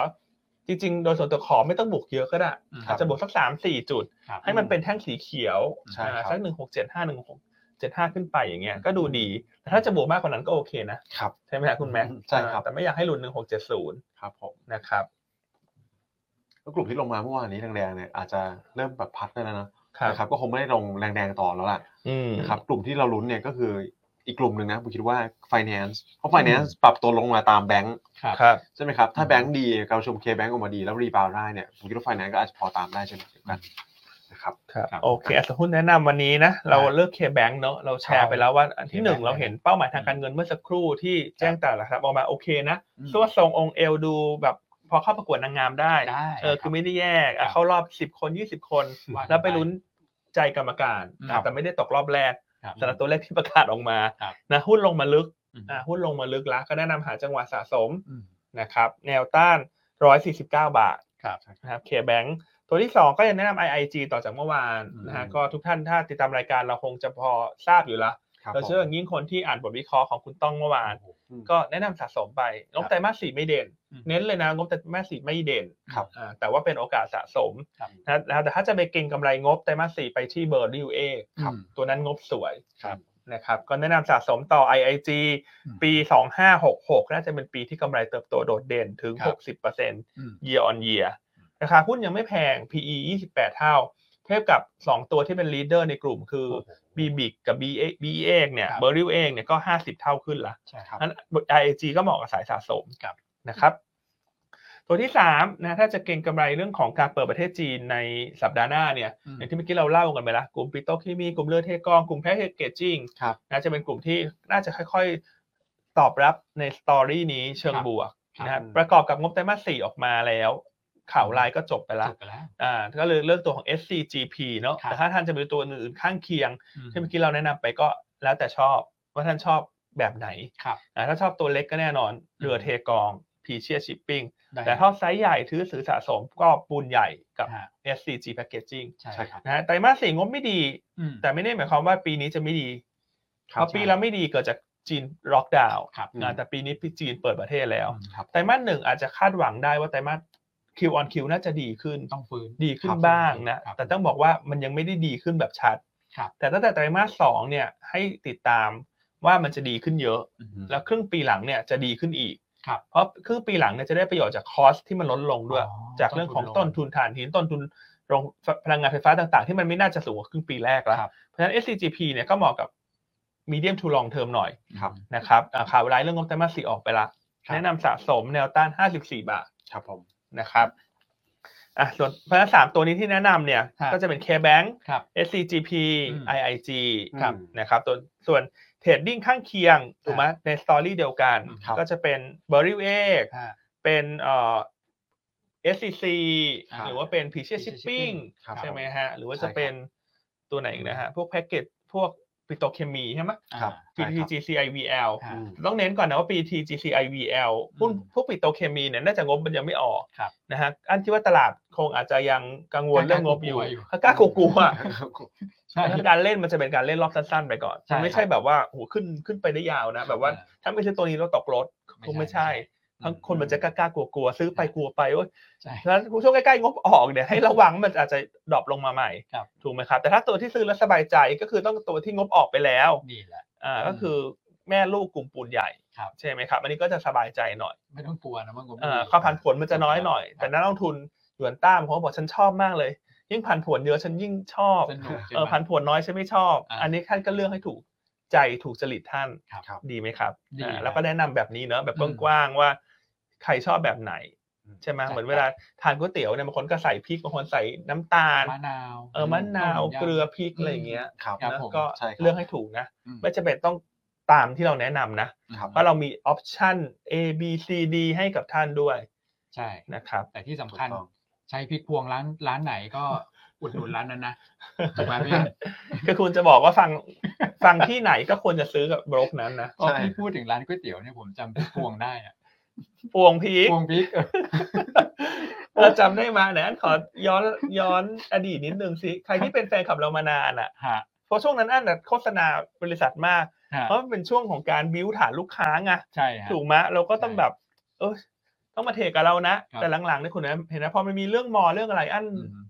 S1: จริงๆ โดยส่วนตัวขอไม่ต้องบวกเยอะก็ได้
S2: อืม
S1: อาจจะบวกสักสามสี่จุด
S2: ครับ
S1: ให้มันเป็นแท่งสีเขียว
S3: ใช่ครับ
S1: อ่าสักหนึ่งหกเจ็ดห้าหนึ่งหกเจ็ดห้าขึ้นไปอย่างเงี้ยก็ดูดีแต่ถ้าจะบวกมากกว่านั้นก็โอเคนะครับ ใช่ไหมครับคุณแม็กซ์
S3: ใช่ครั
S1: อ่า
S3: บ
S1: แต่ไม่อยากให้หลุดหนึ่งหกเจ็ดศูนย์
S3: ครับผม
S1: นะครับ
S3: ก็กลุ่มที่ลงมาเมื่อวานนี้แรงๆเนี่ยอาจจะเริ่มแบบพักได้แล้วนะ
S1: ครับ
S3: นะครับก็คงไม่ได้ลงแรงๆต่อแล้วล่ะ
S1: อืม
S3: นะครับกลุ่มที่เราลุ้นเนี่ยก็คืออีกกลุ่มหนึ่งนะผมคิดว่า finance เพราะ finance ปรับตัวลงมาตามแบงค์
S2: ครับ
S1: ครับ
S3: ใช่ไหมครับ ถ้าแบงค์ดีการประชมเคแบงค์ออกมาดีแล้วรีบาวได้เนี่ยผมคิดว่า finance ก็อาจจะพอตามได้เช่นเดียวกันนะครับ
S1: ครับ
S2: ครับ
S1: โอเคอัตราหุ้นแนะนำวันนี้นะเราเลือกเคแบงเนอะเราแชร์ไปแล้วว่าอันที่หนึ่ง
S2: K-Bank
S1: เราเห็นเป้าหมายทางการเงินเมื่อสักครู่ที่แจ้งตลาดหลักทรัพย์ออกมาโอเคนะส่วนทรงองค์เอลดูแบบพอเข้าประกวดนางงามได้
S2: ได้
S1: เออคือไม่ได้แยก
S2: ครับ
S1: อ่ะเข้ารอบสิบคนยี่สิบคน
S2: ว่ากัน
S1: แล้วไปลุ้นใจกรรมการ
S2: ครั
S1: อ่ะ
S2: บ
S1: แต่ไม่ได้ตกรอบแรก
S2: ครับ
S1: สำหรับตัวเลขที่ประกาศออกมา
S2: ครับ
S1: นะหุ้นลงมาลึก
S2: อืม
S1: อ่ะหุ้นลงมาลึกละก็แนะนำหาจังหวะสะสม
S2: อืม
S1: นะครับ แนวต้าน 149 บาท
S2: ครับ
S1: นะครับเคแบงตัวที่ 2 ก็ยังแนะนำ IIG ต่อจากเมื่อวานนะฮะ
S3: อืม
S1: ก็ทุกท่านถ้าติดตามรายการเราคงจะพอทราบอยู่ละ
S3: ครับ
S1: เราเชื่ออย่างยิ่งคนที่อ่านบทวิเคราะห์ของคุณต้องเมื่อวาน
S3: ผม
S1: ก็แนะนำสะสมไปงบไตรมาสสี่ไม่เด่น
S2: อืม
S1: เน้นเลยนะงบไตรมาสสี่ไม่เด่น
S3: ครับ
S1: อ่าแต่ว่าเป็นโอกาสสะสม
S2: ครับ
S1: นะนะแต่ถ้าจะไปเก็งกำไรงบไตรมาสสี่ไปที่เบอร์ดิวเอ
S2: ครับ
S1: ตัวนั้นงบสวย
S3: ครับ
S1: นะครับก็แนะนำสะสมต่อ IIG
S2: อืม
S1: ปี 2566 น่าจะเป็นปีที่กำไรเติบโตโดดเด่นถึง
S2: ครับ
S1: 60%
S2: อืม
S1: year on year ราคาหุ้นยังไม่แพง PE 28 เท่า เทียบกับ 2 ตัวที่เป็น leader ในกลุ่มคือ BBIC กับ BA BEX เนี่ย
S2: ครับ
S1: b e r r i l เองเนี่ยก็ 50 เท่าขึ้นละ
S2: ใช่ครับ
S1: นั้น IAG ก็เหมาะกับสายสะสม
S2: ครับ
S1: นะครับ ตัวที่สามนะถ้าจะเก็งกำไรเรื่องของการเปิดประเทศจีนในสัปดาห์หน้าเนี่ย
S2: ม
S1: อย่างที่เมื่อกี้เราเล่ากันไปละกลุ่มปิโตรเคมีกลุ่มเลือดเทกองกลุ่มแพคเกจจิ้ง
S3: ครับ
S1: นะจะเป็นกลุ่มที่น่าจะค่อยๆ ตอบรับในสตอรี่นี้เชิง
S2: ครับ
S1: บวกนะ
S3: ครั
S1: ฮะ
S3: บ
S1: ประกอบกับงบไตรมาสสี่ออกมาแล้ว ข่าวรายก็จบไปละ
S2: จบไปแล้ว
S1: อ่าก็เลยเลือกตัวของ SCGP เนอะ
S2: ครับ
S1: แต่ถ้าท่านจะไปดูตัวอื่นๆข้างเคียง
S2: อืม
S1: ที่เมื่อกี้เราแนะนำไปก็แล้วแต่ชอบว่าท่านชอบแบบไหน
S2: ครับ
S1: อ่าถ้าชอบตัวเล็กก็แน่นอน เรือเทกองพีเชียชิปปิ้ง
S2: ได้
S1: แต่ถ้าไซส์ใหญ่ถือสื่อสะสมก็ปูนใหญ่กับ
S2: ฮะ
S1: SCG Packaging
S2: ใช่
S3: ใช่
S2: ค
S3: ค
S2: รั
S3: รั
S2: บบ
S1: นะฮะไตรมาสสี่งบไม่ดี
S2: อืม
S1: แต่ไม่ได้หมายความว่าปีนี้จะไม่ดี
S3: ครับ
S1: เพราะปีแล้วไม่ดีเกิดจากจีนล็อกดาวน์
S2: ครับ
S1: นะแต่ปีนี้พี่จีนเปิดประเทศแล้ว
S2: อืม
S3: ครับ
S1: ไตรมาสหนึ่งอาจจะคาดหวังได้ว่าไตรมาส Q on Q น่าจะดีขึ้น
S2: ต้องฟื้น
S1: ดีขึ้
S3: ครั
S1: น
S3: บ
S1: บ้างนะ
S2: ครับ
S1: แต่ต้องบอกว่ามันยังไม่ได้ดีขึ้นแบบชัด
S2: ครับ
S1: แต่ตั้งแต่ไตรมาสสองเนี่ยให้ติดตามว่ามันจะดีขึ้นเยอะ
S2: อืม
S1: แล้วครึ่งปีหลังเนี่ยจะดีขึ้นอีก
S2: ครับ
S1: เพราะครึ่งปีหลังเนี่ยจะได้ประโยชน์จากคอสที่มันลดลงด้วย
S2: อ๋
S1: จากเรื่องของต้น
S2: ล
S1: ทุนถ่านหินต้นทุนโรงพลังงานไฟฟ้าต่างๆ ที่มันไม่น่าจะสูงกว่าครึ่งปีแรกแล้ว
S2: ครับ
S1: เพราะฉะนั้น SCGP เนี่ยก็เหมาะกับ medium to long term หน่อย
S3: ครับ
S1: นะครับอ่าข่าวร้ายเรื่องงบไตรมาสสี่ออกไปละ
S2: ครับ
S1: แนะนำสะสมแนวต้าน 54 บาท
S3: ครับผม
S1: นะครับอ่ะส่วนเพราะฉะนั้นสามตัวนี้ที่แนะนำเนี่ย
S2: ครับ
S1: ก็จะเป็น KBank
S2: ครับ
S1: SCGP
S2: อืม
S1: IIG
S3: ครับ
S1: นะครับส่วนส่วนเทรดดิ้งข้างเคียงถูกไหมในสตอรี่เดียวกัน
S3: ครับ
S1: ก็จะเป็น b e r r y w a g
S2: ฮะ
S1: เป็นเอ่อ SCC
S2: ครับ
S1: หรือว่าเป็น p i c h i a
S2: Precious
S1: Shipping
S2: Shipping
S3: ครับ
S1: ใช่ไหม
S3: ผ
S1: ฮะ หรือว่า
S3: ใช่
S1: จะ
S3: ครับ
S1: เป็นตัวไหนอีกนะฮะ พวกแพ็กเกจพวก ปิโตรเคมีใช่ไหม
S3: ครั
S2: อ่า
S3: บใช่ครับ
S1: PTGCIVL
S2: อ่า
S3: อืม
S1: ต้องเน้นก่อนนะว่า PTGCIVL หุ้น
S2: อืม
S1: พวกปิโตรเคมีเนี่ยน่าจะงบมันยังไม่ออก
S2: ครับ
S1: นะฮะอันที่ว่าตลาดคงอาจจะยังกังวลเรื่องงบอยู่
S2: กล้าๆ
S1: เขาก
S2: กลัวๆอยู่
S1: ล้ากลัวๆอะ
S2: ใช่
S1: การเล่นมันจะเป็นการเล่นรอบสั้นๆไปก่อน
S2: ใช่
S1: มันไม่
S2: ครับ
S1: ใช่แบบว่าโอ้โหขึ้นขึ้นไปได้ยาวนะแบบว่า ถ้าไม่ใช่ตัวนี้เราตกรถคงไม่ใช่ทั้งคนมันจะกล้ากลัวๆซื้อไปกลัวไปเว้ย
S2: ใช่
S1: เพราะฉะนั้นช่วงใกล้ๆงบออกเนี่ยให้ระวังมันอาจจะดรอปลงมาใหม่
S2: ครับ
S1: ถูกไหมครับแต่ถ้าตัวที่ซื้อแล้วสบายใจก็คือต้องตัวที่งบออกไปแล้ว
S2: นี่แหละ
S1: อ่าก็คือแม่ลูกกลุ่มปูนใหญ่
S2: ครับ
S1: ใช่ไหมครับ อันนี้ก็จะสบายใจหน่อย
S2: ไม่ต้องกลัวนะมันก็ไม่
S1: อ่า
S2: ดี
S1: ความผันผวนมันจะน้อยหน่อย
S2: ครั
S1: แต่
S2: บ
S1: นักลงทุนหยวนต้ามเขาบอกฉันชอบมากเลย ยิ่งผันผวนเยอะฉันยิ่งชอบ
S2: สนุกใช่ไหม
S1: เออผันผวนน้อยฉันไม่ชอบ
S2: อ่า
S1: อันนี้ท่านก็เลือกให้ถูกใจถูกจริตท่าน
S2: ครับ
S3: ครับ
S1: ดีไหมครับ
S2: ดี
S1: อ่า
S2: ครับ
S1: แล้วก็แนะนำแบบนี้เนอะแบบ
S2: อืม
S1: กว้างๆว่าใครชอบแบบไหน
S3: อืม
S1: ใช่ไหม
S2: ใช่
S1: เหมือนเวลาทานก๋วยเตี๋ยวเนี่ยบางคนก็ใส่พริกบางคนใส่น้ำตาล
S2: มะนาว
S1: เออมะนาว
S2: ต้มยำ
S1: เกลือพริกอะไรอย่างเงี้ย
S3: ครับ
S2: ครับ
S1: นะ
S2: ผม
S1: ก็
S3: ใช่ครับ
S1: เลือกให้ถูกนะ
S2: อืม
S1: ไม่จำเป็นต้องตามที่เราแนะนำนะ
S3: ครับ
S1: เพราะเรามีออปชั n A B C D ให้กับท่านด้วย
S2: ใช่
S1: นะครับ
S2: แต่ที่สำคัญ
S3: ถูกต้อง
S2: ใช้พริกพวงร้านร้านไหนก็อุดหนุนร้านนั้นนะถูกไหมพี่
S1: คือคุณจะบอกว่าฟังฟังที่ไหนก็ควรจะซื้อกับโบรกนั้นนะ
S2: พอพี่พูดถึงร้านก๋วยเตี๋ยวเนี่ยผมจำพริกพวงได้อะ
S1: พวงพริก
S2: พวงพริกเออ
S1: เราจำได้มาไหนอันขอย้อนย้อนอดีตนิดนึงสิใครที่เป็นแฟนขับเรามานานอ่ะ
S2: ฮะ
S1: เพราะช่วงนั้นอันน่ะโฆษณาบริษัทมาก
S2: ฮะ
S1: เพราะมันเป็นช่วงของการบิวฐานลูกค้าไง
S2: ใช่ฮะ
S1: ถูกไหมเราก็ต้อง
S2: ใช่
S1: แบบเออต้องมาเทกับเรานะ
S2: ครับ
S1: แต่หลังๆเนี่ยคุณนะเห็นนะพอมันมีเรื่องมอเรื่องอะไร อัน
S2: อืม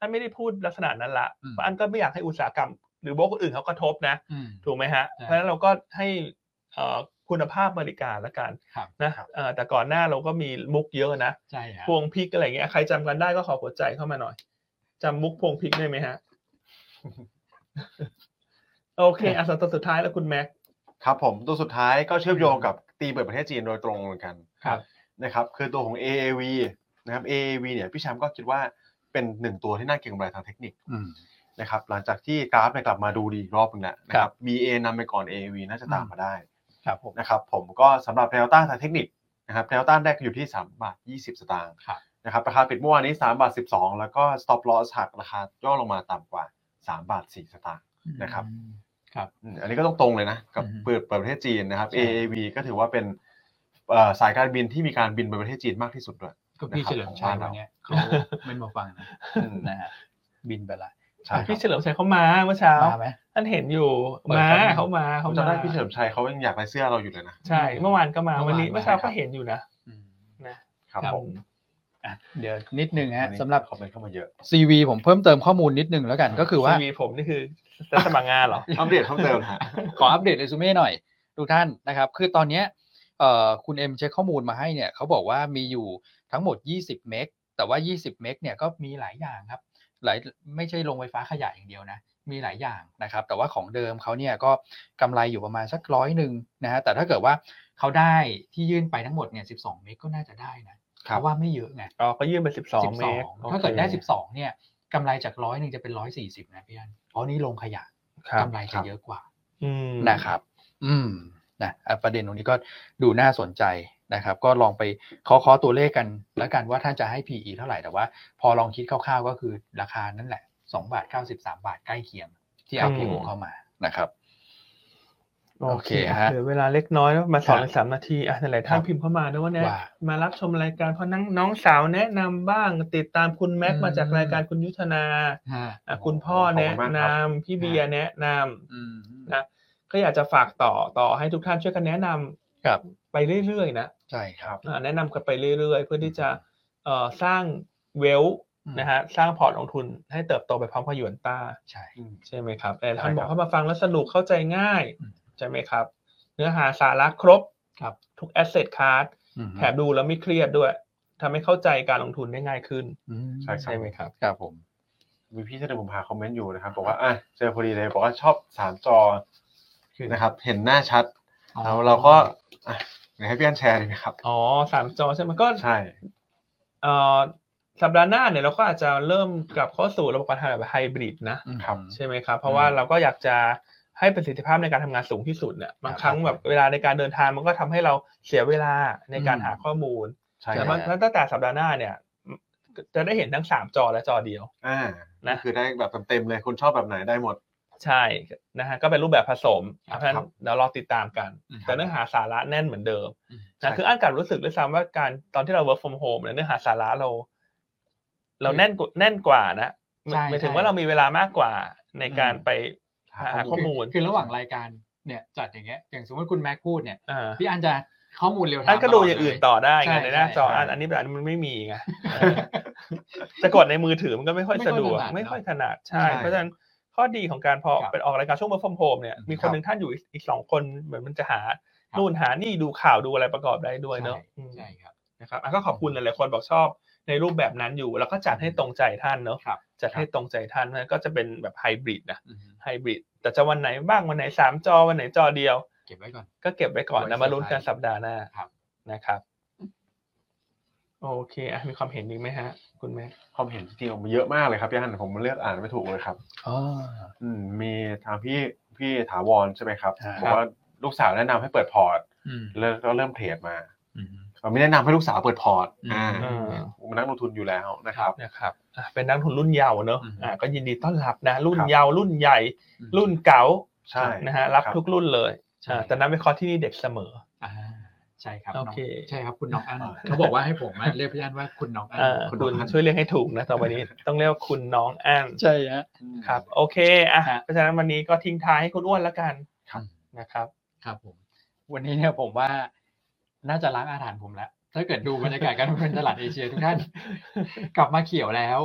S1: อันไม่ได้พูดลักษณะนั้นละ
S2: อืม
S1: เพราะอันก็ไม่อยากให้อุตสาหกรรม หรือโบรกคนอื่นเขากระทบนะ
S2: อืม
S1: ถูกไหมฮะ
S2: ใช่
S1: เพราะฉะนั้นเราก็ให้เอ่อคุณภาพบริการละกัน
S2: ครับ
S1: นะเอ่อแต่ก่อนหน้าเราก็มีมุกเยอะนะ
S2: ใช่ฮะ
S1: พวงพริกอะไรเงี้ยใครจำกันได้ก็ขอหัวใจเข้ามาหน่อยจำมุกพวงพริกได้ไหมฮะ โอเคอ่ะสัปดาห์สุดท้ายแล้วคุณแม็ก
S3: ครับผมตัวสุดท้ายก็เชื่อมโยงกับตีมเปิดประเทศจีนโดยตรงเหมือนกัน
S1: ครับ
S3: นะครับคือตัวของ AAV นะครับ AAV เนี่ยพี่แชมป์ก็คิดว่าเป็นหนึ่งตัวที่น่าเก็งกำไรทางเทคนิค
S2: อืม
S3: นะครับหลังจากที่กราฟเนี่ยกลับมาดูดีอีกรอบหนึงแล้วนะค
S1: ครั
S3: รับ บ BA นำไปก่อน AAV น่าจะตามมาได้
S2: ครับผม
S3: นะครับผมก็สำหรับแนวต้านทางเทคนิคนะครับแนวต้านแรกอยู่ที่3บาท20 สตางค์
S2: ครับ
S3: นะครับราคาปิดเมื่อวานนี้3บาท12 แล้วก็ stop loss หักราคาย่อลงมาต่ำกว่า3บาท4สตางค์ นะครับ
S2: ครับ
S3: อืมอันนี้ก็ต้องตรงเลยนะ กับ
S2: อือฮึ
S3: เปิดเปิดประเทศจีนนะครับ
S2: ใช่
S3: AAV ก็ถือว่าเป็นเอ่อสายการบินที่มีการบินไปประเทศจีนมากที่สุดด้วย
S2: ก็พี่
S3: นะครับ
S2: เฉลิมชัย
S3: ของบ้าน
S2: วั
S3: เรา
S2: นเนี้ยเขาไม่มาฟังนะ
S3: อืม
S2: นะฮะบินไปละ
S3: ใช่ครับ
S1: พี่เฉลิมชัยเขามาเมื่อเช้า
S2: มาไหม
S1: ท่านเห็นอยู่
S2: เปิด
S1: มา
S2: ครั้งหนึ่ง
S1: เขามา
S3: ผ
S1: เขา
S3: ม
S1: มา
S3: จำได้พี่เฉลิมชัยเขายังอยากได้เสื้อเราอยู่เลยนะ
S1: ใช่เมื่อวานก็มา
S2: เมื่อวาน
S1: วันนี้
S2: มา
S1: เมื่อเช้า
S3: ครั
S1: ก็
S3: บ
S1: เห็นอยู่นะ
S2: อืม
S1: นะครับ
S2: ครับ
S3: ผม
S2: อ่ะเดี๋ยวนิดนึงฮะ
S3: วันนี้
S2: สำหรับ
S3: คอมเมนต์เข้ามา
S2: (laughs)
S3: เยอะ
S2: CV ผมเพิ่มเติมข้อมูลนิดนึงแล้วกันก็คือว่า
S1: ทีวีผมนี่คือจะสมัครงานเหรอ
S3: อัปเดตเพิ่มเติมฮะ
S2: ขออัปเดตเรซูเม่หน่อยทุกท่านนะครับ คือตอนเนี้ยเอ่อคุณเอ็มเช็คข้อมูลมาให้เนี่ยเขาบอกว่ามีอยู่ทั้งหมด 20 เมกแต่ว่า 20 เมกเนี่ยก็มีหลายอย่างครับหลายไม่ใช่โรงไฟฟ้าขยะอย่างเดียวนะ มีหลายอย่างนะครับ แต่ว่าของเดิมเขาเนี่ยก็กำไรอยู่ประมาณสักร้อยหนึ่งนะฮะแต่ถ้าเกิดว่าเขาได้ที่ยื่นไปทั้งหมดเนี่ย 12 เมกก็น่าจะได้นะครับ เพราะว่าไม่เยอะไง
S1: อ๋อเขายื่นไปสิบสองเมตร
S2: 12ถ้าเกิดได้ 12 เนี่ยกำไรจากร้อยหนึ่งจะเป็น 140 นะพี่อันเพราะนี่ลงขยะ
S1: ครับ
S2: กำไร
S3: ค
S2: จะ
S3: รับ
S2: เยอะกว่า
S1: อืม
S2: นะครับ อืม นะอ่ะประเด็นตรงนี้ก็ดูน่าสนใจนะครับ ก็ลองไปเคาะเคาะตัวเลขกัน แล้วกันว่าท่านจะให้ PE เท่าไหร่ แต่ว่าพอลองคิดคร่าวๆ ก็คือราคานั่นแหละ2บาท93 บาทใกล้เคียง ที่ IPO เข้ามานะครับ โอเคฮะ
S1: เหลือเวลาเล็กน้อยแล้วมาสอง
S2: ครับ
S1: ถึงสามนาทีอ่ะหลายๆท่านพิมพ์เข้ามานะว่าเนี่ย
S2: ว่า
S1: มารับชมรายการเพราะนั่งน้องสาวแนะนำบ้าง ติดตามคุณแม็ก
S2: อื
S1: ซ์
S2: ม
S1: มาจากรายการคุณยุทธนา
S2: ฮะ
S1: อ่ะคุณพ่อ
S3: ขอบคุณ
S1: แนะ
S3: มาก
S1: น
S3: ครับ
S1: ำพี่เบียร์แนะนำ
S2: อืม
S1: นะ ก็อยากจะฝากต่อต่อให้ทุกท่านช่วยกันแนะนำ
S2: ครับ
S1: ไปเรื่อยๆนะ
S2: ใช่ครับ
S1: อ่าแนะนำกันไปเรื่อยๆ เพื่อที่จะเอ่อสร้างเวลนะฮะสร้างพอร์ตลงทุนให้เติบโตไปพร้อมกับหยวนต้า
S2: ใช่
S3: อืม
S1: ใช่ไหมครับแต่ท่าน
S3: ใช่ครับ
S1: บอกเข้ามาฟังแล้วสนุกเข้าใจง่าย
S2: อืม
S1: ใช่ไหมครับ เนื้อหาสาระครบ
S2: ครับ
S1: ทุก asset class
S2: อืม
S1: แถมดูแล้วไม่เครียดด้วยทำให้เข้าใจการลงทุนได้ง่ายขึ้น
S2: อืม
S3: ใช่ครับ
S1: ใช่ไหมครับ
S2: ครับผม
S3: มีพี่เสื้อผมหาคอมเมนต์อยู่นะครับบอกว่าอ่ะเจอพอดีเลยบอกว่าชอบสามจอนะครับ เห็นหน้าชัดแล้วเราก็อ่ะเดี๋ยวให้พี่อันแชร์ดีไหมครับ
S1: อ๋อสามจอใช่ไหมก็
S3: ใช่
S1: เอ่อสัปดาห์หน้าเนี่ยเราก็อาจจะเริ่มกลับเข้าสู่ระบบการทำงานแบบไฮบริดนะ
S2: อืม
S1: ใช่ไหมครับ เพราะว่าเราก็อยากจะให้ประสิทธิภาพในการทำงานสูงที่สุดเนี่ยบางครั้งแบบเวลาในการเดินทางมันก็ทำให้เราเสียเวลาในการ
S2: อืม
S1: หาข้อมูล
S3: ใช่
S1: แต่
S3: ค
S1: ว่า
S3: รับ
S1: ตั้งแต่สัปดาห์หน้าเนี่ยจะได้เห็นทั้งสามจอและจอเดียว
S3: อ่า
S1: นะ
S3: คือได้แบบเต็มๆเลยคนชอบแบบไหนได้หมด
S1: ใช่นะฮะก็เป็นรูปแบบผสม
S2: ครับ
S1: เพราะฉะนั้นเดี๋ยวรอติดตามกัน
S2: อืม
S1: แต่เนื้อหาสาระแน่นเหมือนเดิม
S2: อืม
S1: นะคืออ่านกลับรู้สึกด้วยซ้ำว่าการตอนที่เรา work from home เนี่ยเนื้อหาสาระเรา เราแน่นกว่าแน่นกว่านะหมาย
S2: ใช่
S1: หมายถึง
S2: ใช่
S1: ว่าเรามีเวลามากกว่าในการ
S2: อืม
S1: ไปหาข้อมูล
S2: คือระหว่างรายการเนี่ยจัดอย่างเงี้ยอย่างสมมติคุณแม็กพูดเนี่ย
S1: อ่า
S2: พี่อันจะข้อมูลเร็วทั
S1: อันก็ดูอย่างอื่นต่อได้
S2: ใช่
S1: ไงในหน้าจอ
S2: ใช่
S1: อันอันนี้แบบอันนี้มันไม่มี
S2: (laughs)
S1: ไง จะกดในมือถือมันก็ไม่ค่อยสะดวก
S2: ไม่
S1: ไม่
S2: ค่
S1: ค่
S2: อ
S1: อย ยถ
S2: ถนั
S1: นั
S2: ด
S1: ด
S2: ใช่
S1: ใช่ เพราะฉะนั้นข้อดีของการพอ
S2: ครับ
S1: ไปออกรายการช่วง work from home เนี่ยมีคนหนึ่งท่านอยู่อีกอีกสองคนเหมือนมันจะหา
S2: ครับ
S1: นู่นหานี่ดูข่าวดูอะไรประกอบได้ด้วยเนอะ
S2: ใช่
S1: อืม
S2: ใช่ครับ
S1: นะครับอ่ะก็ขอบคุณหลายๆคนบอกชอบในรูปแบบนั้นอยู่ แล้วก็จัดให้ตรงใจท่านเนอะ
S2: ครับ
S1: จัดให้ตรงใจท่านนะก็จะเป็นแบบไฮบริดนะ
S2: อืม
S1: ไฮบริดแต่จะวันไหนบ้างวันไหนสามจอวันไหนจอเดียว
S2: เก็บไว้ก่อน
S1: ก็เก็บไว้ก่อน
S2: ไว้
S1: นะมาลุ้นกัน
S2: เซอร์ไพรส์
S1: สัปดาห์หน้า
S2: ครับ
S1: นะครับ โอเคอ่ะมีความเห็นอีกไหมฮะ คุณแม่
S3: ความเห็นจริงๆออกมาเยอะมากเลยครับพี่ฮันผมเลือกอ่านไม่ถูกเลยครับ
S2: อ๋อ
S3: อืมมีทางพี่พี่ถาวรใช่ไหมครับ
S2: ครับ
S3: บอกว่าลูกสาวแนะนำให้เปิดพอร์ต
S2: อืม
S3: แล้วก็เริ่มเทรดมา
S2: อืม
S3: เราไม่แนะนำให้ลูกสาวเปิดพอร์ตอ่า
S2: อืม
S3: ผมเป็นนักลงทุนอยู่แล้วนะครับ
S1: นะครับอ่ะเป็นนักลงทุนรุ่นเยาว์เนอะ
S2: อืม
S1: อ่ะก็ยินดีต้อนรับนะ รุ่น
S3: ครับ
S1: เยาว์รุ่นใหญ่ รุ่นเก่า
S3: ใช่
S1: นะฮะรับ
S3: ค
S1: ทุกรุ่นเลย
S2: ใช่
S1: อ่ะแต่นักวิเคราะห์ที่นี่เด็กเสมอ
S2: อ่าใช่ครับ
S1: โอ
S2: น้ง
S1: เค
S2: ใช่ครับคุณน้องอันเขาบอกว่าให้ผมอะเรียกพี่ (laughs) อันว่าคุณน้องอัน
S1: อ่า
S2: คุณน้
S1: คุ
S2: อง
S1: ณ
S2: อัน
S1: ช่วยเรียกให้ถูกนะต่อ
S2: (laughs)
S1: ไปนี้ ต้องเรียกว่าคุณน้องอัน
S2: ใช่ฮะ
S3: อืม
S1: ครับ โอเคอ่ะ
S2: ฮะ
S1: เพราะฉะนั้นวันนี้ก็ทิ้งท้ายให้คุณอ้วนละกัน
S3: ครับ
S1: นะครับ
S2: ครับผม วันนี้เนี่ยผมว่าน่าจะล้างอาถรรพ์ผมแล้ว ถ้าเกิดดูบรรยากาศการลงทุนตลาดเอเชียทุกท่าน (laughs) กลับมาเขียวแล้ว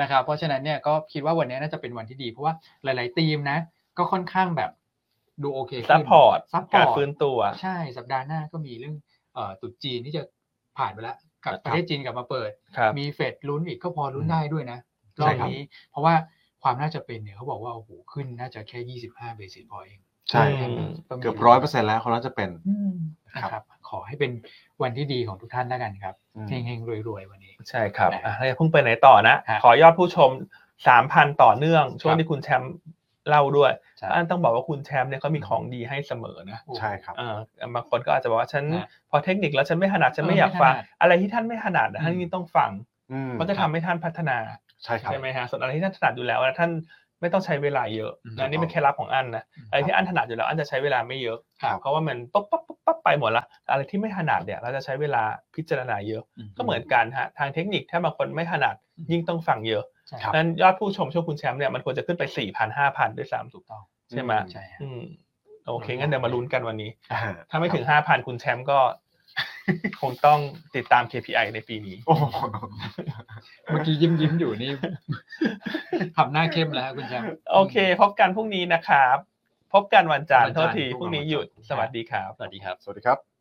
S2: นะครับ เพราะฉะนั้นเนี่ยก็คิดว่าวันนี้น่าจะเป็นวันที่ดี เพราะว่าหลาย ๆ ทีมนะ ก็ค่อนข้างแบบดูโอเคขึ้น
S1: ซัพพอร์ต
S2: ซัพพอ
S1: การ
S2: ร์ต
S1: ฟื้นตัว
S2: ใช่สัปดาห์หน้าก็มีเรื่องเอ่อตรุดจีนที่จะผ่านไปแล้วกับ
S1: ครับ
S2: ประเทศจีนกลับมาเปิด
S1: ครับ
S2: มีเฟดลุ้นอีกก็พอลุ้น
S3: อืม
S2: ได้ด้วยนะร
S1: ใช่
S2: อบ
S1: ครับ
S2: นี้ เพราะว่าความน่าจะเป็นเนี่ยเขาบอกว่าโอ้โหขึ้นน่าจะแค่ 25 เบสิสพอยต์เอง
S3: ใช่
S1: อืม
S2: ก็มี
S3: เกือบร้อยเปอร์เซ็นต์แล้วเขาน่าจะเป็น
S2: อืม
S3: ค
S2: นะ
S3: รับ
S2: ครับ ขอให้เป็นวันที่ดีของทุกท่านแล้วกันครับ
S3: อืม
S2: เฮงๆรวยๆ วันนี้
S1: ใช่ครับ
S2: นะ
S1: อ่ะแล้วอย่าเพิ่งไปไหนต่อนะ
S2: ฮะ
S1: ขอยอดผู้ชม 3,000 ต่อเนื่อง ช่วง
S2: ครับ
S1: ที่คุณแชมป์เล่าด้วย
S2: ใช่
S1: อันต้องบอกว่าคุณแชมป์เนี่ยเขามีของดีให้เสมอนะ
S2: โอ้
S3: ใช่ครับ
S1: เอ่อบางคนก็อาจจะบอกว่าฉัน
S2: นะ
S1: พอเทคนิคแล้วฉันไม่ถนัดฉัน
S2: เออ
S1: ไม่อยากฟัง
S2: ไม่ถนัด
S1: อะไรที่ท่านไม่ถนัดนะ
S2: อืม
S1: ท่านยิ่งต้องฟัง
S3: อืม
S1: มันจะทำให้ท่านพัฒนา
S3: ใช่ครับ
S1: ใช่ไหมฮะส่วนอะไรที่ท่านถนัดอยู่แล้วนะท่านไม่ต้องใช้เวลาเยอะ
S2: อืม
S1: นะนี่เป็นเคล็ดลับของอันนะอะไรที่อันถนัดอยู่แล้วอันจะใช้เวลาไม่เยอะ
S2: ครับ
S1: เพราะว่ามันปั๊บปั๊บปั๊บปั๊บไปหมดละอะไรที่ไม่ถนัดเนี่ยเราจะใช้เวลาพิจารณาเยอะ ก็เหมือนกันฮะทางเทคนิคถ้าบางคนไม่ถนัด
S2: อืม
S1: ยิ่งต้องฟังเยอะ
S2: ใช่
S3: ครับ
S1: นั้นยอดผู้ชมช่วงคุณแชมป์เนี่ยมันควรจะขึ้นไป4 0 0 0 5,000ด้วยซ้ำถู
S2: ถู
S1: ก
S2: กต้อง
S1: ใช่ไหม
S2: ใช่ฮะ
S1: อืมโอเคงั้นเดี๋ยวมาลุ้นกันวันนี้
S3: อ่า
S1: ถ้าไม่ถึงห้าพันคุณแชม
S2: (laughs)
S1: ป์ก็ คงต้องติดตาม KPI ในปีนี้
S3: (laughs) โอ้โห
S2: เมื่อกี้ยิ้มยิ้มๆอยู่นี่ ทำหน้าเข้มแล้วคุณแชมป์
S1: โอเค พบกันพรุ่งนี้นะครับ พบกันวันจันทร์
S2: วัน
S1: โท
S2: จัน
S1: ษ
S2: ทร์
S1: ทีพรุ่งนี้หยุด
S2: พรุ่งนี้
S1: สวัสดีครับ
S2: สวัสดีครับ
S3: สวัสดีครับ